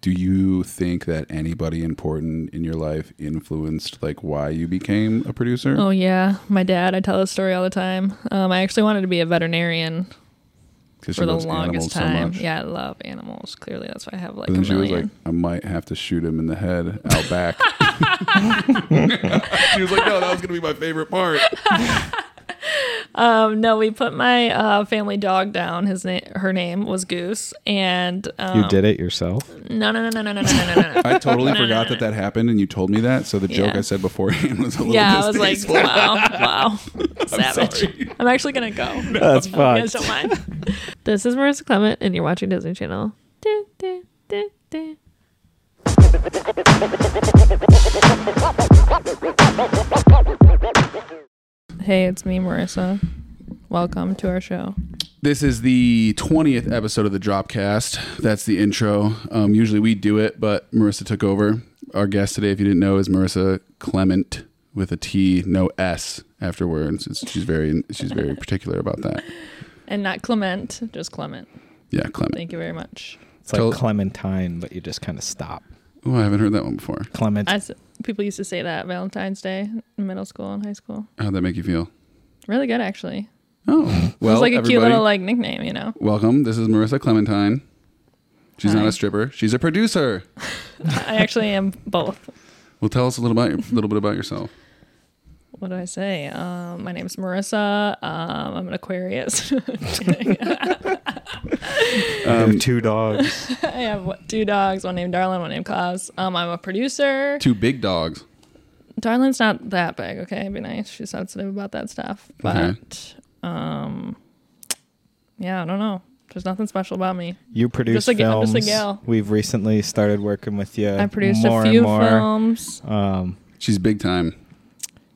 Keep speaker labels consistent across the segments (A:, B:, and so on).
A: do you think that anybody important in your life influenced like why you became a producer?
B: Oh yeah, my dad. I tell this story all the time. Um, I actually wanted to be a veterinarian
A: 'Cause she
B: for the
A: loves animals
B: longest
A: so
B: time.
A: much.
B: yeah, I love animals. Clearly, that's why I have like
A: And
B: a
A: then she
B: million.
A: was like, I might have to shoot him in the head out back. she was like, no, that was going to be my favorite part.
B: um, no, we put my uh, family dog down. His name, her name was Goose, and um,
C: You did it yourself.
B: No, no, no, no, no, no, no, no, no, no.
A: I totally forgot that that happened and you told me that. So the joke
B: Yeah.
A: I said beforehand was a little
B: yeah, I was like,
A: distasteful.
B: wow, wow, savage.
A: sorry.
B: I'm actually gonna go.
C: That's
B: You
C: fine.
B: guys don't mind. this is Marissa Clement, and you're watching Disney Channel. Du- du- du- du. Hey, it's me, Marissa. Welcome to our show.
A: This is the 20th episode of the Dropcast. That's the intro. Um, usually we do it, but Marissa took over. Our guest today, if you didn't know, is Marissa Clement with a T, no S afterwards. It's, she's very she's very particular about that.
B: And not Clement, just Clement.
A: Yeah, Clement.
B: Thank you very much.
C: It's like
A: Tell-
C: Clementine, but you just kind of stop.
A: Oh, I haven't heard that one before.
C: Clement.
B: I s- people used to say that Valentine's Day in middle school and high school.
A: How'd that make you feel?
B: Really good, actually.
A: Oh,
B: It
A: well,
B: was like a
A: everybody,
B: cute little like nickname, you know.
A: welcome. This is Marissa Clementine. She's not
B: Hi.
A: a stripper. She's a producer.
B: I actually am both.
A: Well, tell us a little about your, little bit about yourself.
B: What do I say? Um, my name's Marissa. Um, I'm an Aquarius.
A: Um,
C: have two dogs.
B: I have what, two dogs, one named Darlin, one named Claus. Um, I'm a producer.
A: Two big dogs.
B: Darlin's not that big, okay? Be nice. She's sensitive about that stuff. But
C: Mm-hmm.
A: Okay.
B: um, yeah, I don't know. There's nothing special about me.
C: You produce
B: Just a g- I'm
C: films.
B: just a gal.
C: We've recently started working with you.
B: I produced
C: Uh, more
B: a few
C: and more.
B: films.
C: Um,
A: She's big time.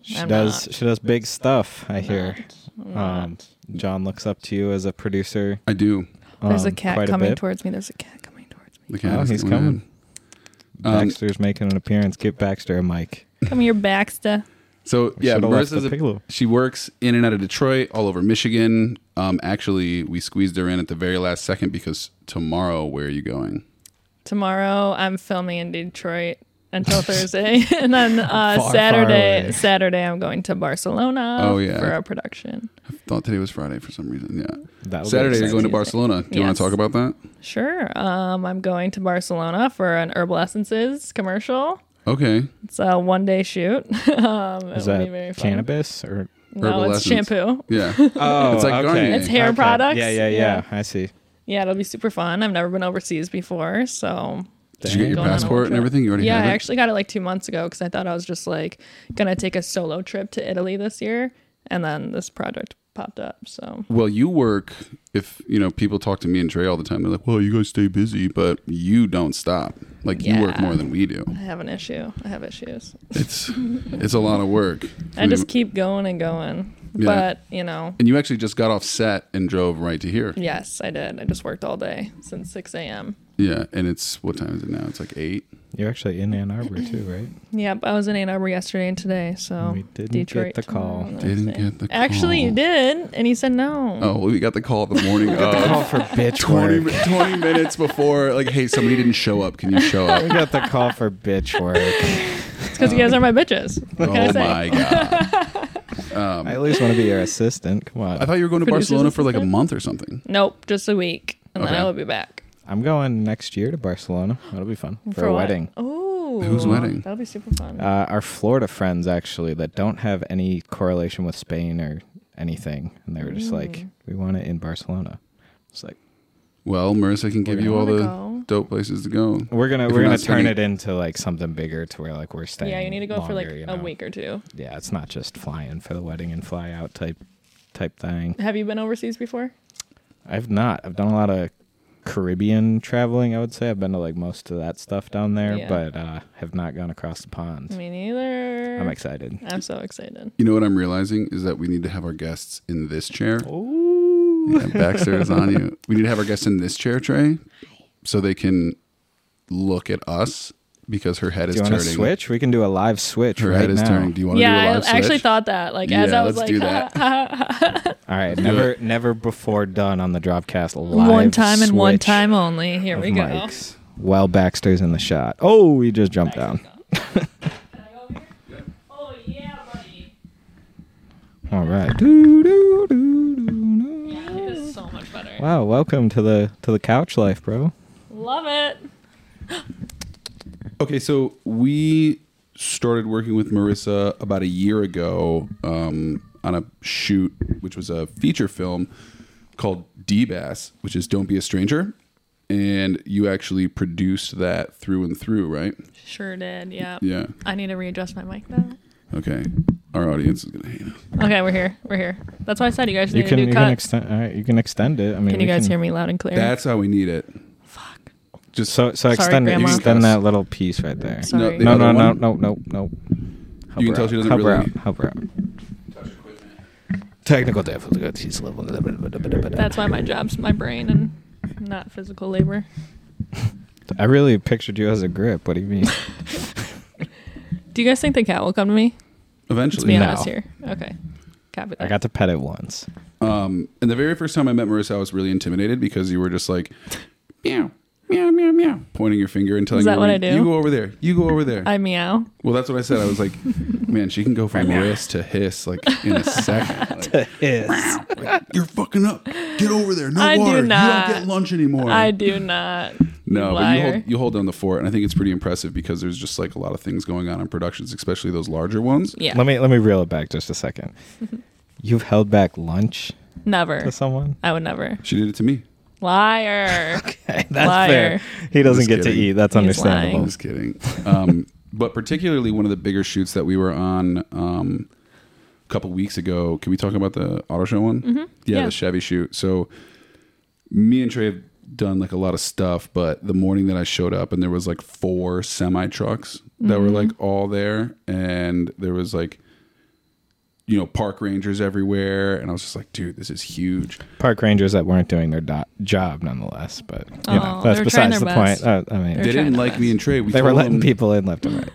C: she
B: I'm
C: does.
B: not.
C: She does big stuff. I hear.
B: I'm not.
C: Um, John looks up to you as a producer.
A: I do.
B: There's a
C: um,
B: cat
C: quite
B: coming
C: bit.
B: towards me. There's a cat coming towards me.
A: The cat
C: Oh,
A: is
C: he's
A: in. Um,
C: Baxter's making an appearance. Get Baxter a mic.
B: Come here, Baxter.
A: So
C: We
A: yeah,
C: should've left
A: Marissa's
C: the
A: a-
C: Piccolo.
A: she works in and out of Detroit, all over Michigan. Um, actually, we squeezed her in at the very last second because tomorrow, where are you going?
B: tomorrow i'm filming in detroit until thursday and then uh,
C: Far, far
B: saturday
C: away.
B: saturday i'm going to barcelona
A: Oh, yeah.
B: for a production
A: I thought today was Friday for some reason. Yeah,
C: That would be
A: Saturday you're
C: exciting.
A: going to
B: Tuesday.
A: Barcelona. Do you want
B: Yes.
A: to talk about that?
B: sure um, i'm going to barcelona for an herbal essences commercial
A: Okay,
B: it's a one day shoot um,
C: Is
B: it will
C: that
B: be very fun.
C: cannabis or?
B: no
A: Herbal
B: it's
A: Essence.
B: shampoo
A: yeah.
C: Oh,
A: It's like gardening.
B: It's hair products.
C: Yeah, yeah, yeah, I see.
B: yeah it'll be super fun i've never been overseas before so
A: Did you get your
B: Going on a
A: passport and
B: trip.
A: everything? You already
B: yeah,
A: have
B: I
A: it?
B: actually got it like two months ago because I thought I was just like gonna take a solo trip to Italy this year, and then this project popped up. So
A: Well, you work. If you know, people talk to me and Trey all the time. They're like, "Well, you guys stay busy, but you don't stop. Like you work
B: Yeah.
A: more than we do.
B: I have an issue. I have issues.
A: It's it's a lot of work.
B: I just keep going and going.
A: Yeah.
B: But you know,
A: and you actually just got off set and drove right to here.
B: yes, I did. I just worked all day since six a.m.
A: Yeah, and it's what time is it now? It's like eight.
C: You're actually in Ann Arbor too, right?
B: Yep, I was in Ann Arbor yesterday and today. So
C: We didn't get
B: Detroit
C: the call.
B: tomorrow,
A: Didn't
B: Thursday.
A: get the
B: Actually, you
A: call.
B: did, and he said no.
A: Oh, well, we got the call the morning of
C: Call for bitch
A: 20,
C: work.
A: mi- 20 minutes before. Like, hey, somebody didn't show up. Can you show
C: We
A: up?
C: got the call for bitch work.
B: It's because you guys are my bitches. What can I
A: oh
B: say?
A: my god! Um,
C: I at least want to be your assistant. Come
A: I
C: on.
A: thought you were going to
B: Producer's
A: Barcelona for like a
B: assistant?
A: month or something.
B: Nope, just a week, and then
A: Okay.
B: I will be back.
C: I'm going next year to Barcelona. That'll be fun for, a
B: what?
C: wedding.
B: Oh,
A: Whose wedding?
B: That'll be super fun.
C: Uh, our Florida friends actually that don't have any correlation with Spain or anything, and they were just like,
B: Mm.
C: "We want it in Barcelona." It's like
A: Well, Marissa can give you all the
B: gonna go.
A: dope places to go.
C: we're gonna
A: If
C: we're
A: you're
C: gonna
A: not
C: turn
A: spending-
C: it into like something bigger to where like we're staying.
B: yeah, you need to go for like
C: longer, you
B: a
C: know?
B: week or two.
C: Yeah, it's not just flying for the wedding and fly out type type thing.
B: Have you been overseas before?
C: I've not. I've done a lot of Caribbean traveling. I would say I've been to like most of that stuff down there,
B: Yeah.
C: but uh, have not gone across the pond.
B: Me neither.
C: I'm excited.
B: I'm so excited.
A: You know what I'm realizing is that we need to have our guests in this chair.
C: Oh. Ooh.
A: Yeah, Baxter is on you. We need to have our guests in this chair, Trey, so they can look at us because her head
C: Do
A: is
C: you want to
A: turning.
C: switch? We can do a live switch
A: Her
C: right
A: head is
C: now.
A: turning. Do you want to do a
B: Yeah,
A: live
B: I actually
A: switch?
B: thought that. Like as
A: Yeah,
B: I was
A: let's do
B: like,
A: that.
C: All right,
A: do
C: never, never before done on the Dropcast live.
B: one time and one
C: switch
B: time only. Here
C: of
B: we go.
C: mics. while Baxter's in the shot. Oh, we just jumped down.
B: Oh yeah, buddy.
C: All right. Doo, doo, doo, doo, doo.
B: Yeah, it is so much better.
C: Wow, welcome to the to the couch life, bro.
B: Love it.
A: Okay, so we started working with Marissa about a year ago um, on a shoot, which was a feature film called D Bass, which is Don't Be a Stranger. And you actually produced that through and through, right?
B: Sure did. Yeah.
A: Yeah.
B: I need to readjust my mic though.
A: Okay. Our audience is gonna hate us.
B: Okay, we're here. We're here. That's why I said you guys
C: You
B: need
C: can
B: to
C: you
B: do
C: can
B: cuts.
C: extend. All right, you can extend it. I mean,
B: can you
C: we
B: guys hear me loud and clear?
A: That's how we need it.
B: Fuck.
A: Just
C: So so
B: Sorry,
C: extend it.
B: Grandma.
C: Extend that little piece right there.
B: Sorry.
A: the
C: No, no,
A: other
C: no,
A: one-
C: no, no, no. Help
A: You can
C: her
A: tell
C: out.
A: she doesn't
C: help her
A: really-
C: out. Help her out. Technical difficulties level.
B: That's why my job's my brain and not physical labor.
C: I really pictured you as a grip. What do you mean?
B: Do you guys think the cat will come to me? Let's
A: Eventually,
B: be
C: No.
B: honest here. Okay. Copy that.
C: I got to pet it once.
A: Um, and the very first time I met Marissa, I was really intimidated because you were just like, meow, meow, meow, meow, pointing your finger and telling
B: Is that
A: you,
B: what I do?
A: you go over there, you go over there.
B: I meow.
A: well, that's what I said. I was like, man, she can go from wrist to hiss like in a second. Like,
C: Yes.
A: like, You're fucking up. Get over there. No
B: I do
A: water.
B: not.
A: You don't get lunch anymore.
B: I do not. you
A: no, but you
B: liar.
A: hold, you hold down the fort, and I think it's pretty impressive because there's just like a lot of things going on in productions, especially those larger ones.
B: yeah.
C: Let me let me reel it back just a second. You've held back lunch
B: never.
C: to someone.
B: I would never.
A: She did it to me.
B: Liar.
C: That's
B: Liar.
C: fair. He doesn't
A: Just
C: get to
A: kidding.
C: eat. That's
B: He's
A: I'm
C: understandable.
B: lying.
A: just kidding. Um, but particularly one of the bigger shoots that we were on um, a couple weeks ago. Can we talk about the auto show one? Mm-hmm. Yeah,
B: Yeah.
A: the Chevy shoot. So me and Trey have done like a lot of stuff, but the morning that I showed up and there was like four semi trucks that
B: Mm-hmm.
A: were like all there, and there was like you know park rangers everywhere, and I was just like, dude, this is huge.
C: Park rangers that weren't doing their do- job, nonetheless. But you know,
B: Oh,
C: that's
B: they were trying
C: besides the
B: their
C: point.
B: best.
C: Uh, I
A: They
B: They're
C: mean, they,
B: trying
A: didn't
B: to
A: like
B: mess.
A: me and Trey. We
C: were
A: told
C: letting
A: them-
C: people in left and right.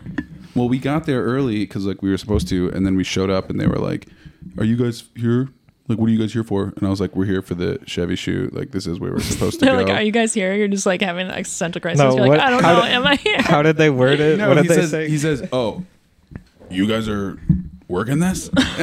A: Well, we got there early because like we were supposed to, and then we showed up and they were like, "Are you guys here? Like, what are you guys here for?" And I was like, "We're here for the Chevy shoot. Like, this is where we're supposed to
B: They're
A: go."
B: like, are you guys here? You're just like having an existential crisis.
C: No,
B: You're
C: what-
B: like, I don't
C: how
B: know.
C: did-
B: Am I here?
C: How did they word it?
A: no,
C: what did
A: he
C: they
A: says,
C: say?
A: He says, "Oh, you guys are working this?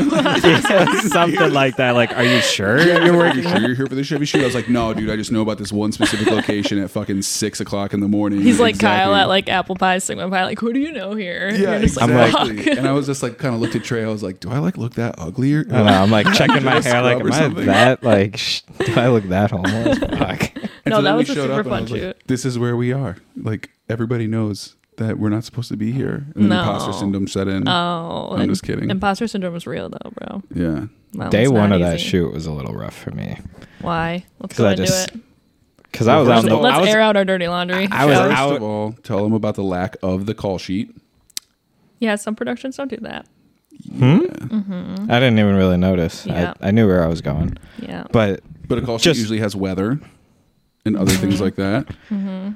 C: Something like that. Like, are you sure?
A: you're working? sure you're here for the Chevy shoot?" I was like, "No, dude. I just know about this one specific location at fucking six o'clock in the morning."
B: He's like
A: Exactly.
B: Kyle at like apple pie, Sigma pie. Like, who do you know here? And
A: Yeah,
B: you're just
C: I'm like-
B: fuck.
A: exactly. and I was just like, kind of looked at Trey. I was like, "Do I like look that uglier?"
C: I don't know, I'm like checking my
A: Just
C: hair. Like,
A: scrub or
C: am I
A: something.
C: that like? Sh- do I look that homeless? Fuck.
A: And
B: No,
A: so then
B: that
A: we
B: was a
A: showed
B: super
A: up and I
B: fun
A: was like,
B: shoot.
A: this is where we are. Like everybody knows that we're not supposed to be here. And then
B: No.
A: imposter syndrome set in.
B: Oh,
A: I'm just kidding.
B: Imposter syndrome is real though, bro.
A: yeah.
B: That
C: Day
B: one's
C: one
B: not
C: of that
B: easy.
C: shoot was a little rough for me
B: Why? Let's
C: 'Cause
B: go
C: I
B: into
C: just-
B: it.
C: because I was
A: Well,
C: out.
A: first of
C: in the-
A: all-
B: Let's
C: I was
B: air out our dirty laundry.
C: I was
B: shall we?
A: First
C: out-
A: of all, tell them about the lack of the call sheet.
B: Yeah, some productions don't do that.
C: I didn't even really notice.
B: Yeah.
C: I, I knew where I was going,
B: Yeah,
C: but
A: But a call sheet
C: Just-
A: usually has weather and other things like that.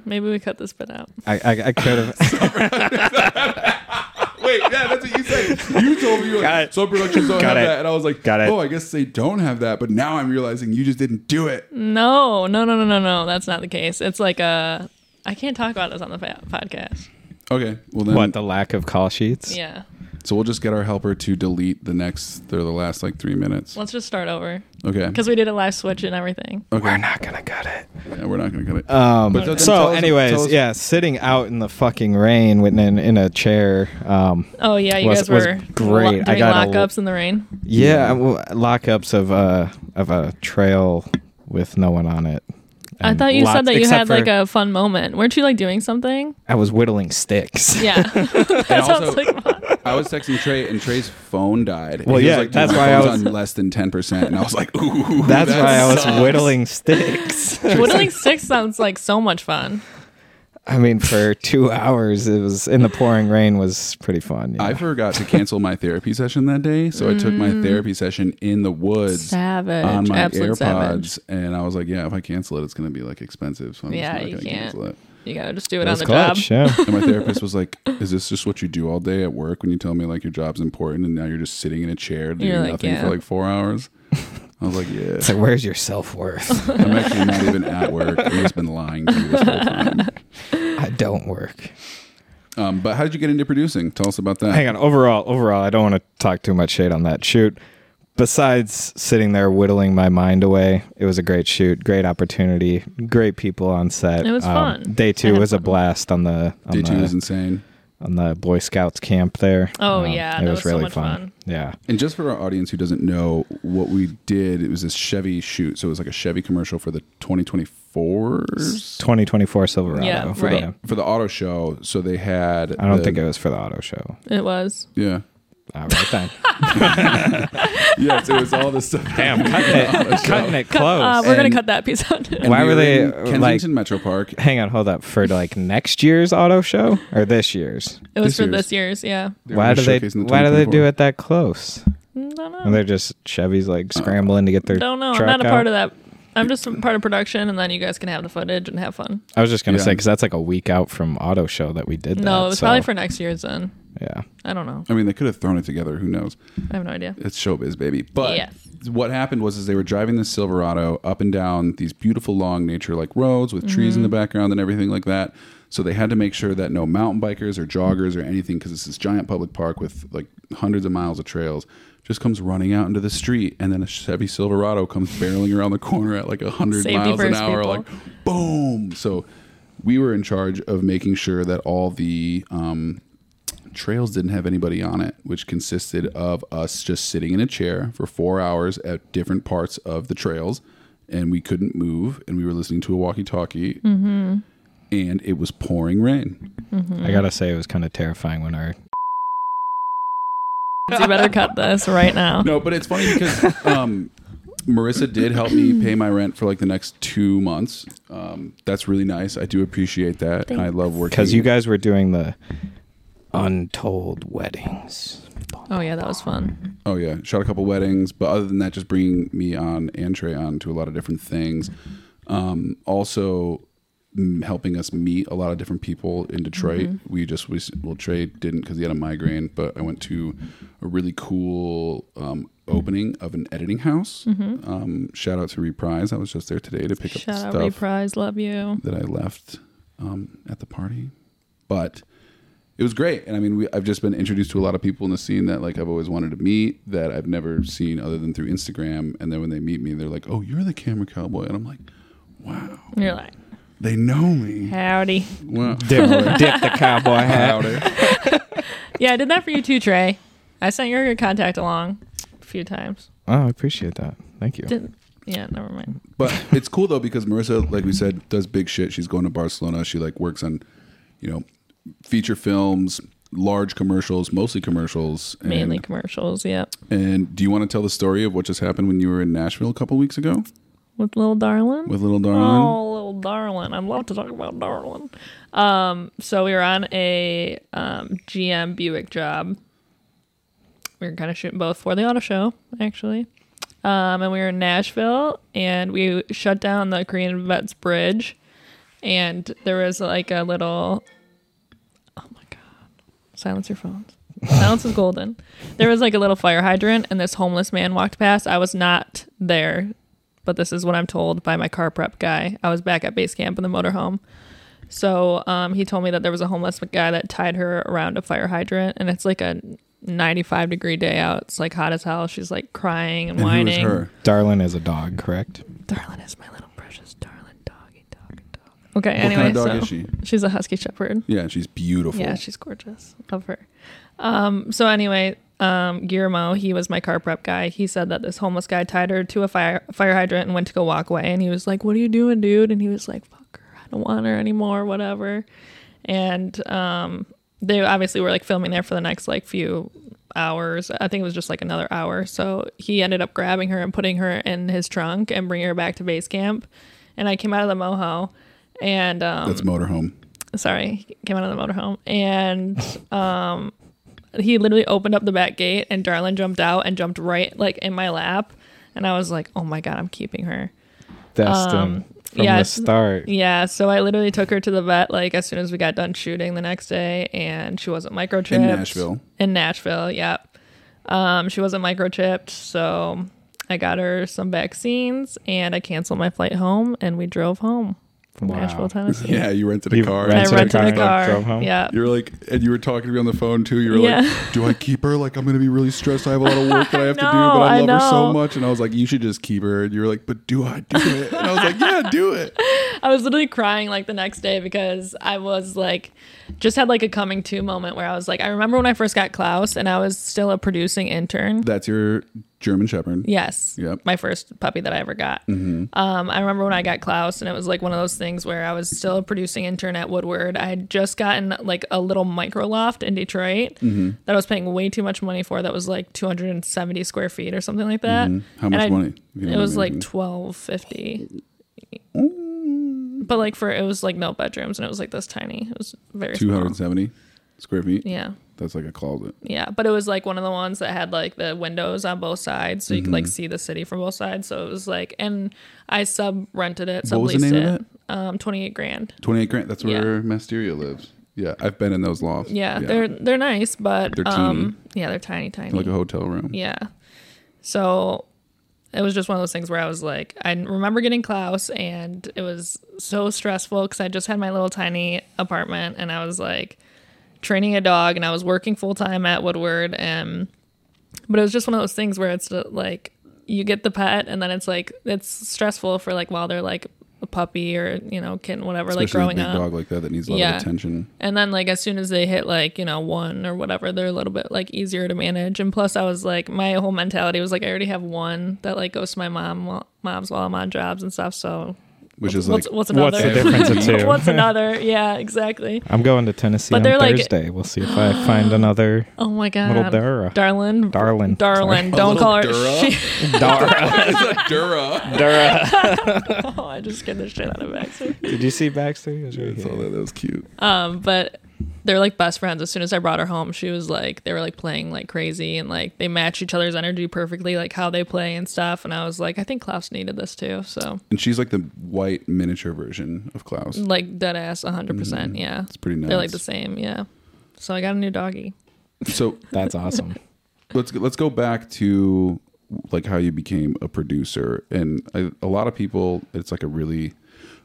B: maybe we cut this bit out.
C: I I, I could have.
A: Wait, yeah, that's what you said. You told me you were
C: Got
A: like,
C: it.
A: some productions don't
C: Got
A: have
C: it.
A: that. And I was like,
C: Got it.
A: oh, I guess they don't have that. But now I'm realizing you just didn't do it.
B: No, no, no, no, no, no. That's not the case. It's like a. I can't talk about this on the fa- podcast.
A: Okay. Well, then.
C: what the lack of call sheets?
B: Yeah,
A: So we'll just get our helper to delete the next, or the last like three minutes.
B: let's just start over
A: Okay.
B: because we did a live switch and everything.
A: Okay.
C: We're not gonna cut it.
A: Yeah, we're not going to cut it.
C: Um,
A: But then tell
C: so,
A: us-
C: anyways,
A: tell us-
C: yeah, sitting out in the fucking rain, with in, in a chair. Um,
B: Oh yeah, you
C: Was-
B: guys
C: was
B: were
C: great.
B: lo-
C: I
B: doing
C: got a-
B: lockups in the rain.
C: yeah, well, lockups of a of a trail with no one on it.
B: I
C: And
B: thought you
C: lots-
B: said that you
C: except
B: had like
C: for-
B: a fun moment. Weren't you like doing something?
C: I was whittling sticks.
B: Yeah. that
A: And
B: sounds
A: also-
B: like fun.
A: I was texting Trey, and Trey's phone died. And
C: Well,
A: he
C: yeah,
A: was like,
C: that's
A: "Dude, my
C: why I
A: phone's
C: was-
A: on less than ten percent, and I was like, "Ooh,
C: That's
A: that
C: why I was
A: sucks."
C: whittling sticks.
B: Whittling sticks sounds like so much fun.
C: I mean, for two hours, it was in the pouring rain was pretty fun. yeah.
A: I forgot to cancel my therapy session that day, so I took my therapy session in the woods
B: Savage.
A: on my
B: Mm. Absolute
A: AirPods,
B: savage.
A: and I was like, "Yeah, if I cancel it, it's going to be like expensive, so I'm
B: Yeah,
A: just not
B: you
A: going to
B: can't.
A: cancel it."
B: You gotta just do it
C: That
B: on
C: was
B: the
C: clutch,
B: job.
C: yeah.
A: And my therapist was like, "Is this just what you do all day at work when you tell me like your job's important, and now you're just sitting in a chair doing
B: You're like,
A: nothing
B: "Yeah."
A: for like four hours?" I was like, "Yeah,
C: It's like, where's your self worth?
A: I'm actually not even at work. I've just been lying to you this whole time."
C: I that don't work.
A: Um, but how did you get into producing? Tell us about that.
C: Hang on. Overall, overall, I don't want to talk too much shade on that shoot. Besides sitting there whittling my mind away, it was a great shoot, great opportunity, great people on set. Um,
B: It was fun.
C: Day
B: I
C: two
B: had
C: was a
B: fun.
C: blast on the on
A: Day two
C: the,
A: is insane.
C: on the Boy Scouts camp there. Um,
B: Oh, yeah, that was so much fun.
C: Yeah,
A: And just for our audience who doesn't know what we did, it was this Chevy shoot. So it was like a Chevy commercial for the 2024s
C: twenty twenty four Silverado.
B: Yeah,
C: for the-
B: right.
A: for the auto show. So they had.
C: I don't
A: the-
C: think it was for the auto show.
B: It was.
A: Yeah.
C: All right then.
A: yes, it was all this stuff.
C: Damn, cutting it, cutting it close.
B: Uh, we're gonna
A: And-
B: cut that piece out.
A: And
C: Why
A: we
C: were they,
A: in
C: uh,
A: Kensington
C: like-
A: Metro Park?
C: Hang on, hold up for like next year's auto show or this year's.
B: it
A: this
B: was for
A: year's.
B: this year's. Yeah.
A: They
C: why
A: were
C: do they?
A: showcasing the
C: Why do they
A: 2024.
C: do it that close?
B: Mm, Don't know.
C: And they're just Chevys like
A: Uh,
C: scrambling to get their.
B: Don't know. I'm
C: Truck
B: not a
C: out.
B: part of that. I'm just a part of production, and then you guys can have the footage and have fun.
C: I was just gonna
A: Yeah.
C: say because that's like a week out from auto show that we did.
B: No,
C: that,
B: it was
C: so-
A: uh,
B: probably for next year's then.
C: Yeah,
B: I don't know.
A: I mean, they could have thrown it together. Who knows?
B: I have no idea.
A: It's showbiz, baby. But
B: Yes.
A: what happened was is they were driving the Silverado up and down these beautiful long nature like roads with trees in the background and everything like that. So they had to make sure that no mountain bikers or joggers or anything because it's this giant public park with like hundreds of miles of trails just comes running out into the street and then a Chevy Silverado comes barreling around the corner at like 100
B: Safety
A: miles an
B: first,
A: hour
B: people.
A: like boom. So we were in charge of making sure that all the um, trails didn't have anybody on it, which consisted of us just sitting in a chair for four hours at different parts of the trails, and we couldn't move, and we were listening to a walkie-talkie,
B: Mm-hmm.
A: and it was pouring rain.
C: I gotta say it was kind of terrifying when our.
B: you better cut this right now.
A: No, but it's funny because um, Marissa did help me pay my rent for like the next two months. Um, that's really nice. I do appreciate that, and I love working
C: Because you guys were doing the untold weddings.
B: Oh yeah, that was fun.
A: Oh yeah, shot a couple weddings, but other than that, just bringing me on and Trey on to a lot of different things. Um, also, mm, helping us meet a lot of different people in Detroit.
B: Mm-hmm.
A: We just we s- well Trey didn't because he had a migraine, but I went to a really cool um, opening of an editing house. Um, shout out to Reprise. I was just there today to pick
B: Mm-hmm. Shout
A: up
B: out
A: stuff
B: Reprise, love you.
A: that I left um, at the party, but it was great. And I mean, we, I've just been introduced to a lot of people in the scene that like I've always wanted to meet that I've never seen other than through Instagram. And then when they meet me, they're like, "Oh, you're the camera cowboy," and I'm like, "Wow,
B: You're like,
A: they know me."
B: howdy.
A: Wow.
C: Dip, dip the cowboy hat.
A: Howdy.
B: Yeah, I did that for you too, Trey. I sent your contact along a few times.
C: Oh, I appreciate that. Thank you.
B: Didn't. Yeah, never mind.
A: But it's cool though because Marissa, like we said, does big shit. She's going to Barcelona. She like works on, you know, feature films, large commercials, mostly commercials. And,
B: Mainly commercials. Yep.
A: And do you want to tell the story of what just happened when you were in Nashville a couple weeks ago?
B: With little darling.
A: with little darling.
B: Oh, little darling. I love to talk about darling. Um, so we were on a um, GM Buick job. We were kind of shooting both for the auto show, actually. Um, and we were in Nashville and we shut down the Korean Vets Bridge. And there was like a little. Oh my God. Silence your phones. Silence is golden. There was like a little fire hydrant, and this homeless man walked past. I was not there but this is what I'm told by my car prep guy. I was back at base camp in the motorhome. So um, he told me that there was a homeless guy that tied her around a fire hydrant, and it's like a 95 degree day out. It's like hot as hell. She's like crying
A: And
B: and,
A: who was
B: whining.
A: her?
C: Darlin is a dog, correct?
B: Darling is my little precious darling doggy dog dog. Okay,
A: What
B: anyway,
A: kind of dog
B: so
A: is she?
B: she's a husky shepherd.
A: Yeah, she's beautiful.
B: Yeah, she's gorgeous. Love her. Um, so anyway, um, Guillermo, he was my car prep guy. He said that this homeless guy tied her to a fire fire hydrant and went to go walk away. And he was like, "What are you doing, dude?" And he was like, "Fuck her. I don't want her anymore. Whatever." And um, they obviously were like filming there for the next like few hours. I think it was just like another hour. So he ended up grabbing her and putting her in his trunk and bringing her back to base camp. And I came out of the moho, and um,
A: That's motorhome.
B: sorry, he came out of the motorhome, and um, he literally opened up the back gate, and Darlin jumped out and jumped right like in my lap, and I was like, oh my god, I'm keeping her.
C: Destin
B: Um,
C: from
B: yeah,
C: the
B: it's-
C: start.
B: Yeah, so I literally took her to the vet like as soon as we got done shooting the next day, and she wasn't microchipped
A: Nashville.
B: In Nashville, yep. Um, she wasn't microchipped, so I got her some vaccines, and I canceled my flight home, and we drove home. from
C: Wow.
B: Nashville, Tennessee.
A: Yeah, you rented a
C: You
A: car.
B: I
C: rented a
B: rented a
C: car.
B: car.
C: Drove home?
B: Yeah.
A: You were like, and you were talking to me on the phone too. You were
B: Yeah.
A: like, "Do I keep her? Like, I'm gonna be really stressed. I have a lot of work that I have to do, but I,
B: I
A: love her so
B: know.
A: much." And I was like, "You should just keep her." And you were like, "But do I do it?" And I was like, "Yeah, do it."
B: I was literally crying like the next day because I was like, just had like a coming to moment where I was like, I remember when I first got Klaus and I was still a producing intern.
A: That's your German Shepherd.
B: Yes.
A: Yep. Mm-hmm.
B: My first puppy that I ever got. Um, I remember when I got Klaus, and it was like one of those things where I was still a producing intern at Woodward. I had just gotten like a little micro loft in Detroit
A: Mm-hmm.
B: that I was paying way too much money for. That was like 270 square feet or something like that.
A: Mm-hmm. How much
B: I-
A: money? If you don't
B: It
A: mind
B: was
A: me
B: like
A: asking.
B: 1250.
A: Mm.
B: But like for it was like no bedrooms, and it was like this tiny. It was very small.
A: 270 square feet.
B: Yeah.
A: That's like a closet.
B: Yeah, but it was like one of the ones that had like the windows on both sides, so you could
A: Mm-hmm.
B: like see the city from both sides. So it was like, and I sub rented it,
A: What
B: subleased
A: was the name of
B: it. Um, twenty eight grand.
A: 28 grand. That's
B: Yeah.
A: where Mysterio lives. Yeah, I've been in those lofts.
B: Yeah, they're they're nice, but
A: They're
B: um, yeah, they're tiny, tiny.
A: like a hotel room.
B: yeah, so it was just one of those things where I was like, I remember getting Klaus, and it was so stressful because I just had my little tiny apartment, and I was like training a dog, and I was working full time at Woodward, and but it was just one of those things where it's uh, like you get the pet and then it's like it's stressful for like while they're like a puppy or you know kitten whatever
A: Especially
B: like growing
A: a big
B: up
A: dog like that that needs a lot
B: Yeah.
A: of attention.
B: and then like as soon as they hit like you know one or whatever they're a little bit like easier to manage and plus i was like my whole mentality was like i already have one that like goes to my mom while, mom's while i'm on jobs and stuff so
A: Which is like
B: what's, what's
C: What's
B: another
C: the difference of two?
B: what's another yeah exactly
C: I'm going to Tennessee
B: But
C: on
B: they're like-
C: Thursday. we'll see if I find another
B: oh my god
C: little Dara.
B: darlin
C: Darlin.
B: darlin
A: A
B: don't
A: little
B: call her
A: Dura?
B: she-
C: Dara.
A: it's a Dura.
C: Dara.
B: oh i just scared the shit out of Baxter.
C: Did you see Baxter? He was right
A: That's all
C: here.
A: oh, that, that was cute.
B: Um, but they're like best friends. As soon as I brought her home, she was like, they were like playing like crazy and like they match each other's energy perfectly, like how they play and stuff. And I was like, I think Klaus needed this too. So
A: And she's like the white miniature version of Klaus. Mm.
B: like dead ass, hundred
C: Mm-hmm.
B: percent. Yeah,
A: It's pretty nice.
B: they're like the same. Yeah. So I got a new doggy.
A: So
C: That's awesome.
A: let's let's go back to like how you became a producer and I, a lot of people it's like a really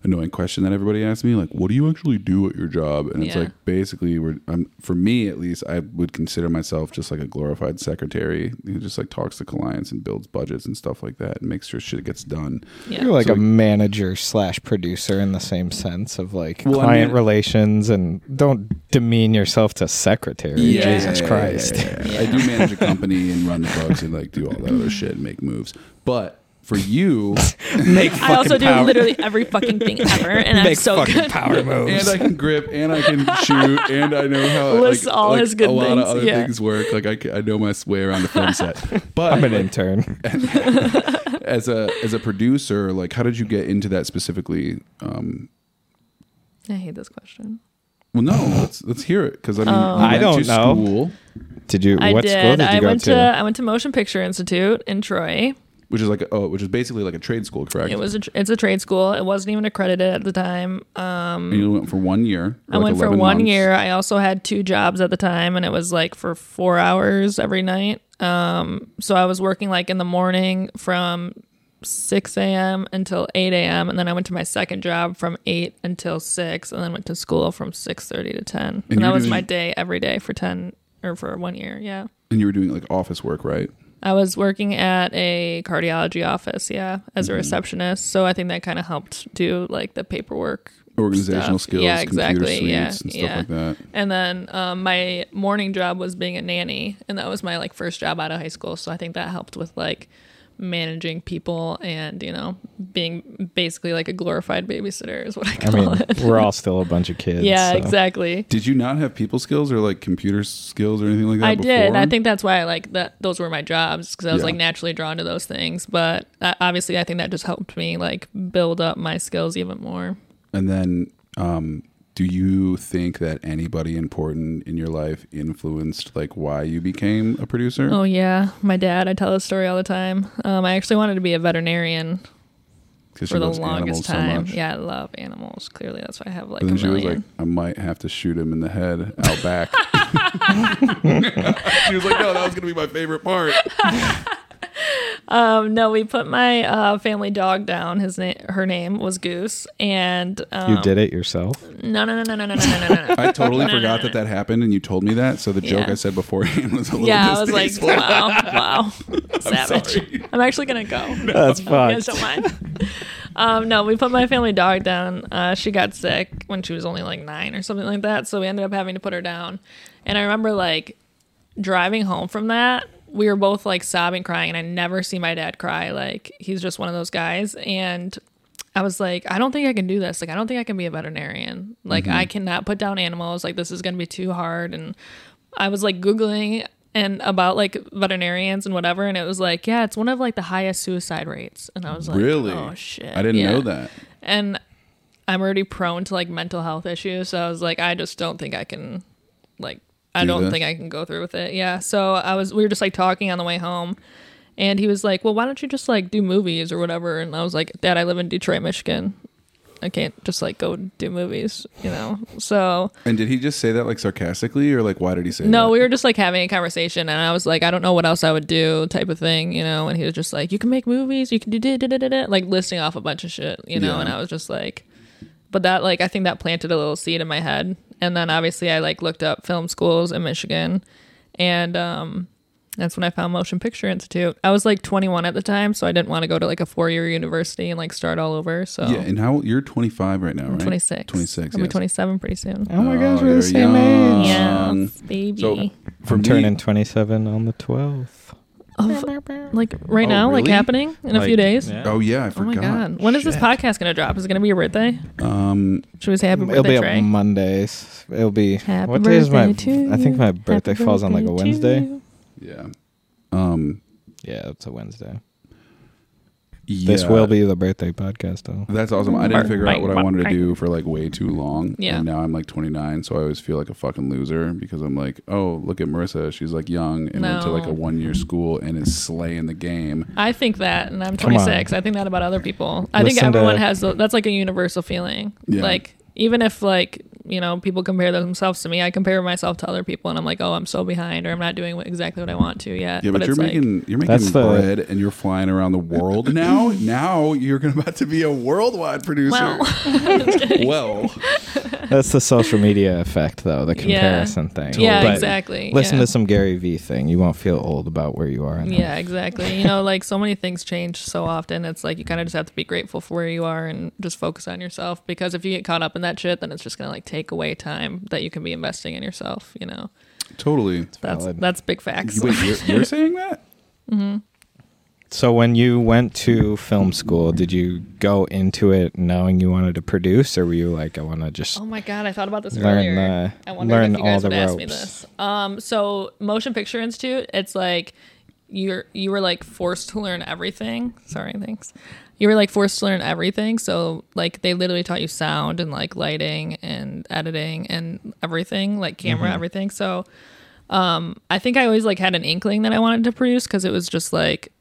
A: annoying question that everybody asks me like what do you actually do at your job and it's
B: Yeah.
A: like basically we're I'm, for me at least i would consider myself just like a glorified secretary who just like talks to clients and builds budgets and stuff like that and makes sure shit gets done
B: Yeah.
C: You're like
A: So
C: a
A: we-
C: manager slash producer in the same sense of like
A: Well, I
C: client
A: mean-
C: relations and don't demean yourself to secretary. Jesus
A: yeah,
C: Christ.
A: yeah, yeah, yeah. I do manage a company and run the books and like do all that other shit and make moves. But for you,
C: Make
B: I also
C: fucking
B: do
C: power-
B: literally every fucking thing ever, and I'm
C: make
B: so
C: fucking
B: good.
C: power moves.
A: and I can grip, and I can shoot, and I know how
B: Lists all his good
A: a lot
B: things,
A: of other
B: yeah.
A: things work. Like I, c- I know my s- way around the film set. But
C: I'm an
A: like,
C: intern.
A: as a as a producer, like how did you get into that specifically? Um,
B: I hate this question.
A: well, no, let's let's hear it because I mean,
B: Oh.
A: you
C: I
A: went
C: don't
A: to
C: know.
A: school,
C: Did you?
B: I
C: what
B: did.
C: school did you
B: I
C: go
B: went
C: to?
B: to I went to Motion Picture Institute in Troy.
A: which is like oh, which is basically like a trade school, correct?
B: It was a, tr- it's a trade school. It wasn't even accredited at the time.
A: And you went for one year.
B: I
A: like
B: went for
A: 11
B: one
A: months.
B: year. I also had two jobs at the time, and it was like for four hours every night. Um, so I was working like in the morning from 6 a.m. until 8 a.m., and then I went to my second job from 8 until 6, and then went to school from 6:30 to 10. And,
A: you
B: that was
A: did-
B: my day every day for 10 or for one year. Yeah,
A: and you were doing like office work, right?
B: I was working at a cardiology office. Yeah, as a receptionist. So I think that kind of helped do like the paperwork
A: Organizational
B: Stuff.
A: skills,
B: Yeah,
A: computer
B: exactly.
A: suites,
B: Yeah,
A: and stuff
B: yeah.
A: like that.
B: And then um, my morning job was being a nanny, and that was my like first job out of high school. So I think that helped with like managing people and you know being basically like a glorified babysitter is what I
C: I
B: call
C: mean,
B: it.
C: we're all still a bunch of kids.
B: yeah,
C: so.
B: exactly.
A: uh, Did you not have people skills or like computer skills or anything like that?
B: I
A: before?
B: did. I think that's why I like that. Those were my jobs because I was
A: Yeah.
B: like naturally drawn to those things. But uh, obviously, I think that just helped me like build up my skills even more.
A: And then, um, do you think that anybody important in your life influenced like why you became a producer?
B: Oh yeah, my dad. I tell this story all the time. Um, I actually wanted to be a veterinarian
A: 'Cause she
B: for the
A: loves animals
B: longest
A: so
B: time.
A: much.
B: yeah, I love animals. Clearly, that's why I have like a
A: And then she
B: million.
A: was like, I might have to shoot him in the head out back. she was like, No, that was gonna be my favorite part.
B: Um, no, we put my uh, family dog down. His name, her name was Goose, and um,
C: You did it yourself.
B: No, no, no, no, no, no, no, no, no.
D: I totally
B: No, no,
D: forgot
B: no,
D: that that happened, and you told me that. So the joke
B: Yeah.
D: I said beforehand was a little.
B: yeah, I was like,
D: distasteful.
B: wow, wow, savage.
D: sorry.
B: I'm actually gonna go.
C: That's
B: You
C: fine.
B: guys don't mind. um, no, we put my family dog down. Uh, she got sick when she was only like nine or something like that. So we ended up having to put her down. And I remember like driving home from that, we were both like sobbing, crying. And I never see my dad cry. Like he's just one of those guys. And I was like, I don't think I can do this. Like, I don't think I can be a veterinarian. Like, I
D: Mm-hmm.
B: cannot put down animals. Like, this is going to be too hard. And I was like Googling and about like veterinarians and whatever. And it was like, yeah, it's one of like the highest suicide rates. And I was like,
D: Really?
B: Oh, shit.
D: I didn't
B: Yeah.
D: know that.
B: And I'm already prone to like mental health issues. So I was like, I just don't think I can, like, I
D: Do
B: don't
D: this?
B: think I can go through with it. Yeah. So I was, we were just like talking on the way home. And he was like, Well, why don't you just like do movies or whatever? And I was like, Dad, I live in Detroit, Michigan. I can't just like go do movies, you know? So,
D: And did he just say that like sarcastically, or like why did he say
B: no,
D: that?
B: we were just like having a conversation. And I was like, I don't know what else I would do, type of thing, you know? And he was just like, You can make movies, you can do da da da da da, like listing off a bunch of shit, you know?
D: Yeah.
B: And I was just like, But that, like, I think that planted a little seed in my head. And then obviously I like looked up film schools in Michigan. And, um, that's when I found Motion Picture Institute. I was like 21 at the time, so I didn't want to go to like a four year university and like start all over. So
D: Yeah, and how you're 25 right now, right?
B: 26.
D: 26.
B: I'll be
D: Yes.
B: 27 pretty soon.
C: Oh my
D: Oh,
C: gosh, we're
D: you're
C: the same
D: young.
C: age.
D: Um,
B: yes, baby.
D: So for
C: I'm
D: me,
C: turning 27 on the 12th.
B: Of- like right
D: Oh,
B: now, like
D: really?
B: happening in a few
C: Like,
B: days.
C: yeah.
D: Oh yeah, I
B: Oh my
D: forgot.
B: god! When is this
D: Shit.
B: podcast gonna drop? Is it gonna be your birthday?
D: Um,
B: Should we say happy
C: It'll
B: birthday,
C: be up
B: Trey?
C: Mondays. It'll be
B: Happy
C: what day is my?
B: birthday to
C: I think
B: you.
C: my birthday
B: Happy
C: falls on like a
B: birthday to
C: Wednesday.
B: you.
D: yeah. Um,
C: Yeah, it's a Wednesday.
D: yeah.
C: This will be the birthday podcast though.
D: That's awesome. I didn't
B: Mark,
D: figure out
B: Mike,
D: what I
B: Mark,
D: wanted to
B: Mike.
D: do for like way too long.
B: Yeah.
D: And now I'm like 29, so I always feel like a fucking loser because I'm like, oh, look at Marissa. She's like young and went to
B: No.
D: like a one year school and is slaying the game.
B: I think that, and I'm
C: Come on.
B: 26. I think that about other people. I think
C: Listen to-
B: everyone has the- that's like a universal feeling.
D: Yeah.
B: Like even if like you know people compare themselves to me, I compare myself to other people, and I'm like, oh, I'm so behind, or I'm not doing what, exactly what I want to yet.
D: Yeah, but, you're
B: it's like,
D: making you're making
C: That's the-
D: bread and you're flying around the world now. now you're gonna about to be a worldwide
B: well,
D: producer. well
C: That's the social media effect though, the comparison thing.
B: yeah,
C: But
B: exactly.
C: Listen
B: yeah.
C: to some Gary Vee thing. You won't feel old about where you are. in life.
B: Yeah, exactly. You know, like so many things change so often. It's like you kind of just have to be grateful for where you are and just focus on yourself because if you get caught up in that shit, then it's just going to like take away time that you can be investing in yourself, you know.
D: totally.
B: That's
C: Valid.
B: that's big facts.
D: You- Wait, you're, you're saying that?
C: So when you went to film school, did you go into it knowing you wanted to produce, or were you like, I want to just?
B: Oh my god, I thought about this
C: Learn
B: earlier.
C: the-
B: I wondered
C: learn
B: if you guys
C: all the
B: would ask me
C: ropes.
B: this. Um, so Motion Picture Institute, it's like you're you were like forced to learn everything. Sorry, thanks. You were like forced to learn everything. So like they literally taught you sound and like lighting and editing and everything, like
C: Mm-hmm.
B: camera, everything. So um, I think I always like had an inkling that I wanted to produce because it was just like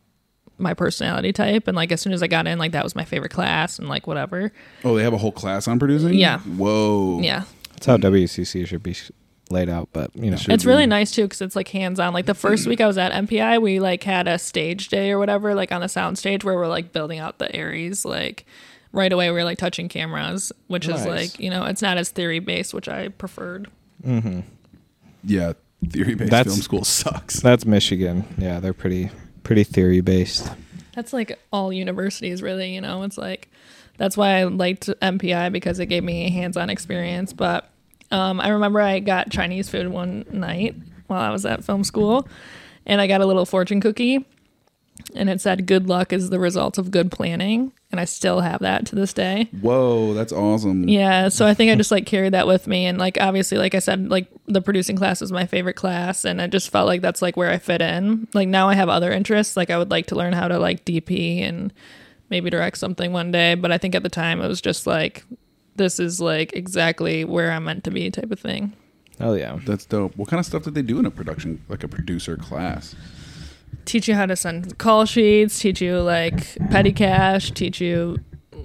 B: my personality type and like as soon as I got in, like that was my favorite class and like whatever.
D: Oh, they have a whole class on producing?
B: Yeah.
D: Whoa.
B: Yeah.
C: That's how WCC should be sh- laid out, but you know,
D: It should-
B: It's
D: be.
B: really nice too because it's like hands on. Like the first week I was at MPI, we like had a stage day or whatever, like on the sound stage where we're like building out the Aries. Like right away, we were like touching cameras, which
C: Nice.
B: is like, you know, it's not as theory based, which I preferred.
D: Yeah. Theory based
C: That's-
D: film school sucks.
C: that's Michigan. Yeah, they're pretty pretty theory based.
B: That's like all universities, really, you know, it's like that's why I liked MPI because it gave me a hands on experience. But um, I remember I got Chinese food one night while I was at film school and I got a little fortune cookie. and it said good luck is the result of good planning and i still have that to this day
D: Whoa, that's awesome.
B: yeah so i think i just like carried that with me and like obviously like i said like the producing class was my favorite class and i just felt like that's like where i fit in like now i have other interests like i would like to learn how to like dp and maybe direct something one day but i think at the time it was just like this is like exactly where i'm meant to be type of thing
C: Oh yeah,
D: That's dope. What kind of stuff did they do in a production, like a producer class?
B: teach you how to send call sheets, teach you like petty cash, teach you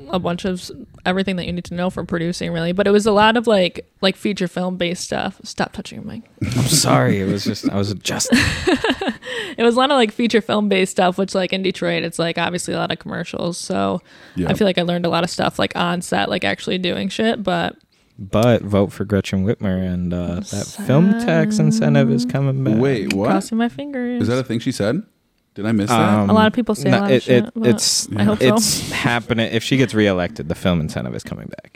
B: a bunch of s- everything that you need to know for producing, really. But it was a lot of like like feature film based stuff. Stop touching your mic.
C: I'm sorry. It was just I was just
B: It was a lot of like feature film based stuff, which like in Detroit, it's like obviously a lot of commercials. So
A: Yeah.
B: I feel like I learned a lot of stuff like on set, like actually doing shit. But
C: But vote for Gretchen Whitmer, and uh, that film tax incentive is coming back.
A: Wait, what?
B: crossing my fingers.
A: Is that a thing she said? Did I miss
C: Um,
B: A lot of people say a
C: no,
B: lot of
C: it,
B: shit,
C: it-
B: but
C: it's
B: I hope so.
C: it's happening. If she gets reelected, the film incentive is coming back.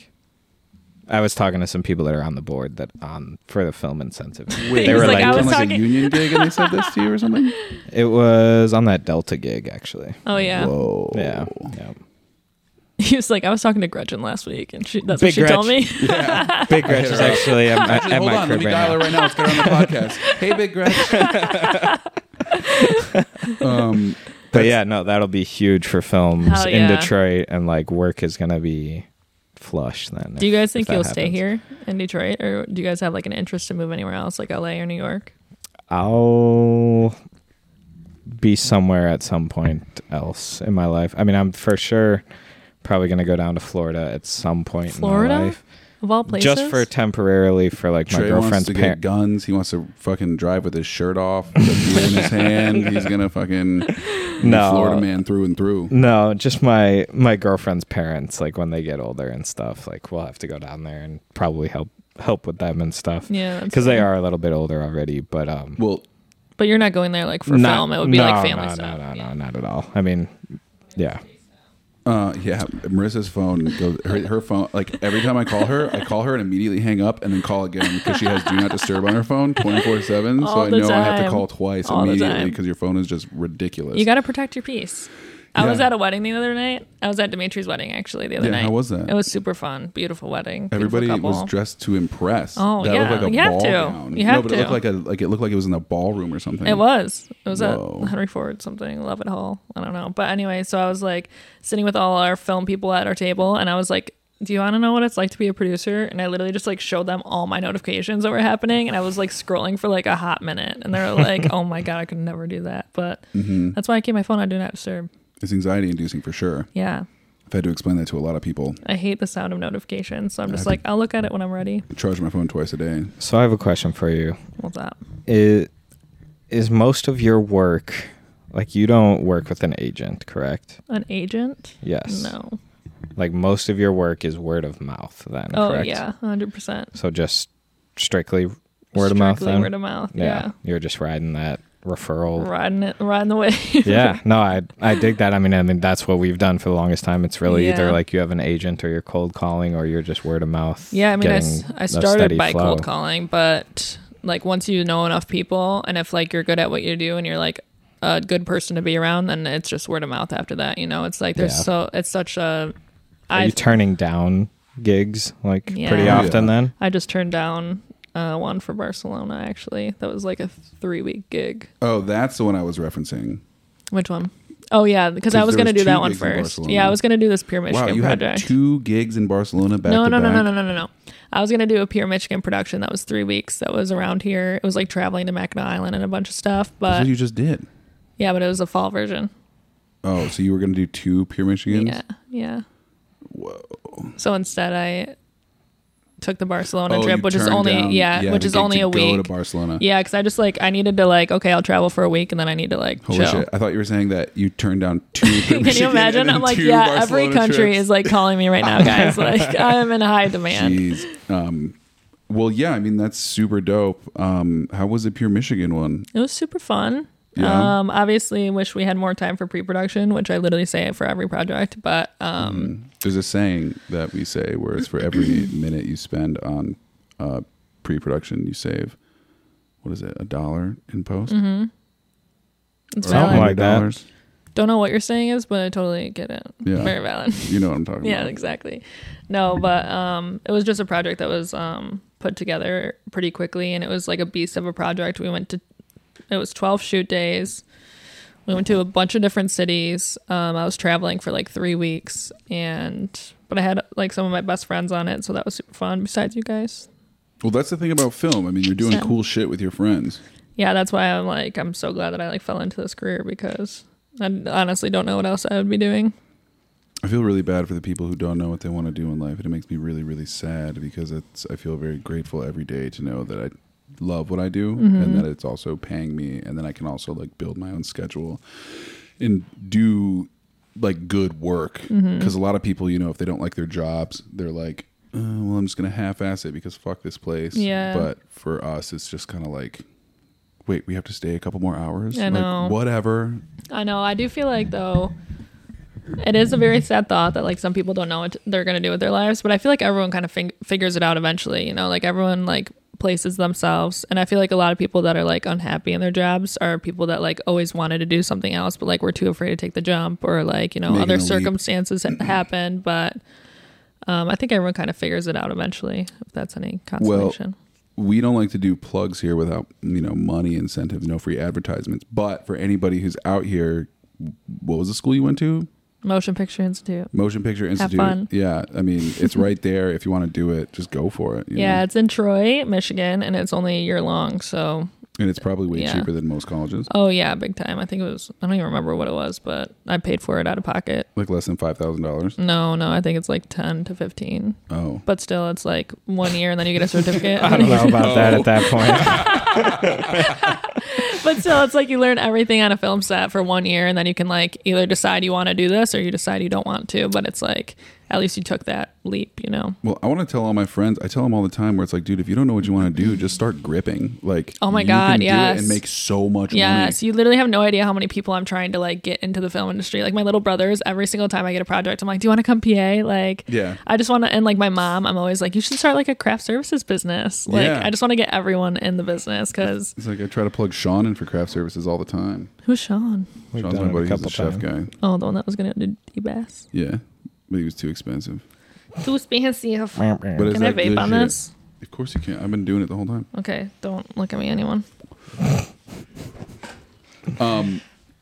C: I was talking to some people that are on the board that on for the film incentive.
A: that? Wait,
B: He's
C: they were
B: like,
C: like,
B: I
A: on
B: was
A: like a
B: talking-
A: union gig and they said this to you or something?
C: it was on that Delta gig actually.
B: Oh yeah.
A: Whoa.
C: Yeah,
A: Oh.
C: yeah.
B: He was like, I was talking to Gretchen last week, and she that's
C: Big
B: what she told me.
C: Big Gretchen's actually at, my-
A: Actually,
C: at
A: hold on.
C: my
A: Let
C: crib
A: me
C: right
A: dial her
C: now.
A: right now. Let's get her on the podcast. Hey, Big Gretch. um,
C: But yeah, no, that'll be huge for films
B: Hell
C: in
B: yeah.
C: Detroit, and like work is gonna be flush then.
B: Do you
C: if-
B: guys
C: if
B: think
C: that
B: you'll stay
C: happens.
B: here in Detroit, or do you guys have like an interest to move anywhere else, like LA or New York?
C: I'll be somewhere at some point else in my life. I mean, I'm for sure probably going to go down to Florida at some point in
B: Florida?
C: my life.
B: Of all places,
C: Just for temporarily for like my
A: Trey wants
C: girlfriend's
A: to get
C: parents.
A: guns. He wants to fucking drive with his shirt off, with a beer in his hand. He's gonna fucking be
C: No.
A: Florida man through and through.
C: No, just my my girlfriend's parents like when they get older and stuff, like we'll have to go down there and probably help help with them and stuff.
B: yeah, that's
C: Cuz they
B: fair.
C: are a little bit older already, but um
A: Well,
B: But you're not going there like for
C: not-
B: film. It would be
C: no,
B: like family
C: no,
B: stuff.
C: No, no,
B: Yeah.
C: no, not at all. I mean, yeah.
A: Uh, yeah, Marissa's phone goes. Her, her phone, like every time I call her, I call her and immediately hang up and then call again because she has do not disturb on her phone twenty four seven. So
B: All
A: I
B: the
A: know I have to
B: time.
A: call twice
B: All the
A: immediately
B: time.
A: because your phone is just ridiculous.
B: You got to protect your peace. I was
A: Yeah.
B: at a wedding the other night. I was at Dimitri's wedding actually the other
A: Yeah,
B: night.
A: how was that?
B: It was super fun. Beautiful wedding. beautiful
A: Everybody was
B: couple.
A: dressed to impress.
B: Oh,
A: that
B: yeah,
A: looked like a
B: you have
A: ball
B: to.
A: gown.
B: You have
A: no, but it looked
B: to.
A: like a like it looked like it was in a ballroom or something.
B: It was. It was
A: Whoa.
B: at Henry Ford something, Love It Hall. I don't know. But anyway, so I was like sitting with all our film people at our table and I was like, Do you wanna know what it's like to be a producer? And I literally just like showed them all my notifications that were happening and I was like scrolling for like a hot minute and they're like, Oh my god, I could never do that. But that's why I keep my phone on do not disturb.
A: Mm-hmm. It's anxiety inducing for sure.
B: Yeah.
A: I've had to explain that to a lot of people.
B: I hate the sound of notifications. So I'm just
A: I
B: like, I'll look at it when I'm ready.
A: I charge my phone twice a day.
C: So I have a question for you.
B: What's up?
C: Is is most of your work like you don't work with an agent, correct?
B: An agent?
C: Yes.
B: No.
C: Like most of your work is word of mouth then,
B: Oh
C: correct?
B: yeah, hundred percent.
C: So just strictly word of mouth then?
B: Word of mouth.
C: yeah.
B: yeah.
C: You're just riding that referral.
B: riding it riding the wave
C: Yeah. No, I I dig that. I mean, I mean that's what we've done for the longest time. It's really either
B: Yeah.
C: like you have an agent or you're cold calling or you're just word of mouth.
B: yeah i mean I, s-
C: getting
B: I
C: a
B: started
C: steady
B: by
C: flow.
B: cold calling but like once you know enough people and if like you're good at what you do and you're like a good person to be around then it's just word of mouth after that you know it's like there's
C: Yeah.
B: so it's such a
C: Are
B: i
C: you turning down gigs like pretty
B: Yeah.
C: often
A: Yeah.
C: then?
B: i just turned down uh, one for barcelona actually that was like a three week gig
A: Oh, that's the one I was referencing.
B: which one Oh yeah, because
A: 'Cause
B: I was
A: there
B: gonna
A: was
B: do
A: two
B: that one
A: gigs in
B: first.
A: Barcelona.
B: Yeah, I was gonna do this Pure Michigan
A: wow, you
B: project.
A: had two gigs in Barcelona back
B: no,
A: to
B: no, no,
A: back.
B: no, no, no, no, no. I was gonna do a Pure Michigan production that was three weeks. That was around here. It was like traveling to Mackinac Island and a bunch of stuff.
A: That's
B: But
A: what you just did.
B: yeah, but it was a fall version.
A: Oh, so you were going to do two Pure Michigans?
B: Yeah, yeah.
A: Whoa.
B: So instead, I took the Barcelona
A: Oh,
B: trip,
A: you
B: which is
A: turned
B: only
A: down-
B: yeah,
A: the
B: which is
A: gig
B: only
A: to
B: a
A: Go
B: week.
A: to Barcelona.
B: Yeah, because I just like I needed to like okay, I'll travel for a week and then I need to like
A: Holy
B: chill.
A: shit! I thought you were saying that you turned down two. Pure
B: Can you
A: Michigan
B: imagine?
A: and
B: I'm like,
A: two
B: yeah,
A: Barcelona
B: every country
A: trips.
B: is like calling me right now, guys. like I am in high demand.
A: Jeez. Um, well, yeah. I mean, that's super dope. Um, how was the Pure Michigan one?
B: It was super fun.
A: Yeah.
B: Um, obviously, wish we had more time for pre-production, which I literally say it for every project. But um,
A: There's a saying that we say where it's for every minute you spend on uh, pre-production, you save what is it, a dollar in post?
B: mm-hmm. it's
A: Or
C: Something
B: valid.
C: like that.
A: $100?
B: Don't know what you're saying is, but I totally get it.
A: Yeah.
B: Very valid.
A: You know what I'm talking
B: yeah,
A: about?
B: exactly. No, but um, it was just a project that was um, put together pretty quickly, and it was like a beast of a project. We went to it was 12 shoot days. We went to a bunch of different cities. Um, I was traveling for like three weeks, and but I had like some of my best friends on it, so that was super fun. Besides you guys,
A: Well, that's the thing about film. I mean, you're doing
B: So-
A: cool shit with your friends.
B: yeah, that's why I'm like, I'm so glad that I like fell into this career because I honestly don't know what else I would be doing.
A: I feel really bad for the people who don't know what they want to do in life, and it makes me really, really sad because it's. I feel very grateful every day to know that I love what I do, and
B: Mm-hmm.
A: that it's also paying me, and then I can also like build my own schedule and do like good work. Because
B: Mm-hmm.
A: a lot of people, you know, if they don't like their jobs, they're like, uh, "Well, I'm just gonna half-ass it because fuck this place."
B: Yeah.
A: But for us, it's just kind of like, "Wait, we have to stay a couple more hours."
B: I
A: like,
B: know.
A: Whatever.
B: I know. I do feel like though, it is a very sad thought that like some people don't know what they're gonna do with their lives. But I feel like everyone kind of fig- figures it out eventually. You know, like everyone like places themselves. And I feel like a lot of people that are like unhappy in their jobs are people that like always wanted to do something else, but like were too afraid to take the jump or like you know
A: Making
B: other
A: the leap.
B: circumstances ha- happened. But um, I think everyone kind of figures it out eventually. If that's any consolation.
A: we don't like to do plugs here without you know money incentives, no free advertisements. But for anybody who's out here, what was the school you went to?
B: Motion Picture Institute.
A: Motion Picture Institute.
B: fun.
A: Yeah, I mean it's right there. If you want to do it, just go for it. you
B: Yeah,
A: know?
B: it's in Troy, Michigan, and it's only a year long. So
A: and it's probably way
B: Yeah.
A: cheaper than most colleges,
B: Oh yeah, big time. I think it was I don't even remember what it was, but I paid for it out of pocket.
A: like less than five thousand dollars.
B: No, no, I think it's like ten to fifteen.
A: Oh,
B: But still it's like one year and then you get a certificate.
C: I don't know about that at that point.
B: but still it's like you learn everything on a film set for one year and then you can like either decide you want to do this or you decide you don't want to. But it's like at least you took that leap, you know.
A: well, I want to tell all my friends. I tell them all the time where it's like, dude, if you don't know what you want to do, just start gripping. Like,
B: Oh my
A: you
B: God,
A: can do it
B: yes.
A: and make so much money.
B: Yes, you literally have no idea how many people I'm trying to like get into the film industry. Like my little brothers, every single time I get a project, I'm like, "Do you want to come PA?" Like,
A: Yeah.
B: I just want to. And like my mom, I'm always like, "You should start like a craft services business." Like,
A: Yeah.
B: I just want to get everyone in the business because
A: It's like I try to plug Sean in for craft services all the time.
B: who's Sean?
C: We've
A: Sean's
C: done
A: my
C: it a
A: buddy. He's
C: couple
A: a chef
C: times.
A: guy.
B: Oh, the one that was gonna do D bass.
A: Yeah, but he was too expensive.
B: Too fancy. Can
A: But
C: But
A: it's-
B: I
A: that good
B: vape on
A: shit?
B: this?
A: Of course you can. I've been doing it the whole time.
B: Okay, don't look at me, anyone.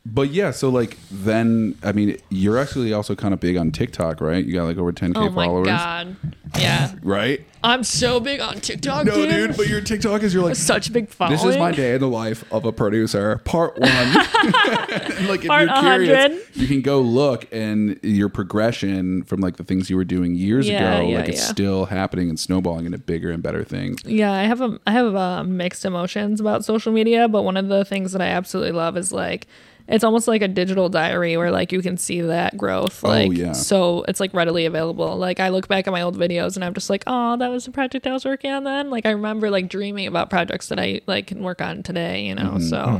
A: But yeah, so like then I mean you're actually also kind of big on TikTok, right? You got like over 10k
B: Oh my
A: followers,
B: god. Yeah,
A: right?
B: I'm so big on TikTok,
A: No,
B: dude.
A: dude, but your TikTok is you're like
B: Such a big following.
A: this is my day in the life of a producer, part one. And, like if
B: Part
A: you're curious,
B: 100.
A: you can go look and your progression from like the things you were doing years
B: Yeah,
A: ago,
B: yeah,
A: like it's
B: yeah.
A: still happening and snowballing into bigger and better things.
B: Yeah, I have a I have uh, mixed emotions about social media, but one of the things that I absolutely love is like it's almost like a digital diary where like you can see that growth like
A: yeah.
B: so it's like readily available. Like I look back at my old videos and I'm just like, "Oh, that was the project I was working on then." Like I remember like dreaming about projects that I like can work on today, you know. So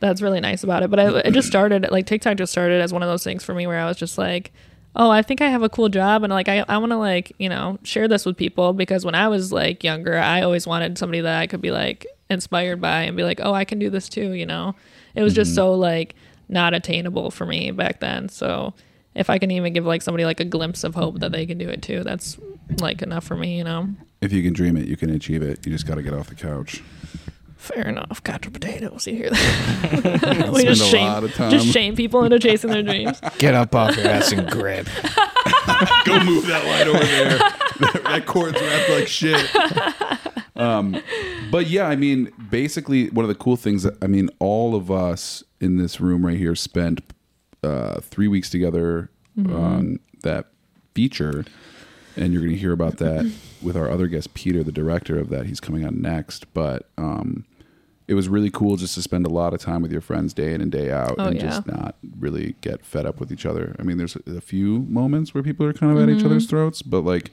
B: that's really nice about it. But I it just started like TikTok just started as one of those things for me where I was just like, oh, I think I have a cool job and like I, I want to like you know share this with people because when I was like younger, I always wanted somebody that I could be like inspired by and be like, oh, I can do this too. You know, it was
A: Mm-hmm.
B: just so like not attainable for me back then. So if I can even give like somebody like a glimpse of hope that they can do it too, that's like enough for me. You know,
A: If you can dream it, you can achieve it. You just got to get off the couch.
B: fair enough. Gotcha potatoes. You hear that? we
A: Spend
B: just
A: a
B: shame
A: lot of time.
B: just shame people into chasing their dreams.
C: Get up off your ass and grip.
A: go move that light over there. that, that cord's wrapped like shit. Um, but yeah, I mean, basically, one of the cool things that I mean, all of us in this room right here spent uh, three weeks together
B: Mm-hmm.
A: on that feature, and you're going to hear about that with our other guest, Peter, the director of that. He's coming on next, but. Um, it was really cool just to spend a lot of time with your friends day in and day out
B: Oh,
A: and
B: yeah.
A: just not really get fed up with each other. I mean, there's a few moments where people are kind of at
B: Mm-hmm.
A: each other's throats, but like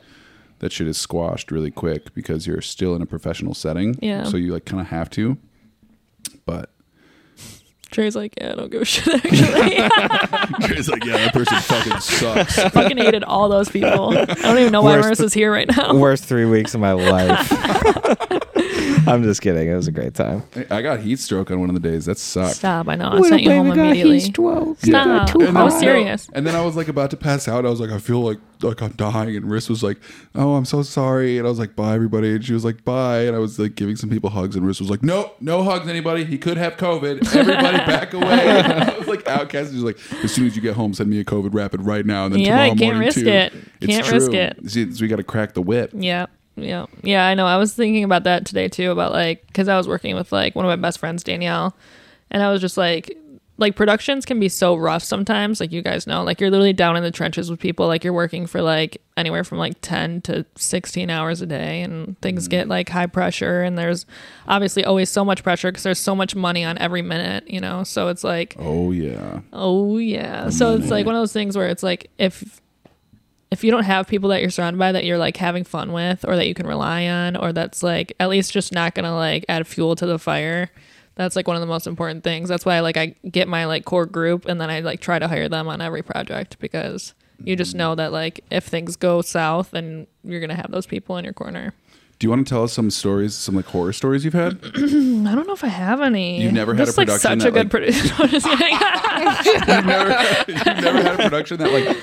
A: that shit is squashed really quick because you're still in a professional setting.
B: Yeah.
A: So you like kind of have to. But
B: Trey's like, yeah, I don't give a shit. Actually, I
A: it's like, yeah, that person fucking sucks.
B: fucking hated all those people. I don't even know why
C: Worst-
B: Marissa's here right now.
C: Worst three weeks of my life. I'm just kidding. It was a great time.
A: I got heat stroke on one of the days. That sucked.
B: Stop! I know. I sent you home immediately. Stop!
A: And uh, then-
B: I was
A: no,
B: serious.
A: and then I was like about to pass out. I was like, I feel like like I'm dying. And Riss was like, Oh, I'm so sorry. And I was like, Bye, everybody. And she was like, Bye. And I was like giving some people hugs. And Riss was like, No, no hugs, anybody. He could have COVID. Everybody back away. I was like outcast. She was like, As soon as you get home, send me a COVID rapid right now. And then
B: Yeah,
A: tomorrow
B: can't
A: morning
B: risk
A: too.
B: it.
A: It's
B: Can't
A: true.
B: risk it.
A: See, so we got to crack the whip.
B: Yeah. Yeah. Yeah, I know. I was thinking about that today too about like cuz I was working with like one of my best friends Danielle and I was just like like productions can be so rough sometimes like you guys know like you're literally down in the trenches with people like you're working for like anywhere from like 10 to 16 hours a day and things get like high pressure and there's obviously always so much pressure because there's so much money on every minute you know so it's like
A: Oh yeah.
B: Oh yeah. So it's like one of those things where it's like if if you don't have people that you're surrounded by that you're like having fun with or that you can rely on or that's like at least just not going to like add fuel to the fire. That's like one of the most important things. That's why like I get my like core group and then I like try to hire them on every project because you just
A: Mm.
B: know that like if things go south then you're going to have those people in your corner.
A: Do you want to tell us some stories, some like horror stories you've had?
B: I don't know if I have any.
A: You've never had
B: This
A: a
B: is, like
A: production
B: such
A: that,
B: a good
A: like-
B: producer. I'm just kidding.
A: you've, never, you've never had a production that like,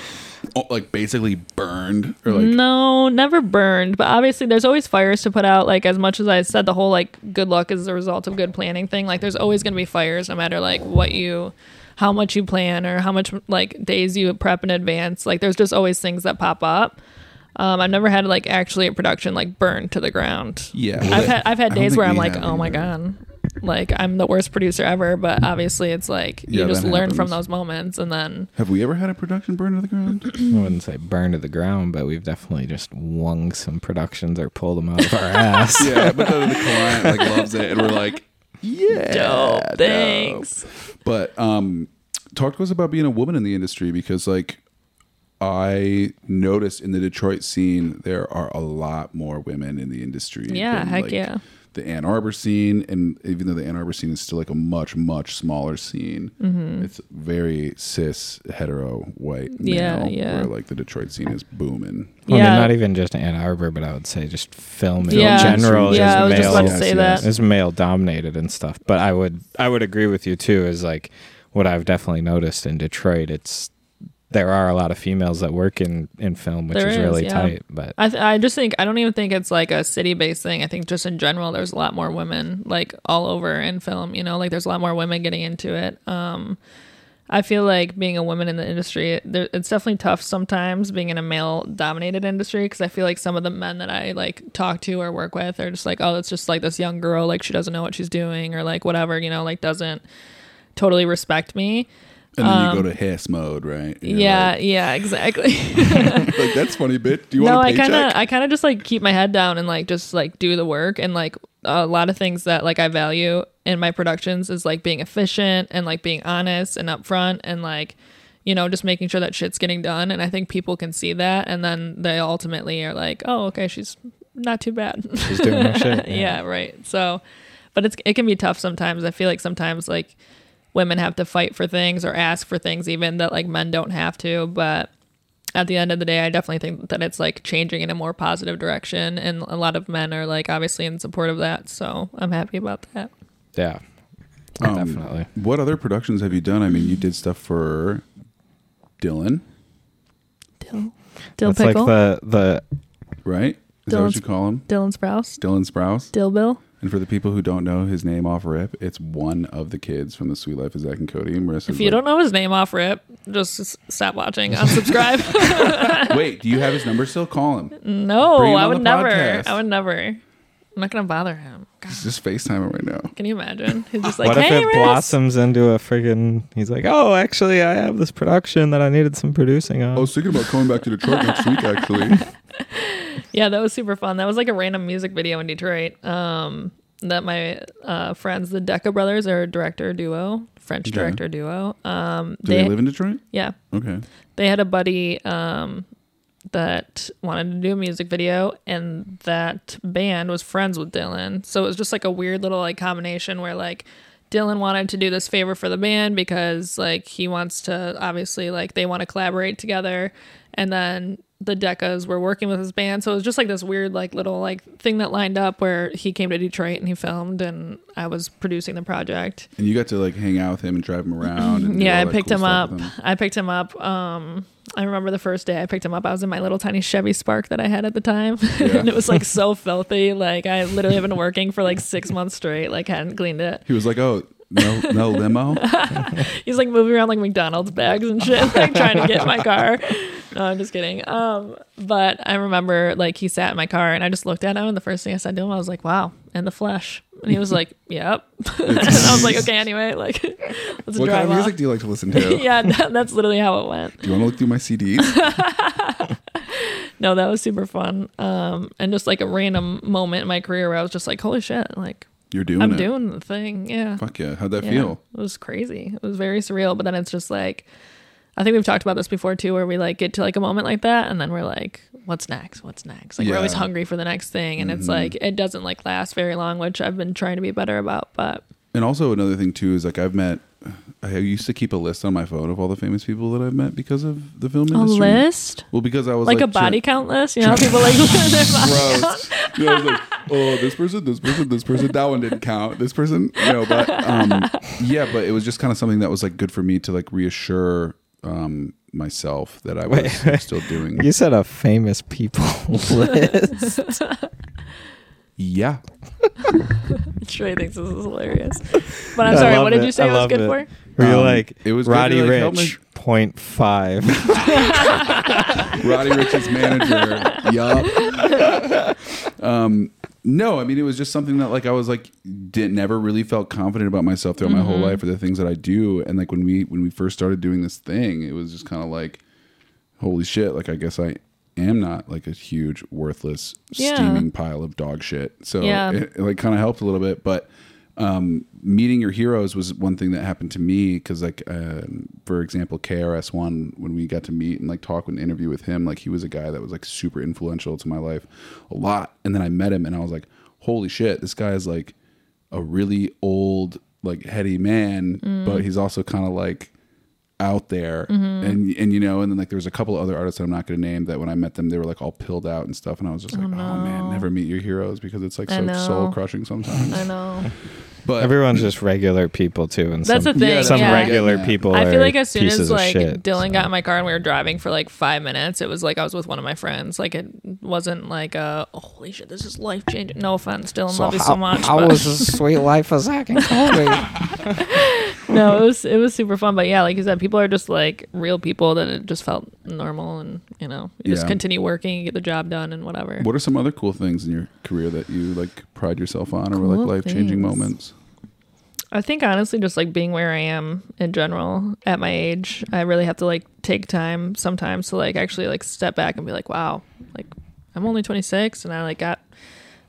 A: oh, like basically burned or like
B: no, never burned. But obviously, there's always fires to put out. Like as much as I said, the whole like good luck is the result of good planning thing. Like there's always gonna be fires, no matter like what you, how much you plan or how much like days you prep in advance. Like there's just always things that pop up. Um, I've never had like actually a production like burn to the ground.
A: yeah.
B: I've had I've had
A: I don't
B: days
A: think
B: where
A: we
B: I'm like,
A: have
B: oh my god, like I'm the worst producer ever. But obviously, it's like
A: Yeah,
B: you just
A: that
B: learn from
A: happens.
B: those moments, and then
A: Have we ever had a production burn to the ground?
C: I wouldn't say burn to the ground, but we've definitely just wung some productions or pulled them out of our ass.
A: yeah, but the, the client like loves it, and we're like, yeah,
B: dope.
A: dope.
B: Thanks.
A: But um, talk to us about being a woman in the industry because like I noticed in the Detroit scene there are a lot more women in the industry.
B: Yeah,
A: than,
B: heck
A: like,
B: yeah.
A: The Ann Arbor scene, and even though the Ann Arbor scene is still like a much much smaller scene,
B: Mm-hmm. Mm.
A: it's very cis hetero white.
B: Yeah,
A: male,
B: yeah.
A: Where like the Detroit scene is booming.
C: Well,
B: Yeah.
C: they're not even just Ann Arbor, but I would say just film in
B: Yeah.
C: general
B: Yeah, I
C: is
B: was just
C: male.
B: about to
A: Yes,
B: say
A: yes.
B: that.
C: It's male dominated and stuff. But I would I would agree with you too. Is like what I've definitely noticed in Detroit. It's there are a lot of females that work in in film, which
B: There
C: is
B: is,
C: really
B: yeah.
C: tight. But
B: I, th- I just think I don't even think it's like a city based thing. I think just in general, there's a lot more women like all over in film. You know, like there's a lot more women getting into it. Um, I feel like being a woman in the industry, there, it's definitely tough sometimes being in a male dominated industry because I feel like some of the men that I like talk to or work with are just like, oh, it's just like this young girl, like she doesn't know what she's doing or like whatever, you know, like doesn't totally respect me.
A: And then you go to hiss mode, right? And you're
B: Um, Yeah,
A: like,
B: yeah, exactly.
A: like that's funny, bitch. Do you
B: no,
A: want a
B: I
A: paycheck?
B: kind of, I kind of just like keep my head down and like just like do the work and like a lot of things that like I value in my productions is like being efficient and like being honest and upfront and like you know just making sure that shit's getting done and I think people can see that and then they ultimately are like, oh, okay, she's not too bad.
C: she's doing her shit.
B: yeah, right. So, but it's it can be tough sometimes. I feel like sometimes like women have to fight for things or ask for things even that like men don't have to, but at the end of the day, I definitely think that it's like changing in a more positive direction and a lot of men are like obviously in support of that, so I'm happy about that.
C: yeah, definitely.
A: What other productions have you done? I mean, you did stuff for Dylan,
B: Dill, Dill
C: That's
B: Pickle,
C: like the the
A: right? Is that what
B: Dylan
A: you call him?
B: Dylan Sprouse,
A: Dylan Sprouse.
B: Dill Bill.
A: And for the people who don't know his name off rip, it's one of the kids from the Sweet Life of Zach and Cody. Marissa.
B: If you don't know his name off rip, just s- stop watching, unsubscribe.
A: know, wait, do you have his number still? Call him.
B: no,
A: Bring him
B: I
A: on
B: would
A: the
B: never.
A: podcast.
B: I would never. I'm not gonna bother him. God.
A: Just FaceTime him right now.
B: Can you imagine? He's just like,
C: what
B: hey,
C: if it
B: Russ."
C: blossoms into a friggin' he's like, Oh, actually I have this production that I needed some producing on.
A: I was thinking about coming back to Detroit next week, actually.
B: Yeah, that was super fun. That was like a random music video in Detroit. Um, that my uh, friends, the Decca Brothers, are a director duo, French
A: Okay.
B: director duo. Um,
A: Do they live in Detroit?
B: yeah,
A: Okay.
B: they had a buddy um, that wanted to do a music video and that band was friends with dylan so it was just like a weird little like combination where like dylan wanted to do this favor for the band because like he wants to obviously like they want to collaborate together and then the decas were working with his band so it was just like this weird like little like thing that lined up where he came to detroit and he filmed and i was producing the project
A: And you got to like hang out with him and drive him around. And do
B: yeah,
A: all
B: I
A: that
B: picked
A: cool
B: him
A: stuff
B: up.
A: with him.
B: I picked him up. Um, I remember the first day I picked him up. I was in my little tiny Chevy Spark that I had at the time, and it was like so filthy. Like I literally have been working for like six months straight. Like hadn't cleaned it.
A: He was like, "Oh, no, no limo."
B: He's like moving around like McDonald's bags and shit, like trying to get my car. No, I'm just kidding. Um, but I remember like he sat in my car and I just looked at him, and the first thing I said to him, I was like, "Wow, in the flesh." And he was like, "Yep." and I was like, "Okay, anyway, like, let's
A: What kind
B: drive
A: of
B: off."
A: music do you like to listen to?
B: yeah, that, that's literally how it went.
A: Do you want to look through my CDs?
B: No, that was super fun. Um, and just like a random moment in my career where I was just like, "Holy shit!" Like,
D: You're doing
B: I'm
D: it.
B: doing the thing. Yeah.
A: Fuck yeah. How'd that
B: Yeah.
A: feel?
B: It was crazy. It was very surreal. But then it's just like, I think we've talked about this before too, where we like get to like a moment like that, and then we're like, what's next? What's next? Like we're always
A: Yeah.
B: hungry for the next thing, and it's like it doesn't like last very long, which I've been trying to be better about. But
A: And also another thing too is like I've met I used to keep a list on my phone of all the famous people that I've met because of the film
B: a
A: industry.
B: list,
A: Well, because I was
B: like,
A: like,
B: a body count list, you know, how people like
A: Gross. You know, I was like, oh, this person, this person, this person. That one didn't count. This person, no. But um, yeah, but it was just kind of something that was like good for me to like reassure um, myself that I was still doing.
C: You said a famous people list.
A: Yeah,
B: Trey thinks this is hilarious. But I'm
C: I
B: sorry,
C: love
B: what did
C: it.
B: you say
C: I
B: it was
C: love
B: good
C: it.
B: for?
C: Were you
A: Um,
C: like
A: it
C: it
A: was
C: was
A: good to,
C: Roddy
A: like, help
C: Rich point five?
A: Roddy Rich's manager. yup. Um, no, I mean it was just something that like I was like did never really felt confident about myself throughout my whole life or the things that I do. And like when we when we first started doing this thing, it was just kind of like, holy shit! Like I guess I am not like a huge worthless
B: Yeah.
A: steaming pile of dog shit. So
B: Yeah.
A: it, it like kind of helped a little bit, but um, meeting your heroes was one thing that happened to me because like um, for example krs one when we got to meet and like talk and interview with him like he was a guy that was like super influential to my life a lot and then i met him and i was like holy shit this guy is like a really old like heady man but he's also kind of like out there
B: Mm-hmm.
A: and and you know and then like there was a couple of other artists that i'm not going to name that when i met them they were like all pilled out and stuff and i was just like oh, man never meet your heroes because it's like
B: I
A: so
B: know.
A: soul crushing sometimes
B: I know.
A: but
C: Everyone's just regular people too, and
B: That's
C: some,
B: the thing,
C: some
B: yeah.
C: regular
A: Yeah.
C: people.
B: I feel
C: are
B: like as soon
C: pieces
B: as
C: of
B: like
C: shit,
B: Dylan
C: so.
B: got in my car and we were driving for like five minutes, it was like I was with one of my friends. Like it wasn't like a oh, holy shit, this is life changing. No offense, Dylan, love you so much. but-
C: as sweet life as I can
B: no, it was it was super fun. But yeah, like you said, people are just like real people that it just felt normal, and you know, you just
A: Yeah.
B: continue working, you get the job done, and whatever.
A: What are some other cool things in your career that you like pride yourself on or
B: Cool
A: like life changing
B: things.
A: moments?
B: I think honestly, just like being where I am in general at my age, I really have to like take time sometimes to like actually like step back and be like, wow, like I'm only 26 and I like got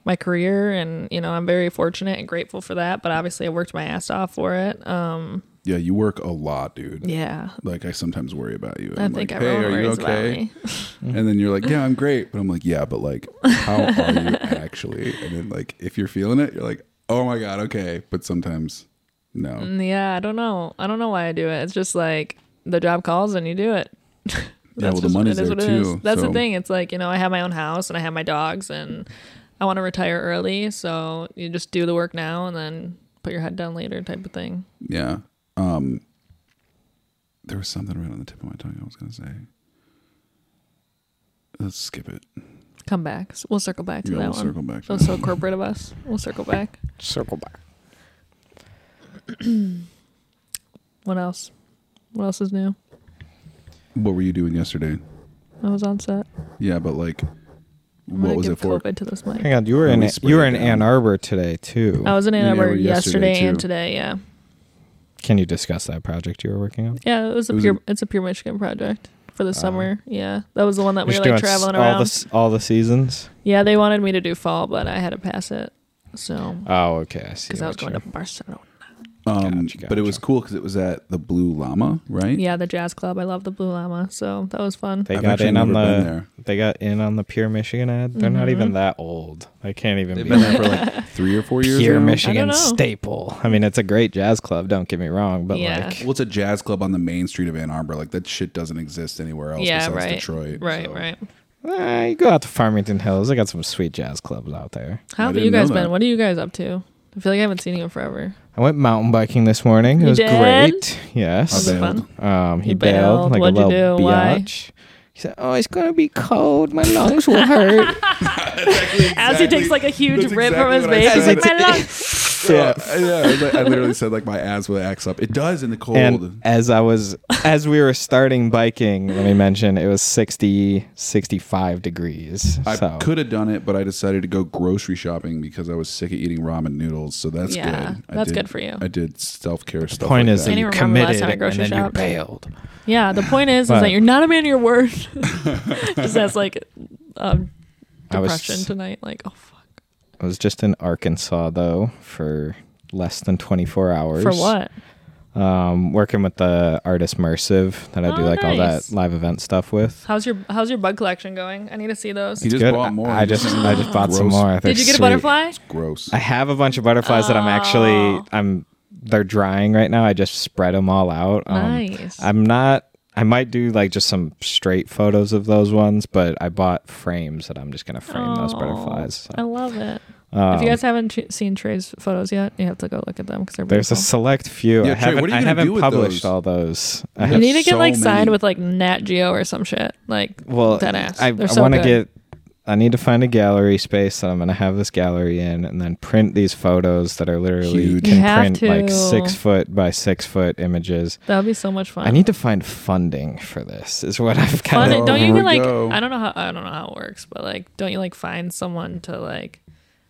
B: my career and you know I'm very fortunate and grateful for that. But obviously, I worked my ass off for it. Um,
A: Yeah, you work a lot, dude.
B: yeah,
A: Like I sometimes worry about you.
B: I
A: I'm
B: think
A: like,
B: everyone
A: hey, are you
B: worries about
A: okay?
B: me.
A: Mm-hmm. And then you're like, yeah, I'm great. But I'm like, yeah, but like, how are you actually? And then like, if you're feeling it, you're like, oh my god, okay. But sometimes, no.
B: Mm, Yeah, I don't know. I don't know why I do it. It's just like the job calls and you do it. That's
A: well, the
B: just-
A: money's
B: it is
A: there
B: what it is.
A: too,
B: That's
A: so-
B: the thing. It's like you know, I have my own house and I have my dogs, and I want to retire early, so you just do the work now and then put your head down later, type of thing.
A: Yeah. Um. There was something right on the tip of my tongue. I was gonna say. Let's skip it.
B: Come back. S- We'll circle back to
A: Yeah,
B: that
A: we'll
B: one.
A: circle back. to
B: That was so corporate of us. We'll circle back.
C: Circle back.
B: What else? What else is new?
A: that. What were you doing yesterday?
B: I was on set.
A: Yeah, but like,
B: I'm
A: what
B: gonna
A: was
B: give
A: it for?
B: COVID to this mic.
C: Hang on, you were
A: Let
C: in
A: me
C: A-
A: spray
C: you were
A: it
C: in
A: down.
C: Ann Arbor today too.
B: I was in Ann
A: Yeah,
B: Arbor
A: we're yesterday,
B: yesterday, and
A: too.
B: today. Yeah,
C: Can you discuss that project you were working on?
B: yeah. It was a
A: It was
B: pure.
A: in-
B: it's a pure Michigan project for the summer. Yeah, that was the one that we
C: You're
B: were
C: doing
B: like
C: s-
B: traveling
C: all
B: around.
C: the s- all the seasons.
B: Yeah, they wanted me to do fall, but I had to pass it. So
C: Oh, okay, I see.
B: because I was
C: what
B: going
C: you're-
B: to Barcelona.
A: Um,
C: Gotcha,
A: But it
C: gotcha.
A: was cool because it was at the Blue Llama, right?
B: Yeah, the jazz club. I love the Blue Llama, so that was fun.
C: They
A: I've
C: got
A: actually
C: in on
A: never been
C: the
A: there.
C: they got in on the Pure Michigan ad. They're not
B: Mm-hmm.
C: even that old. They can't even
A: They've
C: be
A: been
C: like
A: there for like three or four years.
C: Pure
A: now.
B: I
C: Michigan
B: don't know.
C: staple. I mean, it's a great jazz club. Don't get me wrong, but
B: Yeah.
C: like
A: Well, it's a jazz club on the main street of Ann Arbor. Like that shit doesn't exist anywhere else
B: yeah,
A: besides
B: right.
A: Detroit.
B: right,
A: so.
B: right.
C: eh, you go out to Farmington Hills. They got some sweet jazz clubs out there.
B: How have
A: didn't
B: you guys
A: know that.
B: been? What are you guys up to? I feel like I haven't seen you in forever.
C: I went mountain biking this morning.
B: You
C: it was
B: did?
C: great.
B: Was
C: Yes.
B: it
A: bailed.
B: fun?
C: Um, he
B: You
C: bailed,
B: bailed.
C: like
B: What'd
C: a
B: you
C: little
B: do? Why?
C: biatch. He said, "Oh, it's gonna be cold. My lungs will hurt."
B: As he takes like a huge
A: That's
B: rip from
A: exactly
B: his
A: what I
B: vape, he's
A: said.
B: like, "My lungs."
C: Yeah.
A: yeah, I, was like- I literally said like my asthma acts up. It does in the cold.
C: And as I was as we were starting biking, let me mention it was 60 65 degrees.
A: I
C: so
A: could have done it, but I decided to go grocery shopping because I was sick of eating ramen noodles. So that's
B: Yeah,
A: good. I
B: that's
A: did-
B: good for you.
A: I did self care stuff.
C: point
A: like
C: is
A: that.
B: Can't
C: that you
B: even remember the last
C: committed
B: time I
C: and
B: grocery
C: then you
B: shopped.
C: bailed.
B: Yeah, the point is, is
C: But-
B: that you're not a man of your word. Just that's like um,
C: I was-
B: depression tonight. Like, oh fuck,
C: I was just in Arkansas though for less than 24 hours.
B: for what?
C: Um working with the artist Mersive that I do
B: Oh,
C: like all
B: nice.
C: that live event stuff with.
B: How's your How's your bug collection going? I need to see those.
A: He
B: Did
A: just
C: Good.
A: bought more.
C: I, I just I just bought some
A: Gross.
C: more. I think
B: you get a
C: sweet.
B: butterfly? Oh.
A: gross.
C: I have a bunch of butterflies that I'm actually I'm they're drying right now. I just spread them all out.
B: Nice.
C: Um, I'm not. I might do like just some straight photos of those ones, but I bought frames that I'm just gonna frame those
B: Oh,
C: butterflies. So,
B: I love it.
C: Um,
B: if you guys haven't ch- seen Trey's photos yet, you have to go look at them because they're
C: there's
B: beautiful.
C: a select few.
A: Yeah, Trey,
C: I haven't.
A: what are you
C: I
A: gonna do
C: haven't
A: with
C: published
A: those?
C: all those. I
B: you need to get
A: so
B: like signed
A: many.
B: with like Nat Geo or some shit. Like,
C: well,
B: dead ass.
C: I,
B: They're
C: I
B: so
C: want to
B: good.
C: get. I need to find a gallery space that I'm gonna have this gallery in, and then print these photos that are literally
A: Huge.
B: You
C: can
B: have
C: print like
B: to.
C: six foot by six foot images.
B: that would be so much fun.
C: I need to find funding for this. Is what I've
B: fun.
C: kind of.
B: don't
A: Here
B: you
A: we
B: can like?
A: go.
B: I don't know how I don't know how it works, but like, don't you like find someone to like?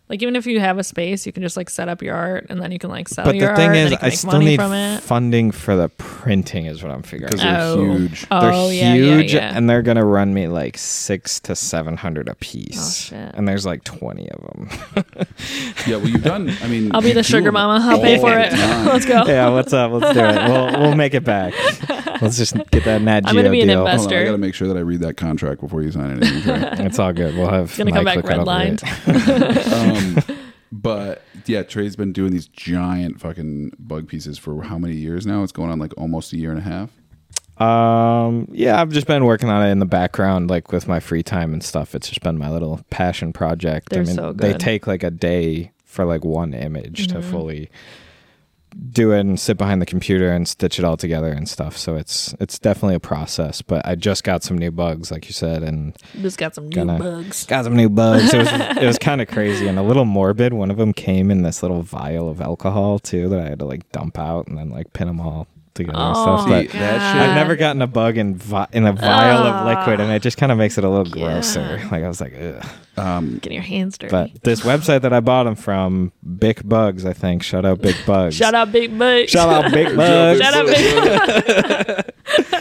B: Like even if you have a space, you can just like set up your art, and then you can like sell
C: But
B: your
C: the thing
B: art.
C: is,
B: and you can
C: I
B: make
C: still
B: money
C: need
B: from it.
C: funding for the printing. Is what I'm figuring. out.
A: Because they're
B: Oh.
A: huge.
C: They're
B: oh yeah,
C: huge,
B: yeah, yeah.
C: and they're gonna run me like six to seven hundred a piece.
B: Oh, shit.
C: And there's like twenty of them.
A: Yeah, well, you've done. I mean,
B: I'll be
A: you
B: the
A: do
B: sugar
A: them
B: mama. I'll pay
A: all
B: for
A: the
B: it.
A: time.
B: Let's go.
C: yeah, what's up? Let's do it. We'll we'll make it back. Let's just get that Nat Geo
B: I'm gonna be an
C: deal.
B: investor.
A: Hold on, I gotta make sure that I read that contract before you sign anything. Trey.
C: It's all good. We'll have
B: It's gonna come
C: Mike
B: back
C: look over it.
B: redlined.
A: um, but yeah, Trey's been doing these giant fucking bug pieces for how many years now? It's going on like almost a year and a half.
C: Um, yeah, I've just been working on it in the background, like with my free time and stuff. It's just been my little passion project.
B: They're
C: I mean,
B: so
C: they
B: good. Mm-hmm.
C: take like a day for like one image to fully do it and sit behind the computer and stitch it all together and stuff. So it's it's definitely a process. But I just got some new bugs, like you said, and
B: Just got some new
C: Gonna-
B: bugs.
C: got some new bugs. It was it was kind of crazy and a little morbid. One of them came in this little vial of alcohol too that I had to like dump out and then like pin them all together and stuff.
B: Oh,
C: But-
A: See, that
B: God.
A: shit-
C: I've never gotten a bug in vi- in a vial of liquid, and it just kind of makes it a little
B: Yeah.
C: grosser. Like I was like, Ugh.
A: Um,
B: Getting your hands dirty.
C: but this website that I bought them from, Big Bugs, I think. Shout out Big Bugs.
B: Shout out, big bugs.
C: Shout out Big Bugs.
B: Shout out, big.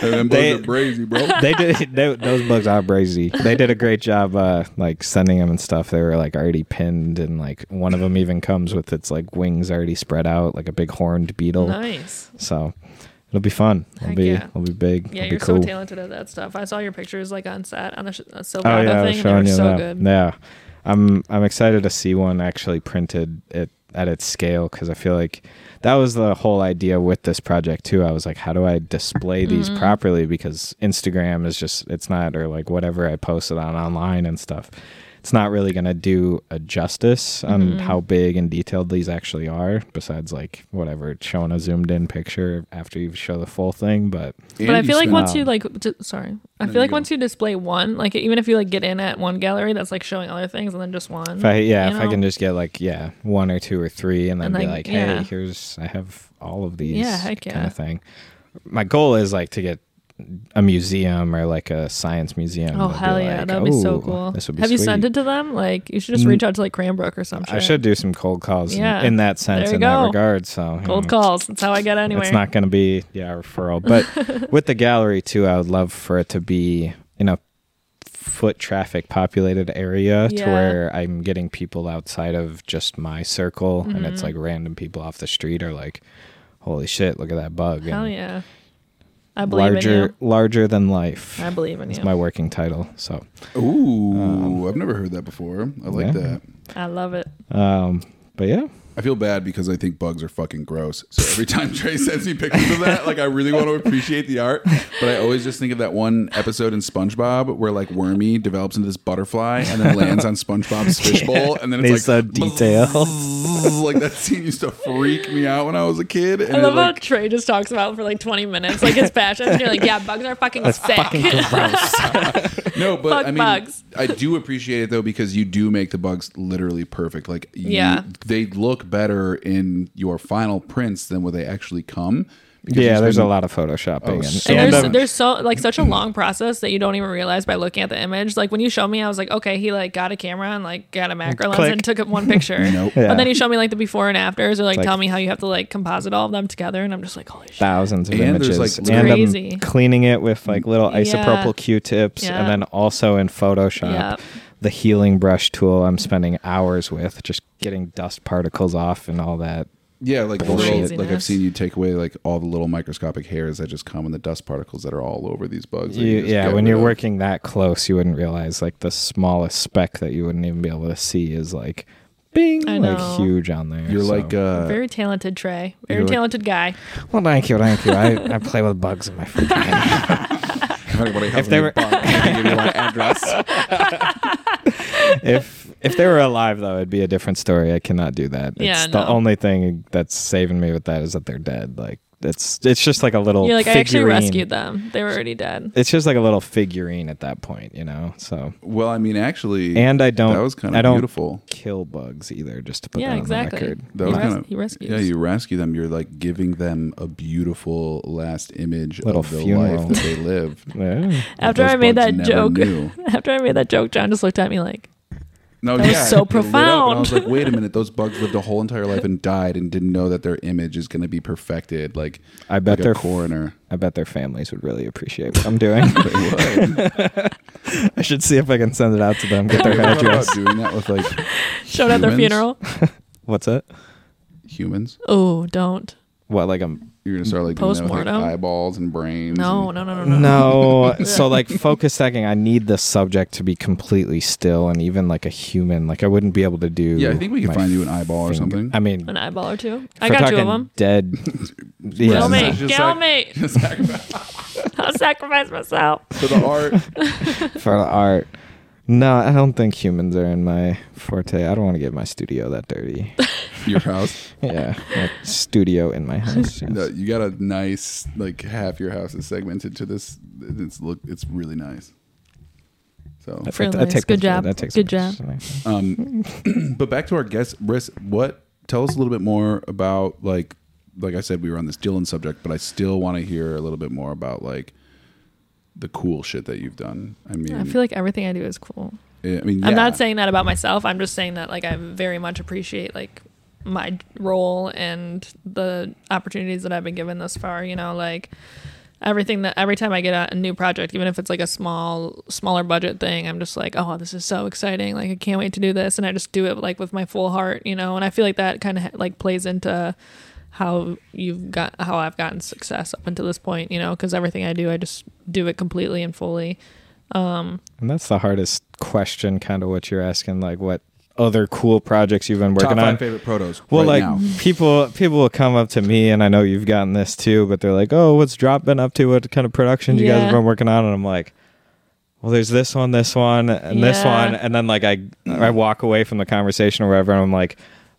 A: And them
C: They-
A: bugs are crazy, bro.
C: they did they, those bugs are brazy. They did a great job, uh, like sending them and stuff. They were like already pinned, and like one of them even comes with its like wings already spread out, like a big horned beetle.
B: Nice.
C: So it'll be fun. It'll
B: Heck
C: be
B: yeah.
C: it'll be big.
B: Yeah,
C: it'll
B: you're
C: be cool.
B: so talented at that stuff. I saw your pictures like on set on the sh- uh,
C: Oh
B: Silverado
C: yeah, I
B: thing,
C: was
B: and they were
C: showing you
B: so
C: that.
B: good.
C: Yeah, I'm I'm excited to see one actually printed at at its scale because I feel like that was the whole idea with this project too. I was like, how do I display these
B: Mm-hmm.
C: properly? Because Instagram is just it's not or like whatever I posted on online and stuff. It's not really gonna do a justice on
B: Mm-hmm.
C: how big and detailed these actually are. Besides, like whatever showing a zoomed in picture after you show the full thing, but
B: But I feel like once
C: out.
B: you like, di- sorry, I
A: No,
B: feel
A: you
B: like
A: go.
B: once you display one, like even if you like get in at one gallery that's like showing other things, and then just one.
C: If I yeah,
B: you
C: if I
B: know?
C: can just get like yeah one or two or three, and then
B: And,
C: be
B: like,
C: like, hey,
B: yeah.
C: here's I have all of these,
B: Yeah, heck
C: kind
B: yeah.
C: of thing. My goal is like to get a museum or like a science museum.
B: Oh
C: and be
B: hell yeah,
C: like,
B: that'd be so
C: "Ooh,
B: cool.
C: This would be
B: Have you sent
C: sweet." Mm,
B: it to them? Like you should just reach out to like Cranbrook or something.
C: I should do some cold calls in-
B: Yeah.
C: in, that sense,
B: There you
C: in
B: go.
C: that regard. So you
B: Cold
C: know,
B: calls. That's how I get anywhere.
C: It's Mm. not going to be yeah a referral, but with the gallery too, I would love for it to be in a foot traffic populated area to
B: Yeah.
C: where I'm getting people outside of just my circle, and it's
B: Mm-hmm.
C: like random people off the street are like, "Holy shit, look at that bug!"
B: Hell
C: and
B: yeah. I believe in
C: larger, larger than life.
B: you. I believe in
C: It's
B: you.
C: my working title. So,
A: Ooh, I've never heard that before. I like
C: Um, Yeah.
A: that.
B: I love it.
C: um, but yeah,
A: I feel bad because I think bugs are fucking gross. So every time Trey sends me pictures of that, like I really want to appreciate the art, but I always just think of that one episode in SpongeBob where like Wormy develops into this butterfly and then lands on SpongeBob's fishbowl, and then it's
C: needs
A: like
C: the detail.
A: like that scene used to freak me out when I was a kid. And
B: I
A: it,
B: love how
A: like,
B: Trey just talks about it for like 20 minutes, like his passion. And you're like, yeah, bugs are fucking sick.
A: no, but
B: Fuck
A: I mean,
B: bugs.
A: I do appreciate it though because you do make the bugs literally perfect. Like, you-
B: Yeah.
A: they look better in your final prints than where they actually come. Because
C: yeah,
A: there's
C: there's
A: been-
C: a lot of photoshopping. and,
A: Oh, so
B: And
C: and
B: there's
C: I'm-
B: there's so like such a long process that you don't even realize by looking at the image. Like when you show me, I was like, okay, he like got a camera and like got a macro lens
C: Mm, Click.
B: and took up one picture.
A: Nope.
B: But
C: Yeah.
B: then you show me like the before and afters, or like,
C: Like-
B: tell me how you have to like composite all of them together, and I'm just like, holy shit.
C: thousands of
A: And there's,
C: images
A: like,
C: and
B: Crazy.
C: I'm cleaning it with like little isopropyl q-tips
B: Yeah.
C: and then also in Photoshop
B: Yep.
C: the healing brush tool I'm spending hours with just getting dust particles off and all that
A: Yeah, like the little, like I've
B: Craziness.
A: seen you take away like all the little microscopic hairs that just come in the dust particles that are all over these bugs. that
C: You-
A: just
C: yeah
A: get
C: when
A: rid
C: you're
A: of.
C: working that close you wouldn't realize like the smallest speck that you wouldn't even be able to see is like bing
B: I know.
C: like huge on there
A: you're
C: so.
A: like uh,
B: Very talented Trey.
A: you're
B: Very
A: like-
B: talented guy.
C: well thank you thank you I, I play with bugs in my free time
A: if anybody has
C: if they
A: any
C: were-
A: bug, I can give you my address.
C: if if they were alive though, it'd be a different story. I cannot do that. It's
B: Yeah,
C: the
B: no.
C: only thing that's saving me with that is that they're dead. Like it's it's just like a little
B: You're like, I actually
C: figurine.
B: rescued them. They were already dead.
C: It's just like a little figurine at that point, you know. So
A: Well, I mean, actually,
C: and I don't
A: that was kind
C: I
A: of
C: don't
A: beautiful.
C: kill bugs either, just to put
B: Yeah,
C: that on
B: exactly.
C: the record.
A: That
B: He
A: was
B: res-
A: kind of
B: he rescues.
A: Yeah, you rescue them. You're like giving them a beautiful last image
C: Little
A: of the
C: funeral.
A: life that they lived.
C: Yeah.
B: After
A: Those
B: I made
A: bugs
B: that
A: never
B: joke,
A: knew.
B: after I made that joke, John just looked at me like,
A: No,
B: That was
A: yeah,
B: so
A: it lit up, and I was
B: profound.
A: like, wait a minute, those bugs lived a whole entire life and died and didn't know that their image is going to be perfected. Like,
C: I bet
A: like
C: they're
A: a coroner.
C: I bet their families would really appreciate what I'm doing.
A: They would.
C: I should see if I can send it out to them. Get their
A: Thought
C: address.
A: about doing that with like
B: showed at their
A: Humans?
B: funeral.
C: What's it?
A: humans.
B: Oh, don't.
C: What like a
A: You're gonna start like doing that with, like,
B: Postmortem?
A: eyeballs and brains.
B: No,
A: and-
B: no, no, no, no.
C: No. so like focus stacking, I need the subject to be completely still and even like a human. Like I wouldn't be able to do.
A: Yeah, I think we can
C: my
A: find you an eyeball or
C: finger-
A: something.
C: I mean,
B: An eyeball or two.
C: if
B: I
C: we're
B: got two
C: talking
B: of them.
C: Dead. yeah.
B: Kill
A: Well,
B: me.
A: It's just
B: Kill
A: like-
B: me. I'll sacrifice myself.
A: For the art,
C: For the art. No, I don't think humans are in my forte. I don't want to get my studio that dirty.
A: your house.
C: yeah, my studio in my house. yes.
A: No, you got a nice like half your house is segmented to this. It's look, it's really nice. So,
C: That-
B: Real
C: that
B: nice.
C: takes
B: Good
C: pictures-
B: job.
C: That takes
B: Good
C: pictures.
A: um, but back to our guest, Riss. What? Tell us a little bit more about like, like I said, we were on this Dylan subject, but I still want to hear a little bit more about like the cool shit that you've done. I mean,
B: I feel like everything I do is cool.
A: I mean,
B: I'm
A: yeah.
B: not saying that about myself. I'm just saying that like I very much appreciate like my role and the opportunities that I've been given thus far, you know, like everything that every time I get a, a new project, even if it's like a small smaller budget thing, I'm just like, "Oh, this is so exciting. Like I can't wait to do this." And I just do it like with my full heart, you know. And I feel like that kind of like plays into how you've got how I've gotten success up until this point, you know, because everything I do, I just do it completely and fully.
C: And that's the hardest question, kind of what you're asking, like what other cool projects you've been
A: top
C: working
A: five
C: on.
A: favorite protos.
C: Well,
A: right
C: like
A: now.
B: Mm-hmm.
C: people, people will come up to me, and I know you've gotten this too, but they're like, "Oh, what's Drop been up to? What kind of productions you guys
B: Yeah.
C: have been working on?" And I'm like, "Well, there's this one, this one, and this
B: Yeah.
C: one," and then like I, I walk away from the conversation or whatever, and I'm like.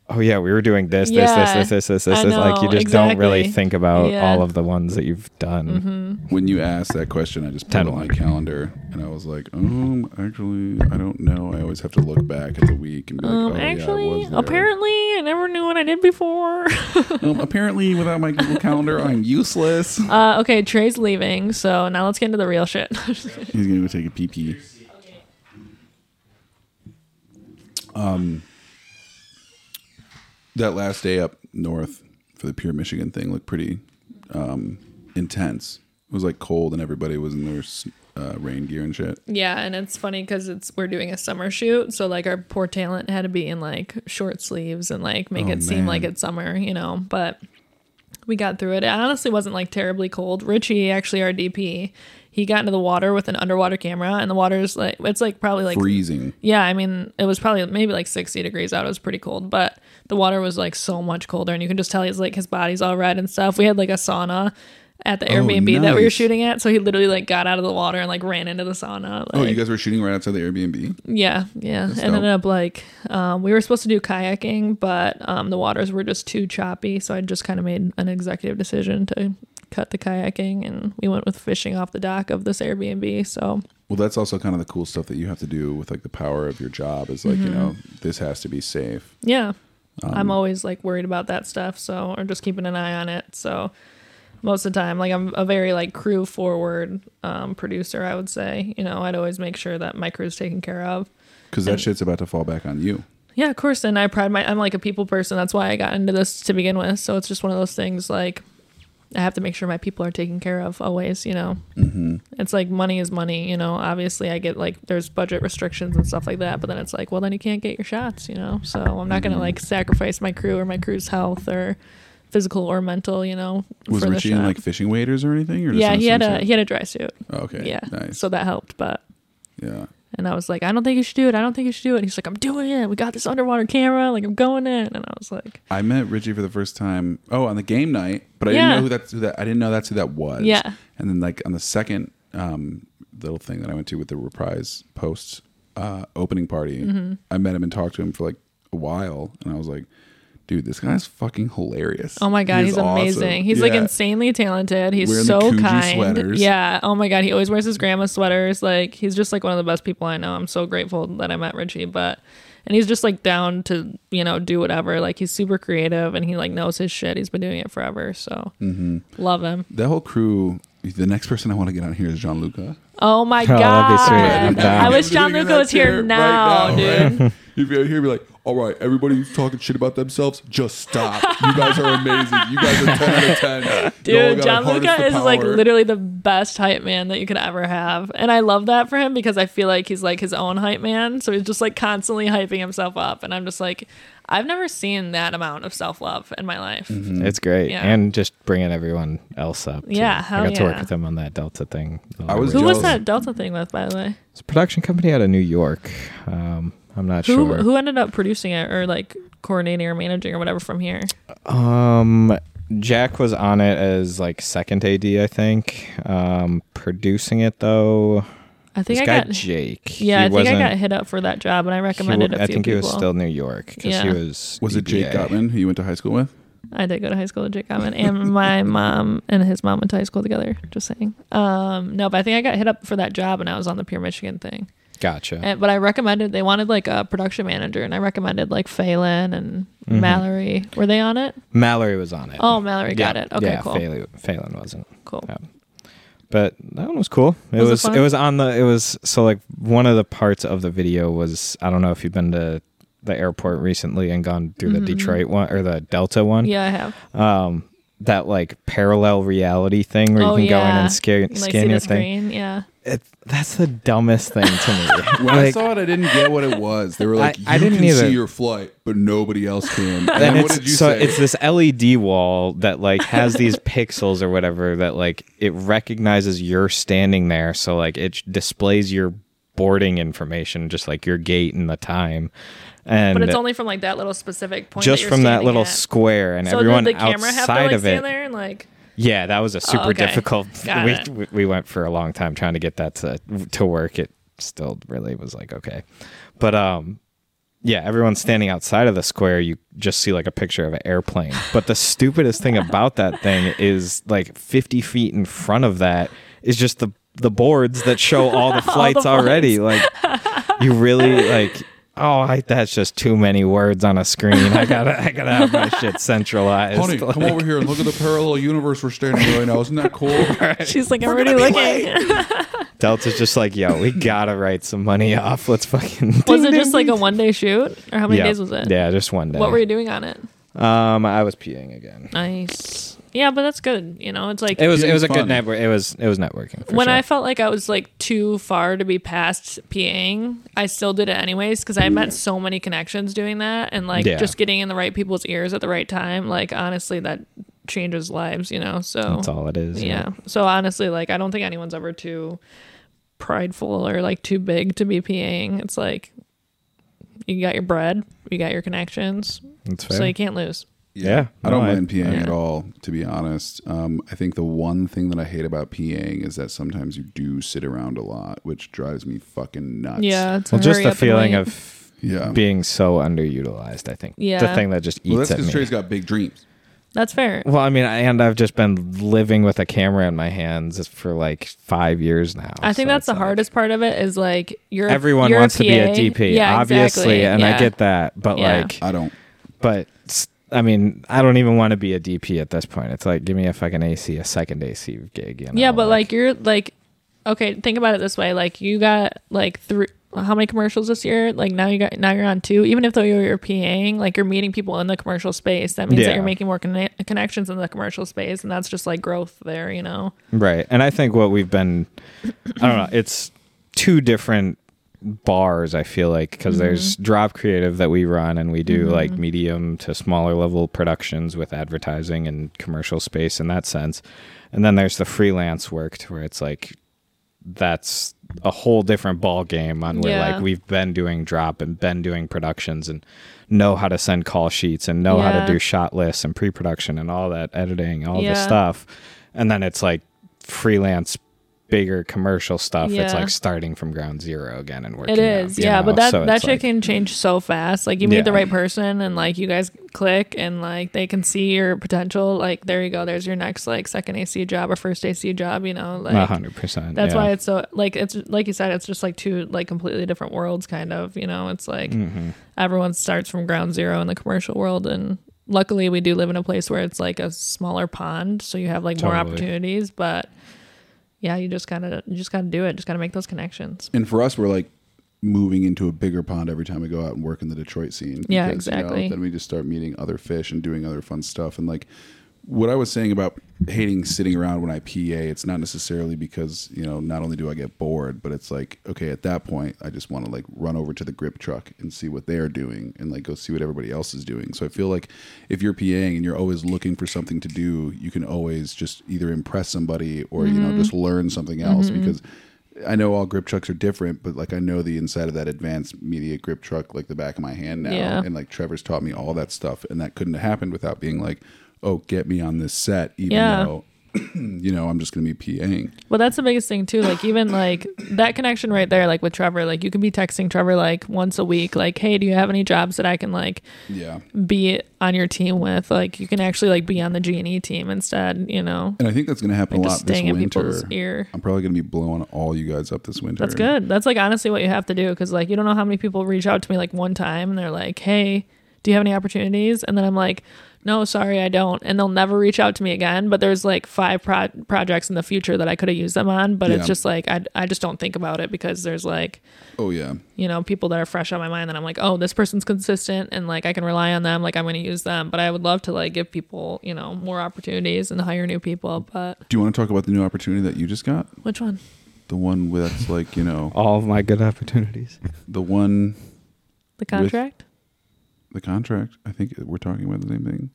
C: Oh yeah, we were doing this, this,
B: Yeah.
C: this, this, this, this,
B: I
C: this, this. Like you
B: know,
C: just don't really
B: exactly.
C: think about
B: Yeah.
C: all of the ones that you've done.
A: when you asked that question, I just put it
C: Ten.
A: on my calendar, and I was like, um, actually, I don't know. I always have to look back at the week and be like,
B: Um,
A: oh yeah, I
B: actually,
A: was there.
B: apparently, I never knew what I did before.
A: um, apparently, without my Google Calendar, I'm useless.
B: uh, okay, Trey's leaving, so now let's get into the real shit.
A: He's gonna go take a pee pee. Um, that last day up north for the Pure Michigan thing looked pretty um, intense. It was like cold, and everybody was in their s- uh, rain gear and shit.
B: yeah, and it's funny because it's we're doing a summer shoot, so like our poor talent had to be in like short sleeves and like make
A: Oh,
B: it seem like
A: man.
B: it's summer, you know. But we got through it. It honestly wasn't like terribly cold. Richie, actually, our DP, he got into the water with an underwater camera, and the water's like it's like probably like
A: Freezing.
B: Yeah, I mean, it was probably maybe like 60 degrees out. It was pretty cold, but the water was like so much colder, and you can just tell he's like his body's all red and stuff. We had like a sauna, at the
A: Oh,
B: Airbnb that we were
A: nice.
B: shooting at. So he literally like got out of the water and like ran into the sauna. Like,
A: Oh, you guys were shooting right outside the Airbnb.
B: Yeah, yeah.
A: That's
B: and
A: dope.
B: ended up like um, we were supposed to do kayaking, but um, the waters were just too choppy. So I just kind of made an executive decision to cut the kayaking, and we went with fishing off the dock of this Airbnb. So
A: Well, that's also kind of the cool stuff that you have to do with like the power of your job is like,
B: Mm-hmm.
A: you know, this has to be safe.
B: yeah, I'm always like worried about that stuff. So or just keeping an eye on it. So most of the time, like I'm a very like crew forward um, producer. I would say, you know, I'd always make sure that my crew's taken care of.
A: Because that shit's about to fall back on you.
B: Yeah, of course. And I pride my I'm like a people person. That's why I got into this to begin with. So it's just one of those things like I have to make sure my people are taken care of always, you know. Mm-hmm. It's like money is money, you know. Obviously, I get like there's budget restrictions and stuff like that, but then it's like, well, then you can't get your shots, you know. So I'm not going
A: Mm-hmm.
B: to like sacrifice my crew or my crew's health or physical or mental, you know,
A: Was
B: for
A: Richie
B: the
A: in
B: shot.
A: like fishing waders or anything? Or just
B: yeah,
A: on a
B: he had a
A: swimsuit?
B: he had a dry suit.
A: Oh, okay.
B: yeah.
A: Nice.
B: So that helped, but
A: yeah.
B: and I was like, I don't think you should do it. I don't think you should do it. And he's like, I'm doing it. We got this underwater camera. Like, I'm going in. And I was like,
A: I met Richie for the first time. Oh, on the game night, but I
B: Yeah.
A: didn't know who that's who that. I didn't know that's who that was.
B: Yeah.
A: And then like on the second um, little thing that I went to with the reprise post uh, opening party,
B: Mm-hmm.
A: I met him and talked to him for like a while, and I was like, "Dude, this guy's fucking hilarious."
B: Oh my God,
A: He is
B: he's amazing.
A: awesome.
B: He's like
A: Yeah.
B: insanely talented. He's
A: Wearing the
B: so
A: Coogee
B: kind.
A: sweaters.
B: Yeah. Oh my God. He always wears his grandma sweaters. Like, he's just like one of the best people I know. I'm so grateful that I met Richie. But, and he's just like down to, you know, do whatever. Like, he's super creative and he like knows his shit. He's been doing it forever. So,
A: Mm-hmm.
B: love him.
A: That whole crew. The next person I want to get on here is John Luca.
B: Oh my
C: that'd be
B: God.
C: sweet.
B: I
C: Yeah.
B: wish John Luca was here now, dude.
A: You'd be, here, be like, all right, everybody who's talking shit about themselves, just stop. You guys are amazing. You guys are 10 out of 10. Y'all
B: Dude,
A: gotta
B: John
A: harness
B: Luca
A: the
B: is like
A: power.
B: literally the best hype man that you could ever have. And I love that for him because I feel like he's like his own hype man. So he's just like constantly hyping himself up. And I'm just like, I've never seen that amount of self love in my life.
C: It's great,
B: Mm-hmm. Yeah.
C: and just bringing everyone else up. too.
B: Yeah,
C: I
B: hell
C: got to work
B: yeah.
C: with them on that Delta thing.
A: I was
B: Who was
A: Jealous.
B: that Delta thing with, by the way?
C: It's a production company out of New York. Um, I'm not
B: Who
C: sure.
B: who ended up producing it or like coordinating or managing or whatever from here?
C: Um, Jack was on it as like second AD, I think. Um, producing it though,
B: I think
C: this
B: I
C: guy
B: got
C: Jake.
B: yeah,
C: he
B: I think I
C: wasn't-
B: got hit up for that job and I
C: he wa-
B: recommended a few
C: I think
B: people.
C: he was still New York because
B: Yeah.
C: he was. E
A: Was it Jake
C: DBA.
A: Gottman, who you went to high school with?
B: I did go to high school with Jake Gottman, and my mom and his mom went to high school together. Just saying. Um, no, but I think I got hit up for that job, and I was on the Pure Michigan thing.
C: Gotcha.
B: And, but I recommended they wanted like a production manager, and I recommended like Phelan and Mallory. Were they on it?
C: Mallory was on it.
B: Oh, Mallory got
C: Mm-hmm. Yeah.
B: it. Okay,
C: yeah,
B: cool,
C: Phelan, Phelan wasn't.
B: cool.
C: Yeah. but that one was cool. It
B: Was it
C: was,
B: fun?
C: it, was on the it was so like one of the parts of the video was I don't know if you've been to the airport recently and gone through the
B: Mm-hmm.
C: Detroit one or the Delta one.
B: Yeah, I have.
C: Um that like parallel reality thing where
B: oh
C: you can
B: yeah.
C: go in and scare,
B: Like, see
C: scan your
B: the
C: thing.
B: screen. Yeah.
C: It, that's the dumbest thing to me.
A: When I
C: Like,
A: saw it, I didn't get what it was. They were like,
C: I
A: you
C: didn't
A: can
C: either.
A: see your flight, but nobody else can. And,
C: and
A: then what
C: it's-
A: did you
C: so
A: say?
C: it's this LED wall that like has these pixels or whatever that like it recognizes you're standing there, so like it displays your boarding information, just like your gate and the time, and
B: But it's only from like that little specific point.
C: just
B: you're
C: from that
B: standing
C: little
B: at.
C: square, and
B: So
C: everyone
B: did the camera have to
C: outside
B: like
C: of it.
B: stand there and like?
C: Yeah, that was a super
B: Oh, okay.
C: difficult.
B: Got
C: We,
B: it.
C: we we went for a long time trying to get that to to work. It still really was like okay, but um, yeah, everyone's standing outside of the square. You just see like a picture of an airplane. But the stupidest thing about that thing is like fifty feet in front of that is just the the boards that show all the flights already. Like you really like. Oh, I, that's just too many words on a screen. I gotta, I gotta have my shit centralized.
A: Honey, come over here and look at the parallel universe we're standing in right now. Isn't that cool?
B: She's like, I'm already looking.
C: Delta's just like, yo, we gotta write some money off. Let's fucking.
B: was it just like a one day shoot, or how many
C: yeah.
B: days was it?
C: Yeah, just one day.
B: What were you doing on it?
C: Um, I was peeing again.
B: Nice. Yeah, but that's good. You know, it's like
C: It was
A: Peeing's
C: it was a
A: fun.
C: good network. It was it was networking. For
B: when
C: sure.
B: I felt like I was like too far to be past PAing, I still did it anyways because I met so many connections doing that and like
C: Yeah.
B: just getting in the right people's ears at the right time. Like honestly, that changes lives, you know. So
C: that's all it is.
B: yeah. So honestly, like I don't think anyone's ever too prideful or like too big to be PAing. It's like you got your bread, you got your connections,
C: that's fair.
B: so you can't lose.
C: Yeah.
A: I don't
C: No, I-
A: mind PAing
B: Yeah.
A: at all, to be honest. Um, I think the one thing that I hate about PAing is that sometimes you do sit around a lot, which drives me fucking nuts.
B: Yeah, it's a
C: Well, just
B: hurry
C: the
B: up and
C: feeling
B: wait.
C: of
A: Yeah.
C: being so underutilized. I think. The
B: Yeah.
C: thing that just eats
A: well, that's
C: at me.
A: because Trey's got big dreams.
B: that's fair.
C: Well, I mean, I- and I've just been living with a camera in my hands for like five years now.
B: I think
C: so
B: that's
C: it's
B: the
C: like-
B: hardest part of it is like you're
C: Everyone
B: you're
C: wants to be a
B: PA.
C: DP,
B: yeah,
C: obviously,
B: exactly,
C: and
B: yeah.
C: I get that. But
B: Yeah.
C: like,
A: I don't.
C: but s- I mean, I don't even want to be a DP at this point. It's like, give me a fucking AC, a second AC gig. You know?
B: yeah, but like you're like okay, think about it this way: like you got like three. How many commercials this year? Like now you got now you're on two. Even if though you're, you're PAing, like you're meeting people in the commercial space, that means
C: Yeah.
B: that you're making more conne- connections in the commercial space, and that's just like growth there, you know.
C: Right. And I think what we've been, I don't know, it's two different bars, I feel like, because
B: Mm-hmm.
C: there's Drop Creative that we run and we do like medium to smaller level productions with advertising and commercial space in that sense. And then there's the freelance work to where it's like, that's a whole different ball game on where
B: Yeah.
C: like we've been doing drop and been doing productions and know how to send call sheets and know how
B: Yeah.
C: to do shot lists and pre-production and all that editing all this
B: Yeah.
C: stuff and then it's like freelance bigger commercial stuff it's
B: Yeah.
C: like starting from ground zero again and working
B: It is,
C: up, you
B: yeah,
C: know?
B: but that
C: So
B: that
C: it's
B: shit
C: like-
B: can change so fast. Like you meet the
C: Yeah.
B: right person, and like you guys click, and like they can see your potential. Like there you go, there's your next like second AC job or first AC job. You know, like
C: a 100%
B: that's
C: Uh-huh, yeah.
B: why it's so like it's like you said, it's just like two like completely different worlds, kind of. You know, it's like
C: Mm-hmm.
B: everyone starts from ground zero in the commercial world, and luckily we do live in a place where it's like a smaller pond, so you have like more
C: Totally.
B: opportunities. But yeah, you just gotta you just gotta do it. Just gotta make those connections.
A: And for us, we're like moving into a bigger pond every time we go out and work in the Detroit scene.
B: Yeah,
A: because, you know,
B: exactly.
A: then we just start meeting other fish and doing other fun stuff. And like what I was saying about hating sitting around when I PA, it's not necessarily because, you know, not only do I get bored, but it's like, okay, at that point, I just want to like run over to the grip truck and see what they're doing and like go see what everybody else is doing. So I feel like if you're PAing and you're always looking for something to do, you can always just either impress somebody or, you know, just learn something else because I know all grip trucks are different, but like I know the inside of that advanced media grip truck like the back of my hand now.
B: Yeah.
A: And like Trevor's taught me all that stuff, and that couldn't have happened without being like, "Oh, get me on this set," even
B: Yeah.
A: though you know I'm just going to be PAing.
B: Well, that's the biggest thing too. Like even like that connection right there, like with Trevor, like you can be texting Trevor like once a week, like, hey, do you have any jobs that I can like
A: Yeah.
B: be on your team with? Like you can actually like be on the G and E team instead, you know?
A: And I think that's going to happen
B: Like
A: a
B: just
A: lot this
B: staying in people's
A: winter.
B: ear.
A: I'm probably going to be blowing all you guys up this winter.
B: That's good. That's like honestly what you have to do because like you don't know how many people reach out to me like one time and they're like, hey, do you have any opportunities? And then I'm like, no, sorry, I don't. And they'll never reach out to me again. But there's like five pro- projects in the future that I could have used them on, but
A: Yeah.
B: it's just like I I just don't think about it because there's like
A: Oh yeah.
B: you know, people that are fresh on my mind that I'm like, oh, this person's consistent and like I can rely on them, like I'm gonna use them. But I would love to like give people, you know, more opportunities and hire new people. But
A: Do you want to talk about the new opportunity that you just got?
B: which one?
A: The one with- that's like you know
C: all of my good opportunities
A: the one
B: The contract?
A: the contract. I think we're talking about the same thing.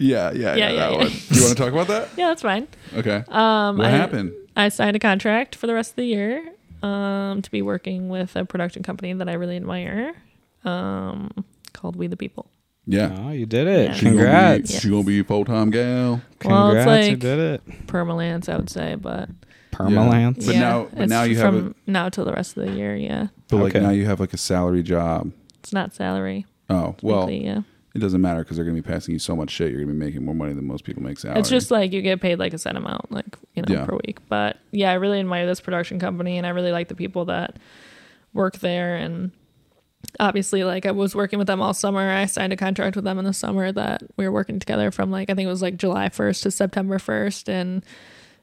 A: Yeah, yeah, yeah.
B: Yeah, yeah,
A: that
B: yeah.
A: one. Do you want to talk about that?
B: yeah, that's fine.
A: Okay.
B: Um
A: what
B: I,
A: happened?
B: I signed a contract for the rest of the year, um, to be working with a production company that I really admire, um, called We the People.
A: Yeah.
C: oh you did it
B: Yeah. She
A: She gonna be,
C: congrats
B: Yes.
A: she gonna be full time gal.
B: Well, it's
C: congrats you
B: like-
C: did it
B: Permalance, I would say, but
C: permalance
A: But
B: yeah,
A: now- but
B: it's
A: now you have
B: from now till the rest of the year, yeah.
A: But like
C: Okay.
A: now you have like a salary job.
B: It's not salary.
A: Oh well,
B: technically, yeah.
A: it doesn't matter because they're gonna be passing you so much shit. You're gonna be making more money than most people make salary.
B: It's just like you get paid like a set amount, like you know,
A: Yeah.
B: per week. But yeah, I really admire this production company, and I really like the people that work there. And obviously, like I was working with them all summer. I signed a contract with them in the summer that we were working together from like I think it was like July first to September first, and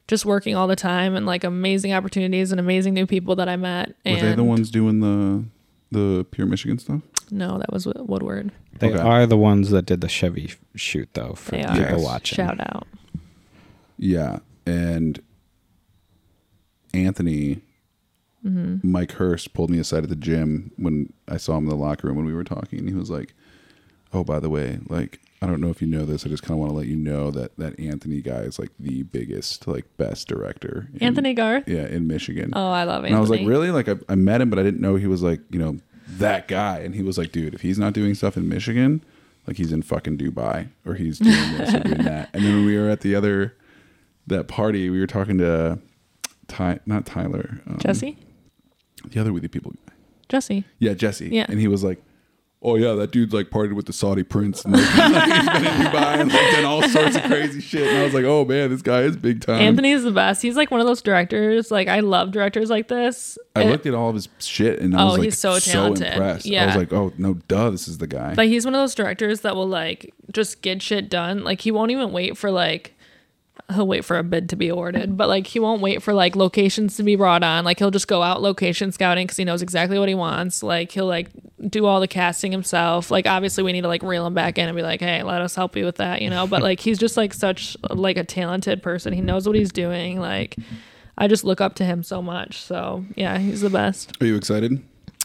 B: just working all the time and like amazing opportunities and amazing new people that I met.
A: were
B: And
A: they the ones doing the the pure Michigan stuff?
B: No, that was Wo- Woodward.
C: they
A: Okay.
C: are the ones that did the chevy f- shoot though for
B: They
C: people
B: are.
A: Yes.
C: watching
B: Shout out.
A: Yeah, and Anthony, Mike Hurst pulled me aside at the gym when I saw him in the locker room when we were talking, and he was like, "Oh, by the way, like." I don't know if you know this. I just kind of want to let you know that that Anthony guy is like the biggest, like best director. in-
B: Anthony Garth.
A: yeah, in Michigan.
B: Oh, I love Anthony.
A: And I was like, really? Like I, I met him, but I didn't know he was like, you know, that guy. And he was like, dude, if he's not doing stuff in Michigan, like he's in fucking Dubai or he's doing this or doing that. And then when we were at the other that party, we were talking to Ty, not Tyler, um,
B: Jesse?
A: the other Weedy people.
B: Jesse.
A: Yeah, Jesse.
B: Yeah.
A: And he was like, Oh yeah, that dude's like partied with the Saudi prince and like, he's been in Dubai and like done all sorts of crazy shit. And I was like, Oh man, this guy is big time.
B: Anthony's the best. He's like one of those directors. Like I love directors like this.
A: I
B: And-
A: looked at all of his shit and I
B: Oh,
A: was like
B: he's so
A: so,
B: talented.
A: impressed. I
B: Yeah.
A: was like, Oh no, duh, this is the guy.
B: Like he's one of those directors that will like just get shit done. Like he won't even wait for like he'll wait for a bid to be awarded, but like he won't wait for like locations to be brought on. Like he'll just go out location scouting because he knows exactly what he wants. Like he'll like do all the casting himself. Like obviously we need to like reel him back in and be like, hey, let us help you with that, you know. But like he's just like such like a talented person. He knows what he's doing. Like I just look up to him so much. So yeah, he's the best.
A: Are you excited?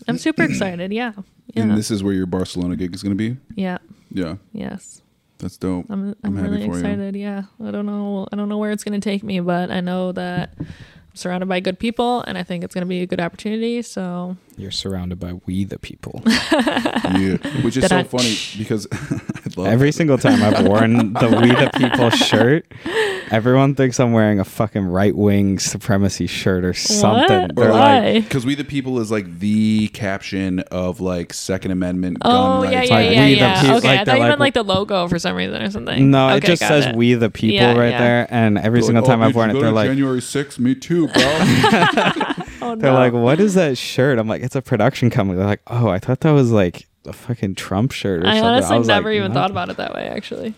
B: I'm super excited. Yeah.
A: And
B: Yeah.
A: this is where your Barcelona gig is gonna be?
B: yeah.
A: Yeah.
B: Yes.
A: That's dope.
B: I'm I'm,
A: I'm happy
B: really
A: for you.
B: excited. Yeah, I don't know I don't know where it's gonna take me, but I know that I'm surrounded by good people, and I think it's gonna be a good opportunity. So
C: You're surrounded by we the people.
A: yeah. Which is so
B: Da-da.
A: funny because I love
C: Every single time I've worn the we the people shirt, everyone thinks I'm wearing a fucking right wing supremacy shirt or something.
B: What?
C: They're
B: Why?
C: like,
A: because we the people is like the caption of like Second Amendment
B: oh
A: gun
B: yeah
A: rights.
B: yeah
C: Like,
B: yeah
C: we the
B: yeah.
C: peop-
B: okay,
C: like
B: I
C: the,
B: thought you
C: like,
B: meant like the logo for some reason or something.
C: no, it
B: Okay,
C: just
B: got
C: says
B: it.
C: we the people
B: Yeah,
C: right
B: yeah.
C: there. And every
A: They're
C: single
A: like,
C: time
A: "Oh,
C: I've
A: did
C: worn
A: you
C: it,
A: go
C: they're
A: to
C: like,
A: January 6th, me too, bro.
B: Oh,
C: they're
B: no.
C: like, what is that shirt? I'm like, it's a production company. They're like, oh, I thought that was like a fucking Trump shirt or
B: I
C: something.
B: honestly
C: was
B: never
C: like,
B: even
C: "No."
B: thought about it that way. Actually,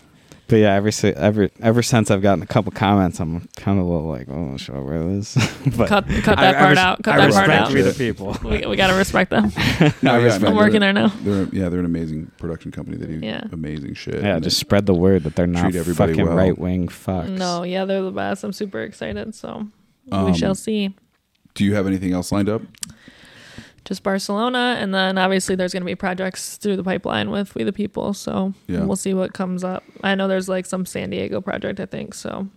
C: But yeah, ever si- ever ever since I've gotten a couple comments, I'm kind of a little like, oh, should I wear this? but
B: cut cut
C: I-
B: that
C: I
B: part
C: res-
B: out. Cut
C: I
B: that part
C: respect
B: out.
C: we the people.
B: We, we gotta respect them.
A: No, yeah,
B: I'm working there now.
A: They're, yeah, they're an amazing production company. They do
B: Yeah.
A: amazing shit.
C: Yeah,
A: And
C: just spread the word that they're not
A: Treat everybody
C: fucking
A: well.
C: right wing fucks.
B: No, yeah, they're the best. I'm super excited. So
A: Um,
B: we shall see.
A: Do you have anything else lined up?
B: Just Barcelona, and then obviously there's gonna be projects through the pipeline with We the People. So
A: Yeah.
B: we'll see what comes up. I know there's like some San Diego project, I think. So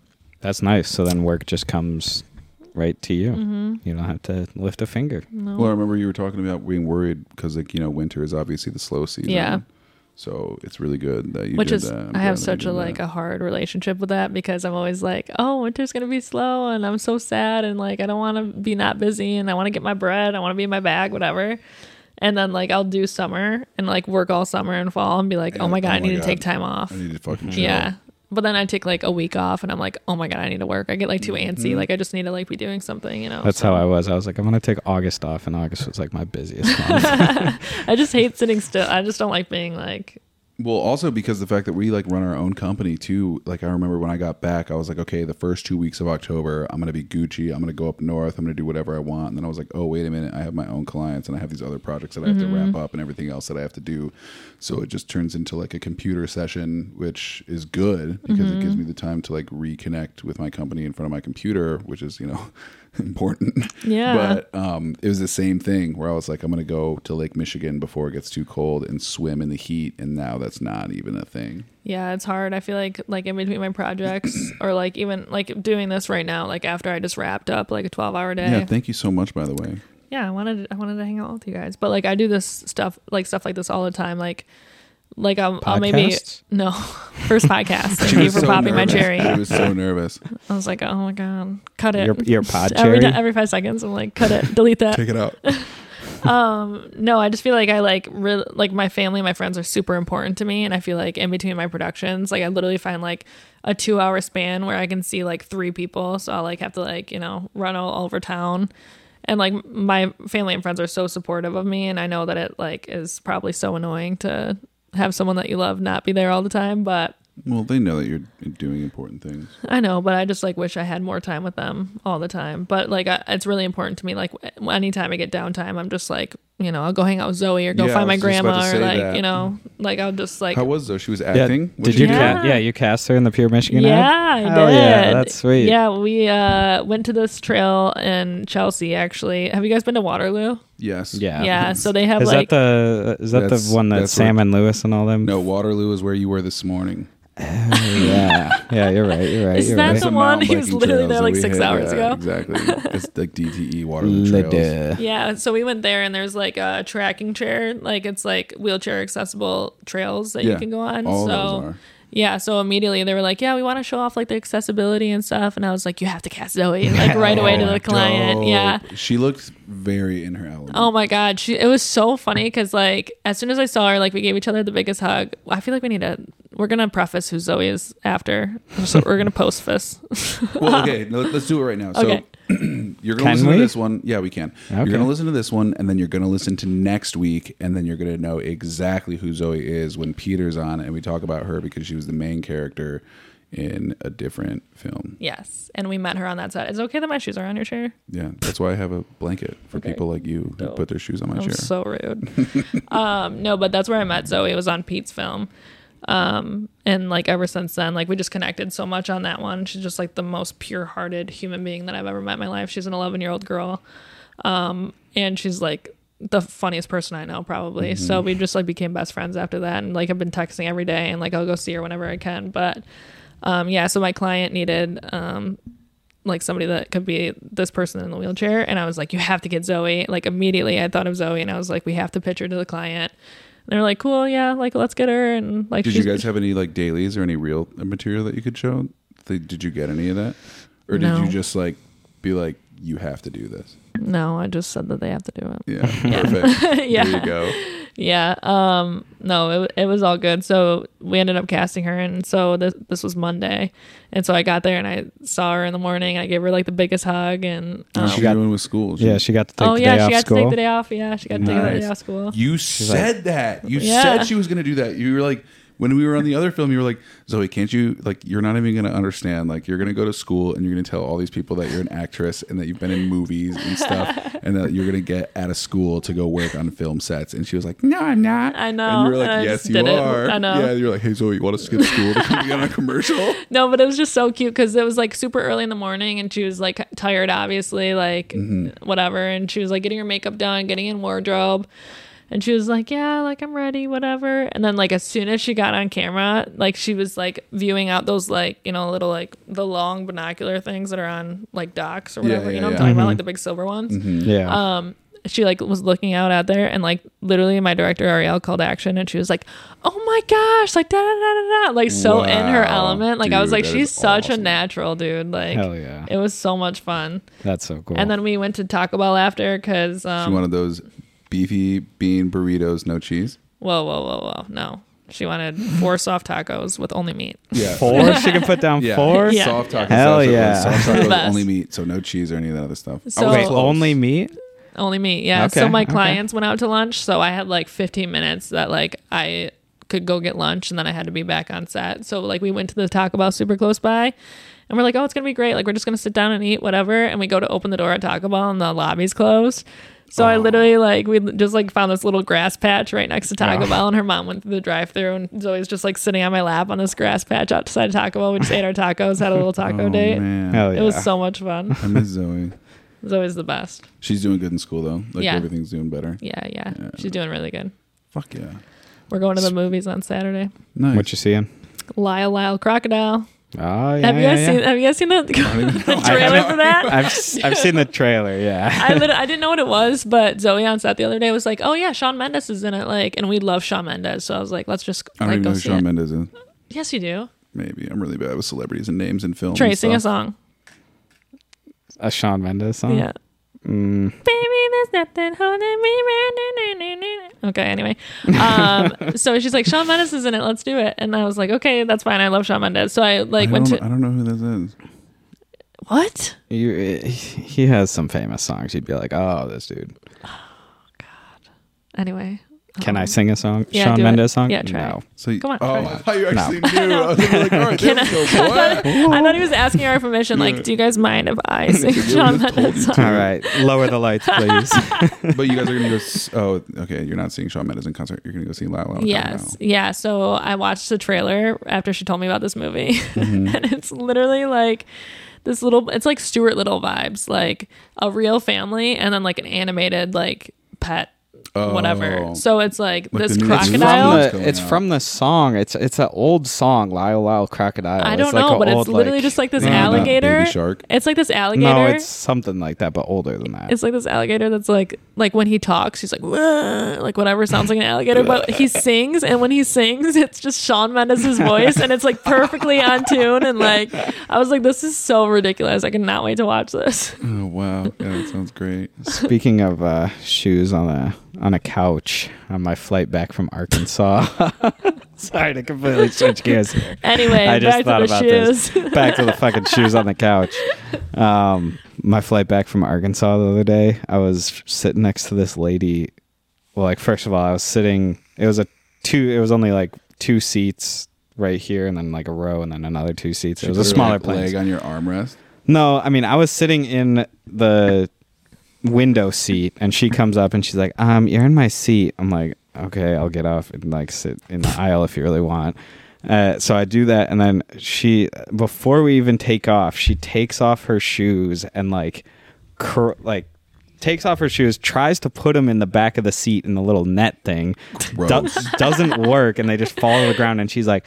C: That's nice. So then work just comes right to
B: Mm.
C: you. You don't have to lift a finger.
B: Mm-hmm. no.
A: Well, I remember you were talking about being worried because, like, you know, winter is obviously the slow season.
B: Yeah.
A: So it's really good that you
B: which
A: did
B: is
A: that. I'm
B: I
A: glad
B: have
A: that you
B: such
A: did
B: a like
A: that.
B: a hard relationship with that because I'm always like, oh, winter's gonna be slow, and I'm so sad, and like I don't want to be not busy, and I want to get my bread, I want to be in my bag, whatever. And then like I'll do summer and like work all summer and fall and be like, oh
A: And,
B: my god,
A: oh
B: I
A: my
B: need
A: God,
B: to take time off.
A: I need to fucking chill.
B: Yeah. But then I take like a week off and I'm like, oh my God, I need to work. I get like too
A: Mm-hmm.
B: antsy. Like I just need to like be doing something, you know?
C: That's how I was. I was like, I'm gonna take August off, and August was like my busiest month.
B: I just hate sitting still. I just don't like being like,
A: Well, also because the fact that we like run our own company too. Like I remember when I got back, I was like, okay, the first two weeks of October, I'm gonna be Gucci. I'm gonna go up north. I'm gonna do whatever I want. And then I was like, oh wait a minute, I have my own clients and I have these other projects that I have to wrap up and everything else that I have to do. So it just turns into like a computer session, which is good because it gives me the time to like reconnect with my company in front of my computer, which is you know important.
B: Yeah.
A: But um, it was the same thing where I was like, I'm going to go to Lake Michigan before it gets too cold and swim in the heat. And now that's not even a thing.
B: yeah, it's hard. I feel like like in between my projects or like even like doing this right now, like after I just wrapped up like a 12 hour day.
A: Yeah. Thank you so much, by the way.
B: yeah i wanted i wanted to hang out with you guys but like i do this stuff like stuff like this all the time like like I'll, I'll Oh, maybe
C: Podcasts?
B: no first podcast thank you for popping
A: nervous.
B: my cherry
A: She was so nervous.
B: i was like oh my god cut it
C: Your- your pod
B: every,
C: cherry?
B: ti- every five seconds i'm like cut it delete that Um,
A: Take it out.
B: no, I just feel like I like re- like my family, and my friends are super important to me, and I feel like in between my productions, like I literally find like a two hour span where I can see like three people, so I like have to like you know run all over town, and like my family and friends are so supportive of me, and I know that it like is probably so annoying to have someone that you love not be there all the time, but
A: Well, they know that you're doing important things.
B: I know, but I just like wish I had more time with them all the time. But like, I, it's really important to me. Like, w- anytime I get downtime, I'm just like, you know, I'll go hang out with Zoe or go
A: Yeah, I
B: find my
A: was just about
B: grandma
A: to
B: or
A: say
B: like,
A: that.
B: you know, like I'll just like,
A: How was though? She was
C: yeah,
A: acting. What
C: did you?
B: you do?
C: Ca- yeah, you cast her in the Pure Michigan ad.
B: yeah, I
C: Hell
B: did.
C: yeah, that's sweet.
B: Yeah, we uh went to this trail in Chelsea. Actually, have you guys been to Waterloo?
A: Yes.
C: Yeah. Mm-hmm.
B: Yeah, so they have
C: Is
B: like
C: that the is that the
A: That's-
C: one that
A: that's where-
C: Sam and Lewis and all them?
A: No, Waterloo is where you were this morning.
C: yeah, yeah, you're right. You're right.
B: Is
C: you're
B: that
C: right.
B: the
A: Some
B: one
A: mountain
B: he was
A: biking
B: literally
A: trails
B: there
A: that
B: like
A: we
B: six
A: hit,
B: hours
A: yeah,
B: ago?
A: Exactly. It's like DTE Waterland
C: Le
A: Trails.
C: duh.
B: Yeah, so we went there and there's like a tracking chair, like it's like wheelchair accessible trails that you
A: Yeah,
B: can go on.
A: all
B: so
A: those are.
B: yeah, so immediately they were like, "Yeah, we want to show off like the accessibility and stuff," and I was like, "You have to cast Zoe like right away to
A: Oh,
B: the client."
A: Dope.
B: Yeah.
A: She looked very in her element.
B: Oh my god, she it was so funny because like as soon as I saw her, like we gave each other the biggest hug. I feel like we need to. We're gonna preface who Zoe is after, so we're gonna post this.
A: Well, okay, no, let's do it right now. So
B: Okay.
A: you're going to
C: Can
A: listen
C: we?
A: to this one. Yeah, we can. You're
C: Okay.
A: going to listen to this one, and then you're going to listen to next week, and then you're going to know exactly who Zoe is when Peter's on, and we talk about her because she was the main character in a different film.
B: yes, and we met her on that side. Is it okay that my shoes are on your chair?
A: Yeah, that's why I have a blanket for
B: Okay.
A: people like you who
B: Dope.
A: put their shoes on my
B: I'm
A: chair.
B: so rude. um, no, but that's where I met Zoe. It was on Pete's film. Um, and like ever since then, like we just connected so much on that one. She's just like the most pure hearted human being that I've ever met in my life. She's an 11 year old girl. Um, and she's like the funniest person I know, probably. So we just like became best friends after that. And like I've been texting every day and like I'll go see her whenever I can. But um, yeah, so my client needed um, like somebody that could be this person in the wheelchair and i was like you have to get zoe like immediately i thought of zoe and i was like we have to pitch her to the client and they were like cool yeah like let's get her and like
A: Did you
B: she's-
A: guys have any like dailies or any real material that you could show? Th- Did you get any of that, or did
B: No.
A: you just like be like you have to do this?
B: no i just said that they have to do it
A: Yeah, perfect.
B: Yeah.
A: There you go.
B: yeah um no it, it was all good so we ended up casting her and so this, this was monday and so i got there and i saw her in the morning i gave her like the biggest hug and um,
A: How's she
C: got-
A: doing with school?
C: Yeah, she got to take
B: oh
C: the
B: yeah
C: day
B: she
C: off
B: got
C: school.
B: to take the day off yeah she got to take the
A: Nice.
B: day off school
A: You
C: like-
A: said that. You
B: Yeah.
A: said she was going to do that. You were like, when we were on the other film, you were like, Zoe, can't you, like, you're not even going to understand. Like, you're going to go to school and you're going to tell all these people that you're an actress and that you've been in movies and stuff and that you're going to get out of school to go work on film sets. And she was like, no, I'm not.
B: I know,
A: And you were like,
B: and I
A: yes,
B: just
A: you
B: did it.
A: are.
B: I know. Um,
A: Yeah. You're like, hey, Zoe, you want to skip school to come be on a commercial?
B: No, but it was just so cute because it was like super early in the morning and she was like tired, obviously, like
A: Mm-hmm.
B: whatever. And she was like getting her makeup done, getting in wardrobe. And she was like, Yeah, like I'm ready, whatever. And then, like, as soon as she got on camera, like she was like viewing out those, like, you know, little, like the long binocular things that are on like docks or
A: Yeah,
B: whatever. you
A: yeah,
B: know
A: yeah.
B: what I'm
A: Mm-hmm.
B: talking about? Like the big silver ones
C: Yeah.
B: um she like was looking out out there and like literally my director Ariel called action and she was like oh my gosh like da da da da da like so in her
A: Wow,
B: element like I was
A: dude,
B: like
A: that
B: she's
A: is
B: such a
A: awesome.
B: natural dude like
C: Hell yeah.
B: it was so much fun
C: That's so cool.
B: and then we went to Taco Bell after because
A: She
B: um
A: wanted those beefy bean burritos, no cheese.
B: whoa whoa whoa whoa no she wanted four soft tacos with only meat
A: Yeah.
C: four? she can put down
A: Yeah.
C: four?
B: Yeah.
A: Soft tacos.
C: Hell
A: that's what it
C: yeah. Oh,
A: was. Soft tacos
B: Best.
A: only meat, so no cheese or any of that other stuff. I
B: So-
A: was
C: Wait,
A: close.
C: only meat?
B: only meat yeah
C: Okay,
B: so my
C: okay.
B: clients went out to lunch so I had like 15 minutes that like I could go get lunch and then I had to be back on set. So like we went to the Taco Bell super close by and we're like, oh, it's gonna be great. Like we're just gonna sit down and eat whatever. And we go to open the door at Taco Bell and the lobby's closed. So I literally like we just like found this little grass patch right next to Taco
C: Oh.
B: Bell and her mom went through the drive through and Zoe's just like sitting on my lap on this grass patch outside Taco Bell. We just ate our tacos, had a little taco
A: Oh,
B: date.
A: man.
C: Hell yeah.
B: It was so much fun.
A: I miss Zoe.
B: Zoe's the best.
A: She's doing good in school though. Like
B: Yeah.
A: everything's doing better.
B: Yeah, yeah,
A: Yeah.
B: She's doing really good.
A: Fuck yeah.
B: We're going to the movies on Saturday.
A: Nice.
C: what you seeing?
B: Lyle Lyle Crocodile.
C: Oh, yeah.
B: have you
C: yeah,
B: guys
C: yeah.
B: seen have you guys seen the, the
C: I
B: trailer
C: haven't-
B: for that?
C: I've, s- I've seen the trailer, yeah.
B: I literally, I didn't know what it was, but Zoe on set the other day was like, "Oh yeah, Sean Mendes is in it." Like, and we love Sean Mendes, so I was like, "Let's just
A: I don't
B: like
A: even
B: go
A: know who
B: see
A: Shawn
B: it."
A: Mendes is.
B: yes, you do.
A: Maybe. I'm really bad with celebrities and names and films.
B: Trey,
A: and
B: sing a
A: stuff.
B: song.
C: A Sean Mendes song?
B: Yeah.
C: Mm,
B: Baby, there's nothing holding me back. Okay, anyway. Um, so she's like, Sean Mendes is in it. Let's do it. And I was like, okay, that's fine. I love Sean Mendes. So I like
A: I
B: went
A: don't,
B: to
A: I don't know who this is.
B: what?
C: you, eh, he has some famous songs. You'd be like, oh, this dude.
B: Anyway.
C: Can I
B: Um,
C: sing a song?
B: yeah,
C: Sean
B: do it.
C: Mendes song?
B: Yeah, try.
C: No.
A: So you,
B: Come on,
A: Oh,
B: Trey.
A: I thought you
C: No.
A: actually knew. I was like, all right, there
B: Can
A: we go. What?
B: I thought he was asking our permission. Like, do you guys mind if I sing Sean Mendes song?
C: All right. Lower the lights, please.
A: but you guys are gonna go. s- Oh, okay. You're not seeing Shawn Mendes in concert. You're gonna go see Lyle. Lyle
B: Yes. Yeah. So I watched the trailer after she told me about this movie. and it's literally like this little, it's like Stuart Little vibes, like a real family and then like an animated, like pet whatever. So it's like,
A: Oh. Like
B: this
A: the new- It's
C: It's
B: crocodile.
C: from
A: Crocodile?
C: the, it's
A: Going out.
C: from the song. It's it's an old song, Lyle Lyle Crocodile.
B: I
C: it's
B: don't
C: like
B: know,
C: a
B: but
C: old,
B: it's literally just like this
A: No, not Baby
B: alligator.
A: Shark.
B: It's like this alligator.
C: No, it's something like that, but older than that.
B: it's like this alligator that's like like when he talks, he's like "Wah," like whatever sounds like an alligator, but he sings, and when he sings, it's just Sean Mendes' voice, and it's like perfectly on tune, and like I was like, this is so ridiculous. I cannot wait to watch this.
A: Oh wow, yeah, that sounds great.
C: Speaking of uh, shoes on a on a couch on my flight back from Arkansas. Sorry to completely switch gears. here.
B: Anyway,
C: I
B: back
C: just thought
B: to the
C: about
B: shoes.
C: this. Oh Back to the fucking shoes on the couch. Um, my flight back from Arkansas the other day, I was sitting next to this lady. Well, like first of all, I was sitting. It was a two. It was only like two seats right here, and then like a row, and then another two seats. It was a
A: Put her,
C: smaller
A: like,
C: plane.
A: leg on your armrest.
C: No, I mean I was sitting in the window seat, and she comes up and she's like, "Um, you're in my seat." I'm like, "Okay, I'll get off and like sit in the aisle if you really want." Uh, so I do that, and then she, before we even take off, she takes off her shoes and like, cur- like takes off her shoes, tries to put them in the back of the seat in the little net thing, do-
A: Gross.
C: doesn't work, and they just fall to the ground. And she's like,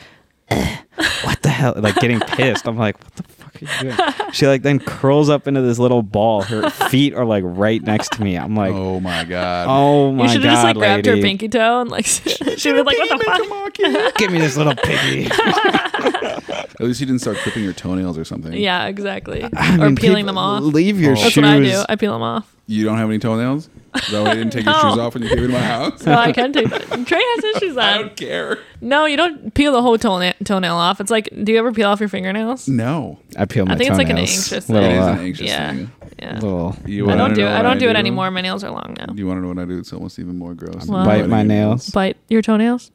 C: "Ugh, "What the hell?" Like getting pissed. I'm like, "What the fuck are you doing?" She like then curls up into this little ball. Her feet are like right next to me. I'm like, "Oh,
A: Oh my god.
C: my
B: You
C: god,
B: should have just like grabbed her
C: lady.
B: pinky toe and like she was like, what the fuck?
C: Give me this little piggy."
A: At least you didn't start clipping your toenails or something.
B: Yeah, exactly.
C: I
B: or peeling
C: mean, people-
B: them off.
C: Leave your
B: That's
C: shoes.
B: what I do. I peel them off.
A: You don't have any toenails? Is that why you didn't take your
B: No.
A: shoes off when you came into my house?
B: No, I can take that. Trey has issues
A: I
B: on.
A: don't care.
B: No, you don't peel the whole toenail, toenail off. It's like, do you ever peel off your fingernails?
A: No.
C: I peel my
B: I think it's
C: toenails.
B: like an anxious thing.
C: Little,
A: it is
C: uh,
A: an anxious
B: yeah.
A: thing.
B: Yeah.
C: little.
A: You
B: I
A: wanna
B: don't do.
A: know
B: I
A: what
B: don't do it anymore. My nails are long now.
A: You want to know what I do? It's almost even more gross.
B: Well-
C: bite my nails.
B: Bite your toenails.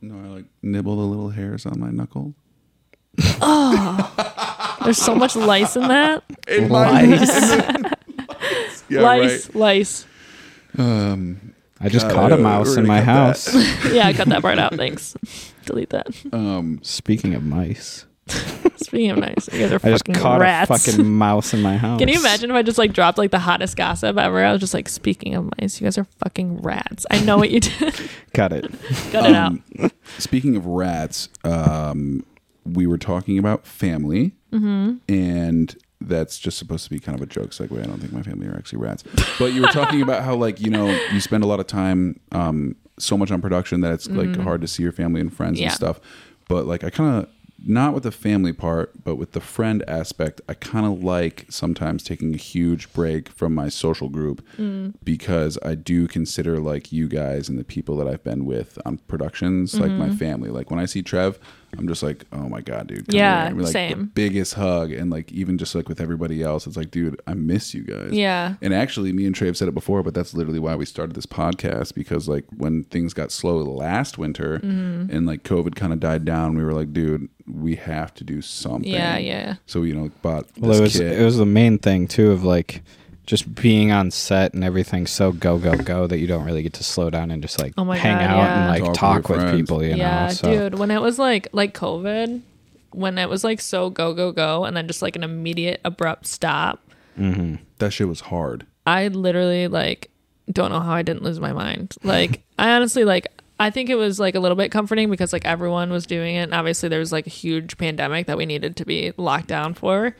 A: No, I like nibble the little hairs on my knuckles.
B: There's so much lice in that.
A: In yeah,
B: lice, lice.
A: right. Um,
C: I just
A: God,
C: caught a
A: we're
C: mouse in
A: gonna
C: my
A: cut
C: house.
B: Yeah, cut that part out. Thanks. Delete that.
A: um,
C: Speaking of mice,
B: Speaking of nice, you guys are
C: I just
B: fucking
C: caught
B: rats.
C: a fucking mouse in my house.
B: Can you imagine if I just like dropped like the hottest gossip ever? I was just like, speaking of mice, you guys are fucking rats. I know what you did.
C: Cut it.
B: Cut it out.
A: Um, speaking of rats, um, we were talking about family, and that's just supposed to be kind of a joke segue. I don't think my family are actually rats, but you were talking about how like you know you spend a lot of time, um, so much on production that it's like hard to see your family and friends
B: Mm-hmm. Yeah.
A: and stuff. But like I kind of not with the family part, but with the friend aspect, I kind of like sometimes taking a huge break from my social group
B: Mm.
A: because I do consider like you guys and the people that I've been with on productions like my
B: Mm-hmm.
A: family. Like when I see Trev, I'm just like, oh my god, dude. come
B: Yeah,
A: here." And we, like, The
B: same.
A: biggest hug and like even just like with everybody else, it's like, dude, I miss you guys.
B: Yeah.
A: And actually, me and Trey have said it before, but that's literally why we started this podcast because, like, when things got slow last winter
B: Mm-hmm.
A: and like COVID kind of died down, we were like, dude, we have to do something.
B: Yeah, yeah.
A: So, you know, bought this
C: Well, it was
A: kit.
C: it was the main thing too of like just being on set and everything so go go go that you don't really get to slow down and just like
B: Oh my
C: hang
B: God,
C: out
B: yeah.
C: and like
A: Talk
C: talk,
A: with your
C: with
A: friends.
C: people. You
B: yeah,
C: know, so
B: dude. When it was like like COVID, when it was like so go go go, and then just like an immediate abrupt stop.
A: that shit was hard.
B: I literally like don't know how I didn't lose my mind. Like I honestly like I think it was like a little bit comforting because like everyone was doing it. And obviously there was like a huge pandemic that we needed to be locked down for.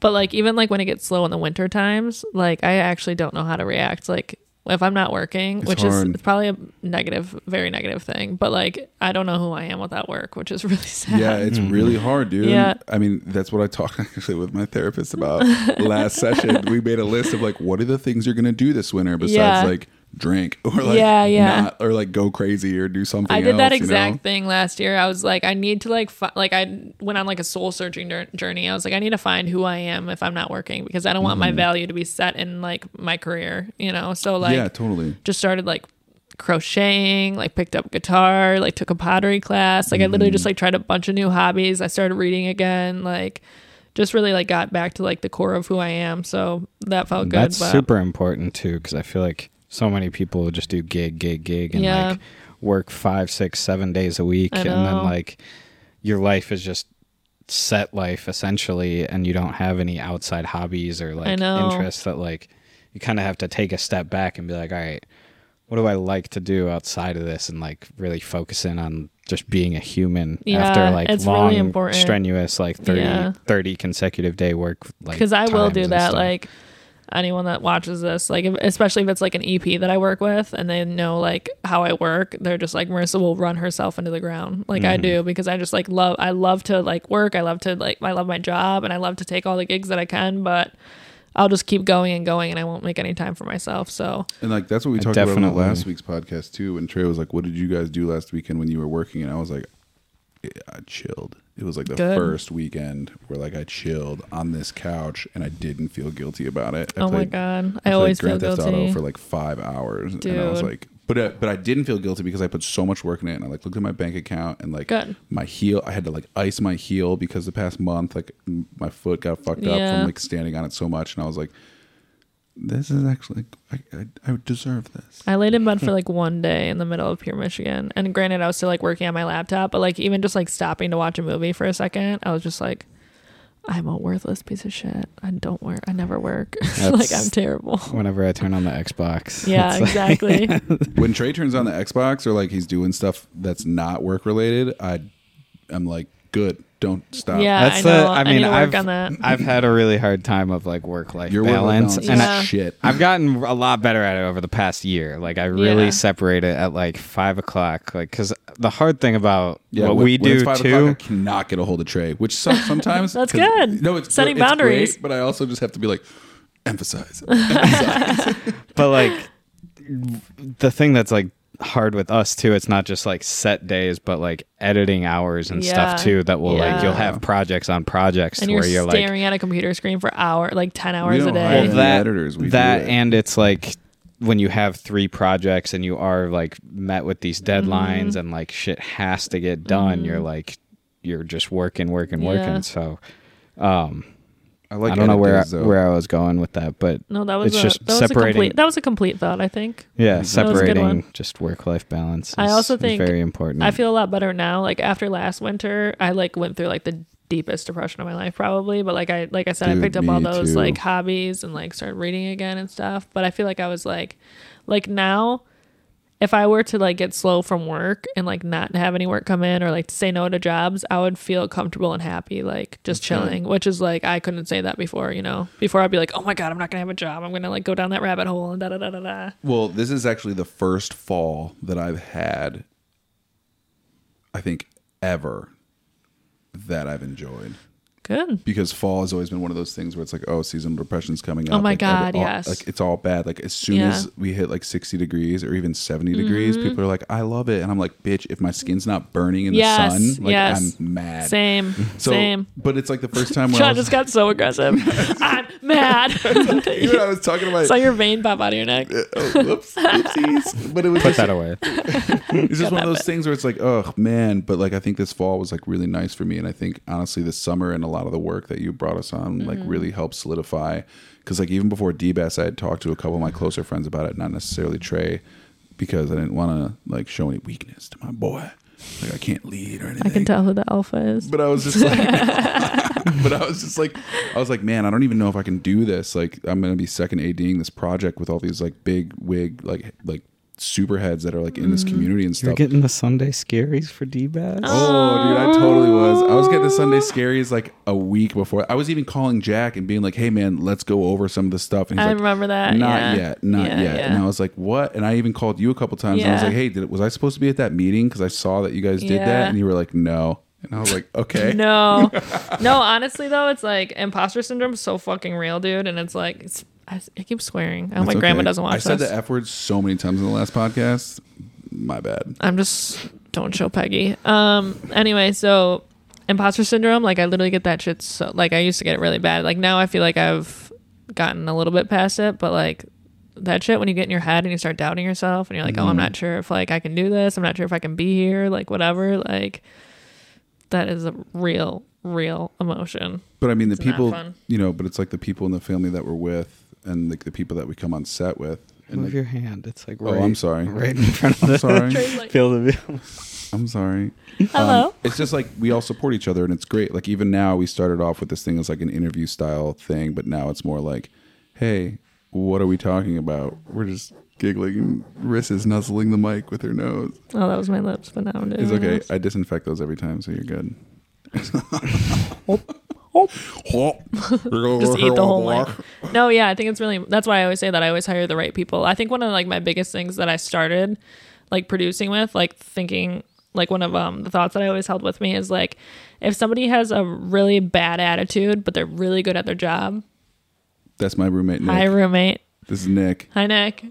B: But like even like when it gets slow in the winter times, like I actually don't know how to react. Like if I'm not working, which
A: hard.
B: is probably a negative, very negative thing, but like I don't know who I am without work, which is really sad.
A: Yeah, it's really hard, dude.
B: Yeah.
A: I mean, that's what I talked actually with my therapist about last session. We made a list of like, what are the things you're going to do this winter besides
B: Yeah.
A: like drink or like,
B: Yeah, yeah.
A: Not, or like go crazy or do something
B: I did that
A: else, you know?
B: exact thing last year. I was like, I need to like, fi- like I went on like a soul searching jour- journey. I was like, I need to find who I am if I'm not working because I don't want
A: Mm-hmm.
B: my value to be set in like my career, you know. So like,
A: yeah, totally.
B: just started like crocheting, like picked up guitar, like took a pottery class. Like I literally
A: Mm.
B: just like tried a bunch of new hobbies. I started reading again, like just really like got back to like the core of who I am. So that felt good.
C: that's
B: but-
C: super important too because I feel like so many people will just do gig gig gig and
B: Yeah.
C: like work five six seven days a week
B: I
C: and then
B: know.
C: like your life is just set life essentially and you don't have any outside hobbies or like
B: know.
C: interests that like you kind of have to take a step back and be like all right what do I like to do outside of this and like really focus in on just being a human
B: Yeah,
C: after like
B: it's
C: long
B: really important.
C: strenuous like 30,
B: Yeah.
C: 30 consecutive day work like
B: because I will
C: times
B: do
C: and
B: that.
C: stuff.
B: Like anyone that watches this, like if, especially if it's like an EP that I work with and they know like how I work, they're just like Marissa will run herself into the ground, like I
A: Mm-hmm.
B: do, because I just like love. I love to like work. I love to like I love my job and I love to take all the gigs that I can, but. I'll just keep going and going, and I won't make any time for myself. So
A: And like that's what we talked about on the
C: definitely-
A: last week's podcast too. When Trey was like, "What did you guys do last weekend when you were working?" and I was like, "I- "I chilled." It was like the
B: Good.
A: first weekend where like I chilled on this couch and I didn't feel guilty about it. I
B: Oh
A: played-
B: my god,
A: I
B: I,
A: played
B: always feel
A: Grand Theft Auto
B: guilty.
A: for like five hours, and I was
B: Dude.
A: like, but uh, but I didn't feel guilty because I put so much work in it, and I like looked at my bank account and like
B: Good.
A: my heel. I had to like ice my heel because the past month, like m- my foot got fucked up
B: Yeah.
A: from like standing on it so much, and I was like, this is actually I I, I deserve this.
B: I laid in bed for like one day in the middle of Pure Michigan, and granted, I was still like working on my laptop, but like even just like stopping to watch a movie for a second, I was just like, I'm a worthless piece of shit. I don't work. I never work. like
C: That's-
B: I'm terrible.
C: whenever I turn on the Xbox.
B: Yeah,
C: it's like-
B: exactly.
A: when Trey turns on the Xbox or like he's doing stuff that's not work related, I I'm like, good, don't stop.
B: Yeah.
C: that's
B: I
C: the
B: know.
C: I
B: I
C: mean
B: need to work
C: I've
B: on that.
C: I've had a really hard time of like work life
A: your work
C: balance,
A: balance is
C: and I,
B: Yeah.
A: shit.
C: I've gotten a lot better at it over the past year. Like I really
B: Yeah.
C: separate it at like five o'clock. Like because the hard thing about
A: when-
C: what we
A: when it's
C: do
A: five
C: too.
A: O'clock, I cannot get a hold of Trey, which sucks sometimes.
B: That's
A: 'cause-
B: good.
A: No, it's
B: Setting
A: good- it's
B: boundaries.
A: great, but I also just have to be like, emphasize.
C: but like the thing that's like hard with us too it's not just like set days but like editing hours and
B: Yeah.
C: stuff too that will like
B: Yeah.
C: you'll have projects on projects
B: and
C: where
B: you're,
C: you're like
B: staring at a computer screen for hour, like ten hours a
A: don't hire
B: day.
A: any
C: well, that
A: editors, we do
C: that
A: it.
C: and it's like when you have three projects and you are like met with these
B: Mm-hmm.
C: deadlines and like shit has to get done you're like you're just working working
B: Yeah.
C: working so um
A: like
C: i don't know
A: edit
C: where
A: days, though.
C: where i was going with that but
B: no, that was
C: it's
B: a,
C: just
B: that was a
C: separating
B: complete that was a complete thought. I think.
C: yeah
B: was a good one.
C: separating just work life balance is,
B: I also
C: is
B: think-
C: very important
A: Mm.
B: I feel a lot better now. Like after last winter, I like went through like the deepest depression of my life probably, but like I like I said I
A: Dude,
B: picked up all
A: me
B: those
A: too.
B: like hobbies and like started reading again and stuff, but I feel like I was like like now if I were to like get slow from work and like not have any work come in or like to say no to jobs, I would feel comfortable and happy, like just chilling, which is like I couldn't say that before, you know. Before I'd be like, oh my god, I'm not gonna have a job. I'm gonna like go down that rabbit hole and da da da da da.
A: Well, this is actually the first fall that I've had, I think, ever that I've enjoyed.
B: Good.
A: Because fall has always been one of those things where it's like, oh, seasonal depression's coming
B: Oh
A: up.
B: my
A: like, every-
B: God,
A: all-
B: yes.
A: Like it's all bad. Like as soon
B: Yeah. Mm-hmm.
A: as we hit like 60 degrees or even 70 degrees, people are like, I love it. And I'm like, bitch, if my skin's not burning in
B: Yes,
A: the sun, like
B: yes.
A: I'm mad.
B: Same.
A: So,
B: same.
A: But it's like the first time when I
B: John
A: was,
B: just got so aggressive. I'm mad.
A: you know, I was talking about.
B: Saw your vein pop out of your neck.
A: oh, whoops, oopsies. But it was
C: put
A: just,
C: that away
A: it's just one of those things where it's like, oh man. But like, I think this fall was like really nice for me, and I think honestly, this summer and a lot of the work that you brought us on like
B: Mm-hmm.
A: really helped solidify. Because like even before DBAS, I had talked to a couple of my closer friends about it, not necessarily Trey, because I didn't want to like show any weakness to my boy. Like I can't lead or anything.
B: I can tell who the alpha is.
A: But I was just like, but I was just like, I was like, man, I don't even know if I can do this. Like, I'm gonna be second ADing this project with all these like big wig, like like super heads that are like in this
B: Mm-hmm.
A: community and
C: You're
A: stuff.
C: getting the Sunday scaries for D Bass?
A: Oh, dude, I totally was. I was getting the Sunday scaries like a week before. I was even calling Jack and being like, "Hey, man, let's go over some of the stuff." And he's
B: I
A: like,
B: remember that.
A: Not
B: yeah.
A: yet, not
B: Yeah,
A: yet.
B: yeah.
A: And I was like, "What?" And I even called you a couple times. And I was
B: Yeah.
A: like, "Hey, did was I supposed to be at that meeting? Because I saw that you guys did
B: Yeah.
A: that." And you were like, "No." And I was like, "Okay."
B: no, no. Honestly, though, it's like imposter syndrome is so fucking real, dude. And it's like it's, I, I keep swearing. Oh, my
A: It's okay.
B: grandma doesn't watch
A: I said
B: this.
A: the F word so many times in the last podcast. My bad.
B: I'm just don't show Peggy. Um. Anyway, so imposter syndrome. Like I literally get that shit. So like I used to get it really bad. Like now I feel like I've gotten a little bit past it, but like that shit when you get in your head and you start doubting yourself and you're like, oh, I'm not
A: Mm-hmm.
B: sure if like I can do this. I'm not sure if I can be here. Like whatever. Like that is a real, real emotion.
A: But I mean, the
B: not
A: people,
B: fun.
A: you know, but it's like the people in the family that we're with and like the people that we come on set with. And
C: Move
A: like,
C: your hand. It's like
A: oh,
C: right,
A: I'm sorry.
C: right in front of
A: I'm
C: the
A: sorry.
C: feel the
A: I'm sorry. Um,
B: Hello.
A: It's just like we all support each other and it's great. Like even now, we started off with this thing as like an interview style thing, but now it's more like, hey, what are we talking about? We're just giggling. and Riss is nuzzling the mic with her nose.
B: Oh, that was my lips, but now I'm doing
A: It's
B: my
A: okay.
B: nose.
A: I disinfect those every time, so you're good.
B: Oh.
A: just
B: just eat the whole lamp. No, yeah, I think it's really that's why I always say that I always hire the right people. I think one of like my biggest things that I started like producing with, like thinking like one of um the thoughts that I always held with me is like if somebody has a really bad attitude but they're really good at their job,
A: That's my roommate Nick.
B: hi roommate,
A: This is Nick.
B: hi Nick.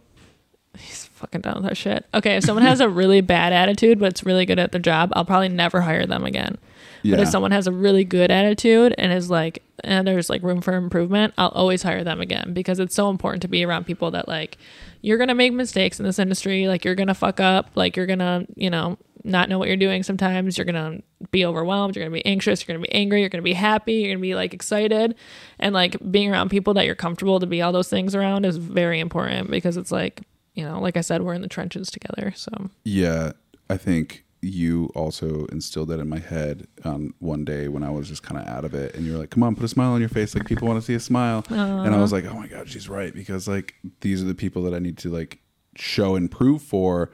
B: He's fucking done with that shit. Okay, if someone has a really bad attitude but it's really good at their job, I'll probably never hire them again.
A: Yeah.
B: But if someone has a really good attitude and is like, and there's like room for improvement, I'll always hire them again because it's so important to be around people that like, you're gonna make mistakes in this industry. Like you're gonna fuck up. Like you're gonna, you know, not know what you're doing. Sometimes you're gonna be overwhelmed. You're gonna be anxious. You're gonna be angry. You're gonna be happy. You're gonna be like excited, and like being around people that you're comfortable to be all those things around is very important because it's like, you know, like I said, we're in the trenches together. So
A: Yeah, I think you also instilled that in my head um, one day when I was just kind of out of it, and you were like, "Come on, put a smile on your face. Like people want to see a smile." And I was like, "Oh my god, she's right," because like these are the people that I need to like show and prove for.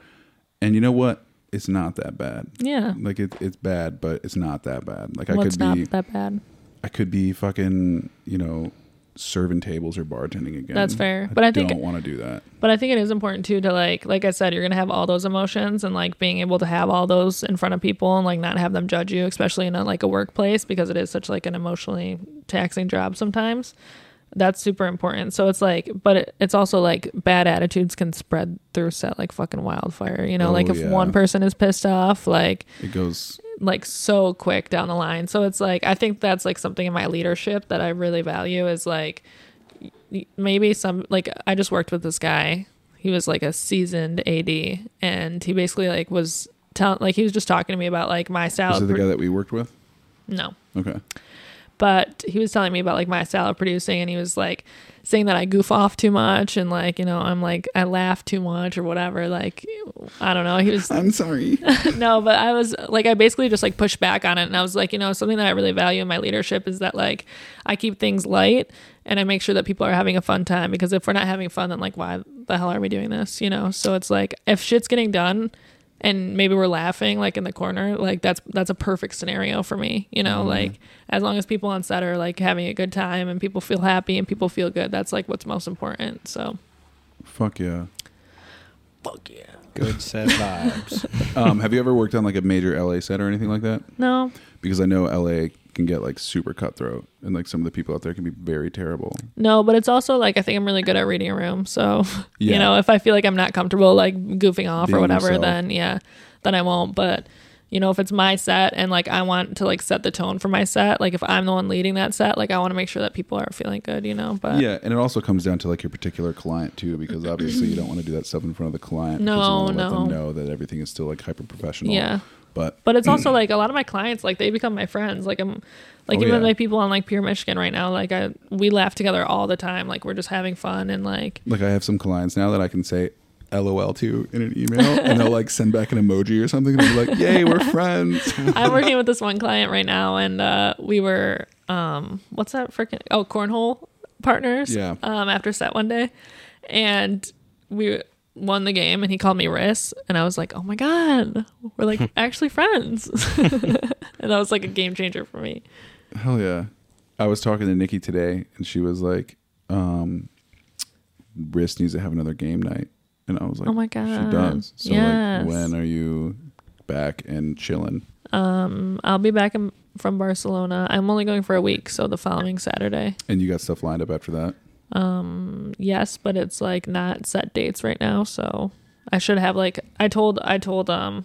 A: And you know what? It's not that bad.
B: yeah,
A: Like it, it's bad, but it's not that bad. Like I
B: what's
A: could
B: not
A: be,
B: that bad?
A: I could be fucking, you know, serving tables or bartending again.
B: That's fair, but I think-
A: don't want to do that.
B: But I think it is important too to like, like I said, you're gonna have all those emotions and like being able to have all those in front of people and like not have them judge you, especially in a, like a workplace because it is such like an emotionally taxing job sometimes. That's super important. So it's like, but it, it's also like bad attitudes can spread through set like fucking wildfire. You know,
A: Oh,
B: like if
A: yeah.
B: one person is pissed off, like
A: It goes
B: like so quick down the line. So it's like I think that's like something in my leadership that I really value is like y- maybe some like I just worked with this guy. He was like a seasoned AD and he basically like was telling like he was just talking to me about like my
A: Is
B: salad
A: it the
B: pro-
A: guy that we worked with?
B: no
A: Okay.
B: but he was telling me about like my style of producing and he was like saying that I goof off too much and like you know I'm like I laugh too much or whatever like I don't know he was
A: I'm sorry.
B: no, but I was like, I basically just like pushed back on it, and I was like, you know, something that I really value in my leadership is that like I keep things light and I make sure that people are having a fun time because if we're not having fun, then like why the hell are we doing this? You know, so it's like if shit's getting done and maybe we're laughing like in the corner, like that's that's a perfect scenario for me. You know, like as long as people on set are like having a good time and people feel happy and people feel good, that's like what's most important. So
A: Fuck yeah.
B: fuck yeah.
C: Good set vibes.
A: um, have you ever worked on like a major LA set or anything like that?
B: No,
A: Because I know LA can get like super cutthroat, and like some of the people out there can be very terrible.
B: No, but it's also like I think I'm really good at reading a room. So
A: Yeah.
B: you know, if I feel like I'm not comfortable like goofing off
A: Being
B: or whatever,
A: yourself.
B: then yeah, then I won't. But you know, if it's my set and like I want to like set the tone for my set, like if I'm the one leading that set, like I want to make sure that people are feeling good, you know. But
A: Yeah, and it also comes down to like your particular client too, because obviously you don't want to do that stuff in front of the client.
B: No,
A: because you wanna Let them
B: no.
A: know that everything is still like hyper professional.
B: yeah.
A: But
B: But it's also like a lot of my clients, like they become my friends. Like I'm, like
A: Oh,
B: even
A: yeah.
B: like people on like Pure Michigan right now, like I we laugh together all the time. Like we're just having fun and like
A: like I have some clients now that I can say LOL to in an email, and they'll like send back an emoji or something, and they're like, "Yay, we're friends."
B: I'm working with this one client right now, and uh, we were, um, what's that freaking? Oh, cornhole partners.
A: Yeah.
B: Um, after set one day, and we won the game, and he called me Riss, and I was like, oh my god, we're like actually friends, and that was like a game changer for me.
A: Hell yeah. I was talking to Nikki today and she was like, um, Riss needs to have another game night. And I was like,
B: Oh my
A: She
B: God.
A: does. So,
B: Yes.
A: like, when are you back and chilling?
B: Um, I'll be back in, from Barcelona. I'm only going for a week, so the following Saturday.
A: And you got stuff lined up after that?
B: Um, yes, but it's like not set dates right now, so I should have like I told I told um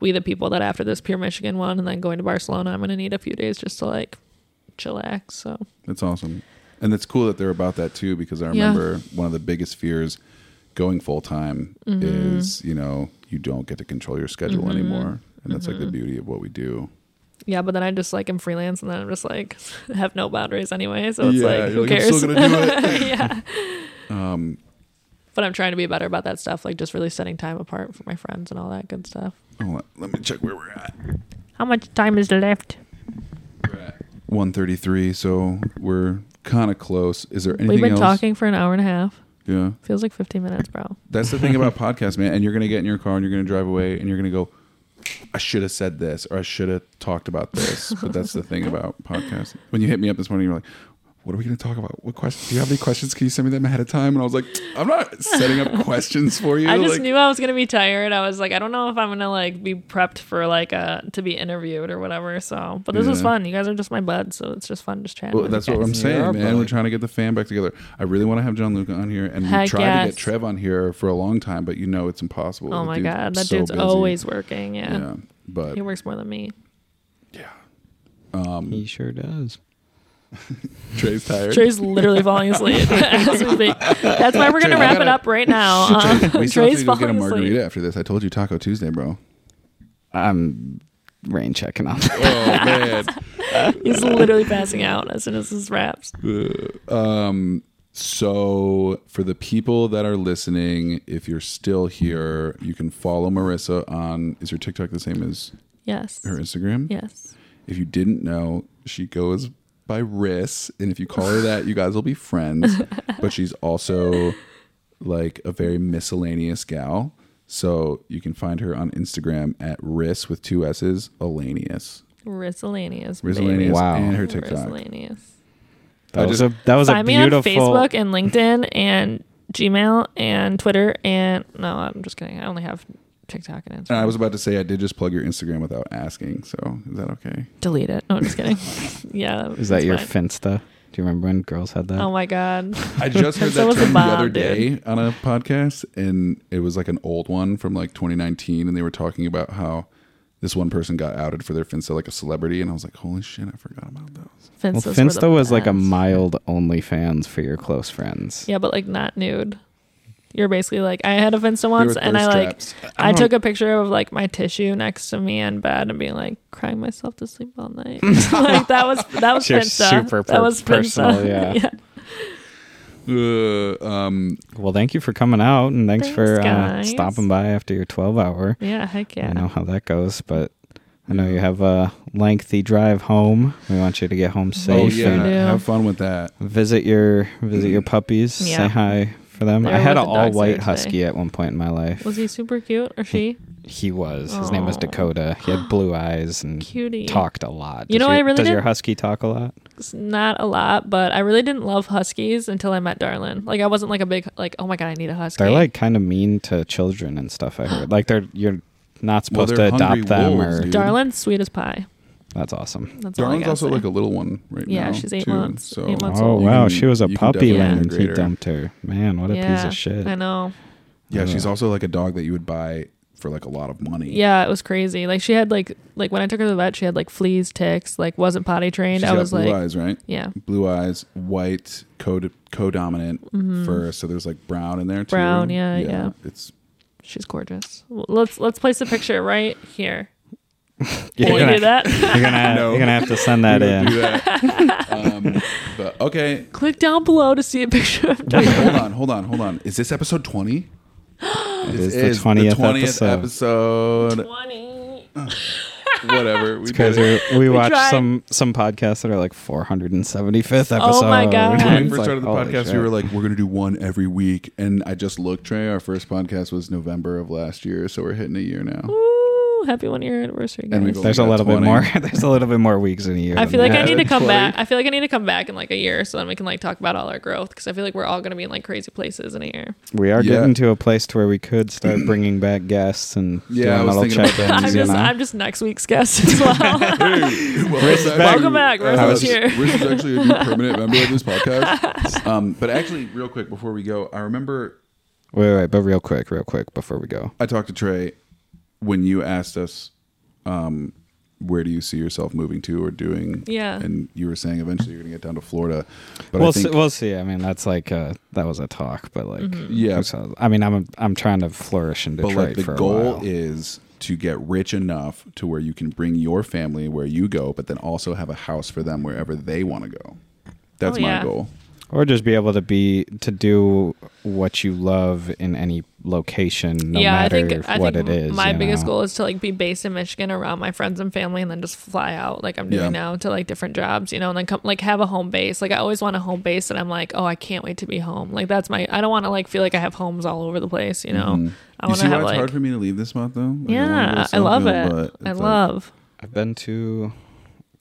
B: we the people that after this Pure Michigan one and then going to Barcelona, I'm gonna need a few days just to like chillax. So
A: That's awesome. And it's cool that they're about that too, because I
B: Yeah.
A: remember one of the biggest fears going full time
B: Mm-hmm.
A: is, you know, you don't get to control your schedule anymore. And that's
B: Mm-hmm.
A: like the beauty of what we do.
B: yeah, but then I just like am freelance and then I'm just like have no boundaries anyway. So it's like who
A: you're like,
B: cares?
A: I'm still gonna do Um, it.
B: yeah. but I'm trying to be better about that stuff, like just really setting time apart for my friends and all that good stuff.
A: Hold on, let me check where we're at.
B: How much time is left?
A: 133 so we're kind of close is there anything
B: We've been
A: else
B: talking for an hour and a half.
A: Yeah.
B: Feels like 15 minutes, bro.
A: That's the thing about podcasts, man. And you're gonna get in your car and you're gonna drive away and you're gonna go, I should have said this or I should have talked about this. But that's the thing about podcasts. When you hit me up this morning, you're like, What are we gonna talk about? What questions? Do you have any questions? Can you send me them ahead of time? And I was like, I'm not setting up questions for you.
B: I just
A: like,
B: knew I was gonna be tired. I was like, I don't know if I'm gonna like be prepped for like uh to be interviewed or whatever. So, but this was
A: Yeah.
B: fun. You guys are just my buds, so it's just fun just chatting.
A: Well,
B: with
A: that's
B: you
A: what
B: guys.
A: I'm saying,
C: Yeah,
A: man.
C: but-
A: We're trying to get the fan back together. I really want to have John Luca on here, and we
B: Heck
A: tried to
B: yes.
A: get Trev on here for a long time, but you know it's impossible.
B: Oh
A: The
B: my
A: dude's
B: god, that
A: so
B: dude's
A: busy.
B: always working. Yeah.
A: yeah. But
B: he works more than me.
A: yeah, Um,
C: He sure does.
A: Trey's tired.
B: Trey's literally falling asleep. as we speak. That's why we're
A: Trey,
B: gonna
A: I
B: wrap it
A: gotta-
B: up right now. Um,
A: we still have
B: Trey's
A: to go get a
B: falling
A: margarita
B: asleep.
A: after this. I told you Taco Tuesday, bro.
E: I'm rain checking on.
A: Oh man.
B: He's literally passing out as soon as this wraps.
A: um. So for the people that are listening, if you're still here, you can follow Marissa on. Is her TikTok the same as
B: Yes.
A: her Instagram?
B: Yes.
A: If you didn't know, she goes by Riss, and if you call her that, you guys will be friends. but she's also like a very miscellaneous gal. So you can find her on Instagram at Riss with two S's, Elanius.
B: Riscellaneous.
A: Rizzolanius
C: Wow.
A: and her
B: baby.
A: TikTok.
B: Riscellaneous.
C: That
A: I
C: was
A: just-
C: a that was a
B: Find me on
C: beautiful.
B: Facebook and LinkedIn and Gmail and Twitter and no, I'm just kidding. I only have TikTok and Instagram.
A: And I was about to say I did just plug your Instagram without asking, so is that okay?
B: Delete it. No, I'm just kidding. yeah.
C: Is
E: Is that
B: it's
E: your
B: fine.
E: Finsta? Do you remember when girls had that?
B: Oh my god.
A: I just heard
B: So
A: that
B: was a
A: term the
B: bomb,
A: other
B: dude.
A: day on a podcast, and it was like an old one from like 2019, and they were talking about how this one person got outed for their Finsta like a celebrity, and I was like, holy shit, I forgot about those.
E: well,
B: Finsta's were the
E: Finsta was like a
B: best.
E: mild OnlyFans for your close friends.
B: Yeah, but like not nude. You're basically like I had a Finsta once
A: They were
B: and I
A: thirst
B: like
A: traps.
B: I, took a picture of like my tissue next to me in bed and being like crying myself to sleep all night. like that was that was
C: You're
B: Finsta.
C: super per-
B: that was Finsta.
C: personal, yeah.
A: Uh, um,
C: Well, thank you for coming out, and thanks,
B: Thanks,
C: for uh,
B: guys.
C: stopping by after your twelve hour.
B: Yeah, heck yeah.
C: I know how that goes, but I know you have a lengthy drive home. We want you to get home
A: oh
C: safe.
B: Thank you.
A: yeah,
B: Yeah.
A: have fun with that.
C: and visit your visit your puppies.
B: Yeah.
C: Say hi for them.
B: They
C: I
B: were
C: had
B: with
C: an
B: the dogs
C: all
B: the
C: white
B: other day.
C: husky at one point in my life.
B: Was he super cute or she?
C: He was. His name was
B: Aw.
C: Dakota. He had blue eyes and
B: Cutie.
C: talked a lot.
B: You
C: Does
B: know
C: your,
B: I really
C: does your
B: did-
C: husky talk a lot?
B: It's not a lot, but I really didn't love huskies until I met Darlin. Like I wasn't like a big like oh my god I need a husky.
C: They're like kind of mean to children and stuff. I heard like they're you're not
A: Well,
C: supposed
A: they're
C: to
A: hungry
C: adopt them
A: wolves,
C: or
A: dude.
B: Darlin's sweet as pie.
C: that's awesome.
B: That's all I
A: Darlin's
B: gotta
A: also
B: say.
A: like a little one right
B: Yeah,
A: now.
B: she's eight
A: too,
B: months-
A: So
B: eight months
C: Oh
B: old.
C: wow,
A: You can-
C: she was a
A: you can
C: puppy
A: definitely
C: when he
A: integrate her.
C: dumped her. Man, what a
B: yeah,
C: piece of shit.
B: I know.
A: yeah, she's also like a dog that you would buy for like a lot of money.
B: Yeah, it was crazy. Like she had like like when I took her to the vet, she had like fleas, ticks, like wasn't potty trained.
A: She's
B: I
A: got
B: was
A: blue
B: like,
A: eyes, right?
B: yeah,
A: blue eyes, white, co co-dominant fur. So there's like brown in there too.
B: Mm-hmm. Brown, yeah, yeah.
A: It's
B: she's gorgeous. Well, let's let's place a picture right here.
C: You're
B: Can we do
C: gonna,
B: that?
C: you're gonna
A: No.
C: you're gonna have to send that in.
A: do that. um, but okay,
B: Click down below to see a picture of
A: Wait,
B: Darlin.
A: hold on, hold on, hold on. Is this episode twenty?
C: It is the twentieth episode.
A: episode.
B: Twenty.
A: Whatever. We
C: Because
A: did it.
C: we, we
B: We
C: watched
B: tried. Oh
C: some some podcasts that are like 475th episode.
B: my
A: When
B: God.
A: we
C: It's
A: first
C: like,
A: started the
C: holy
A: podcast,
C: shit.
A: we were like, "We're going to do one every week," and I just looked, Trey. Our first podcast was November of last year, so we're hitting a year now.
B: Woo! Happy one year anniversary,
A: And we
B: guys.
A: go-
C: there's a
A: got
C: little
A: 20.
C: bit more. There's a little bit more weeks in a year.
B: I
C: than
B: feel like I
C: that.
B: need to come
A: Totally.
B: back. I feel like I need to come back in like a year, so then we can like talk about all our growth. Because I feel like we're all gonna be in like crazy places in a year.
C: We are
A: Yeah.
C: getting to a place to where we could start bringing back guests and
A: Yeah, I
C: doing
A: was
C: little
A: thinking about
C: check-ins.
A: that.
B: I'm
C: you
B: just
C: know?
B: I'm just next week's guest as well. Welcome back. Rose
A: Uh,
B: is here.
A: Rose is actually a new permanent member of this podcast. Um, but actually, real quick before we go, I remember
C: wait, wait, wait, but real quick, real quick before we go.
A: I talked to Trey when you asked us, um, where do you see yourself moving to or doing?
B: Yeah.
A: And you were saying eventually you're going to get down to Florida. But
C: we'll
A: I think,
C: see, we'll see. I mean, that's like uh that was a talk, but like
B: Mm-hmm.
A: yeah,
C: so- I mean, I'm I'm trying to flourish in
A: but
C: Detroit
A: like the
C: for a
A: goal
C: while.
A: is to get rich enough to where you can bring your family where you go, but then also have a house for them wherever they want to go. That's
B: Oh,
A: my
B: yeah.
A: goal.
C: or just be able to be to do what you love in any location, no
B: yeah, I
C: matter
B: think I
C: what
B: think
C: it is.
B: my
C: you
B: biggest
C: know?
B: goal is to like be based in Michigan around my friends and family, and then just fly out like I'm doing
A: Yeah.
B: now to like different jobs, you know, and then come like have a home base. Like I always want a home base, and I'm like, oh, I can't wait to be home. Like that's my. I don't want to like feel like I have homes all over the place, you know.
C: Mm-hmm. Mm.
B: I
A: you
B: want
A: see
B: to
A: why
B: have
A: it's
B: like.
A: hard for me to leave this month though? Like, wanna go
B: yeah,
A: to
B: I love
A: Southfield,
B: it.
A: but
B: I
A: it's like-
B: love.
C: I've been to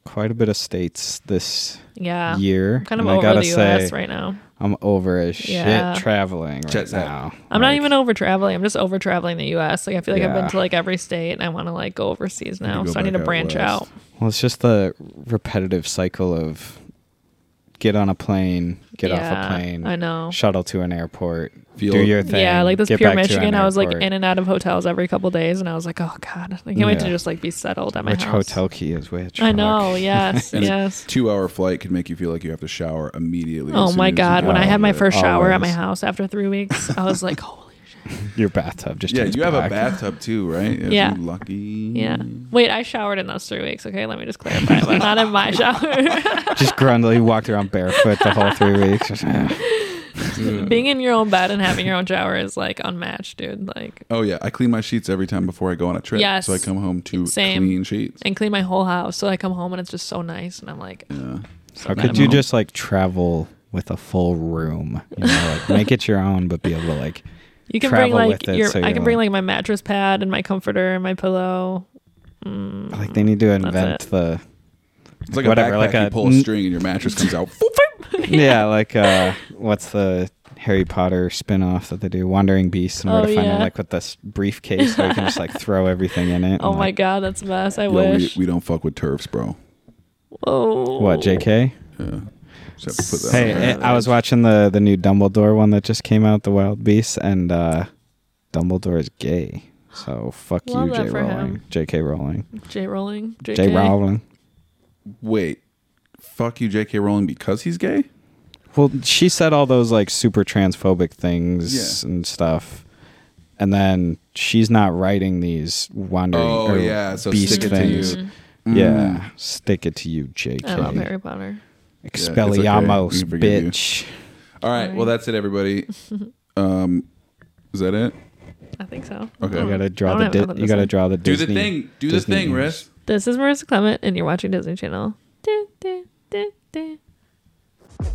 C: quite a bit of states this
B: Yeah.
C: year.
B: I'm kind of
C: and I
B: over
C: gotta
B: the
C: say,
B: US right now.
C: I'm over as
B: Yeah.
C: shit traveling right
A: Jet set.
C: now.
B: I'm not
C: Like,
B: even over traveling. I'm just over traveling the US. Like I feel like I've been
C: Yeah.
B: to like every state and I want to like go overseas
A: need to
B: now.
A: go
B: so I need
A: back
B: to
A: out
B: branch
A: west.
B: out.
C: Well, it's just the repetitive cycle of get on a plane, get off
B: Yeah,
C: a plane,
B: I know.
C: shuttle to an airport,
A: Feel-
C: do your thing.
B: yeah, like this
C: get
B: pure
C: back to an
B: Michigan, I was like
C: airport.
B: in and out of hotels every couple days and I was like, "Oh god, I can't wait to
C: Yeah.
B: just like be settled at my
C: which
B: house."
C: hotel key is which.
B: I
C: Fuck.
B: know. Yes.
A: And a
B: yes.
A: two-hour flight could make you feel like you have to shower immediately. as
B: Oh
A: soon
B: my
A: as you
B: god,
A: get
B: when I
A: out
B: had
A: of
B: my
A: it.
B: first shower at my
C: always.
B: house after 3 weeks, I was like, "Holy shit."
C: Your bathtub just
A: Yeah,
C: turns
A: you have a
C: black.
A: bathtub too, right? If
B: Yeah.
A: you're Lucky.
B: Yeah. Wait, I showered in those 3 weeks, okay? Let me just clarify. Not in my shower.
C: just grundle. You walked around barefoot the whole three weeks. Just, eh. Mm.
B: Being in your own bed and having your own shower is like unmatched, dude. Like
A: Oh yeah, I clean my sheets every time before I go on a trip.
B: Yes.
A: So I come home to
B: Same.
A: clean sheets.
B: and clean my whole house. So I come home and it's just so nice, and I'm like,
A: Yeah.
B: so
C: How
B: glad
C: could
B: I'm
C: you
B: home.
C: just like travel with a full room? You know, like make it your own, but be able to like.
B: You can bring
C: travel
B: like
C: with it,
B: your.
C: so
B: I
C: you're
B: can bring like my mattress pad and my comforter and my pillow. Mm,
C: Like they need to invent
B: it.
C: the
A: It's like a
C: Whatever,
A: backpack.
C: like
A: you
C: a-
A: pull a string and your mattress comes out.
C: yeah. like uh, what's the Harry Potter spin-off that they do, Wandering Beasts, and where
B: Oh,
C: to find
B: yeah.
C: it, like with this briefcase where you can just like throw everything in it.
B: oh
C: and,
B: my
C: like,
B: god, that's the best. I
A: Yo, we,
B: wish.
A: we don't fuck with turfs, bro.
B: oh,
C: What JK?
A: Yeah. Just have to put that
C: Hey,
A: out
C: eh,
A: there.
C: I was watching the the new Dumbledore one that just came out, The Wild Beasts, and uh, Dumbledore is gay. So fuck
B: Love
C: you,
B: that
C: J.
B: for
C: Rowling.
B: him.
C: J.K. Rowling.
B: J Rowling. JK.
C: J. Rowling.
A: Wait, fuck you, J.K. Rowling, because he's gay?
C: Well, she said all those like super transphobic things
A: Yeah.
C: and stuff, and then she's not writing these wandering
A: Oh,
C: or
A: yeah, so
C: beast
A: stick it to you.
C: things.
B: Mm,
C: Yeah, stick it to you, J.K.
B: I love Harry Potter.
A: it's okay. We
C: Expelliarmus,
A: can forgive you.
C: bitch.
A: All right. Well, that's it, everybody. Um, is that it?
B: I think so.
A: Okay.
B: I
C: You
B: don't-
C: gotta
B: Oh, I
C: draw
B: don't
C: the.
B: have
C: Di-
B: nothing to
C: you gotta
B: say.
C: draw the.
A: Do
C: Disney.
A: the thing. Do
C: Disney
A: the thing,
C: news.
A: Riz.
B: This is Marissa Clement, and you're watching Disney Channel. Du- du- du- du.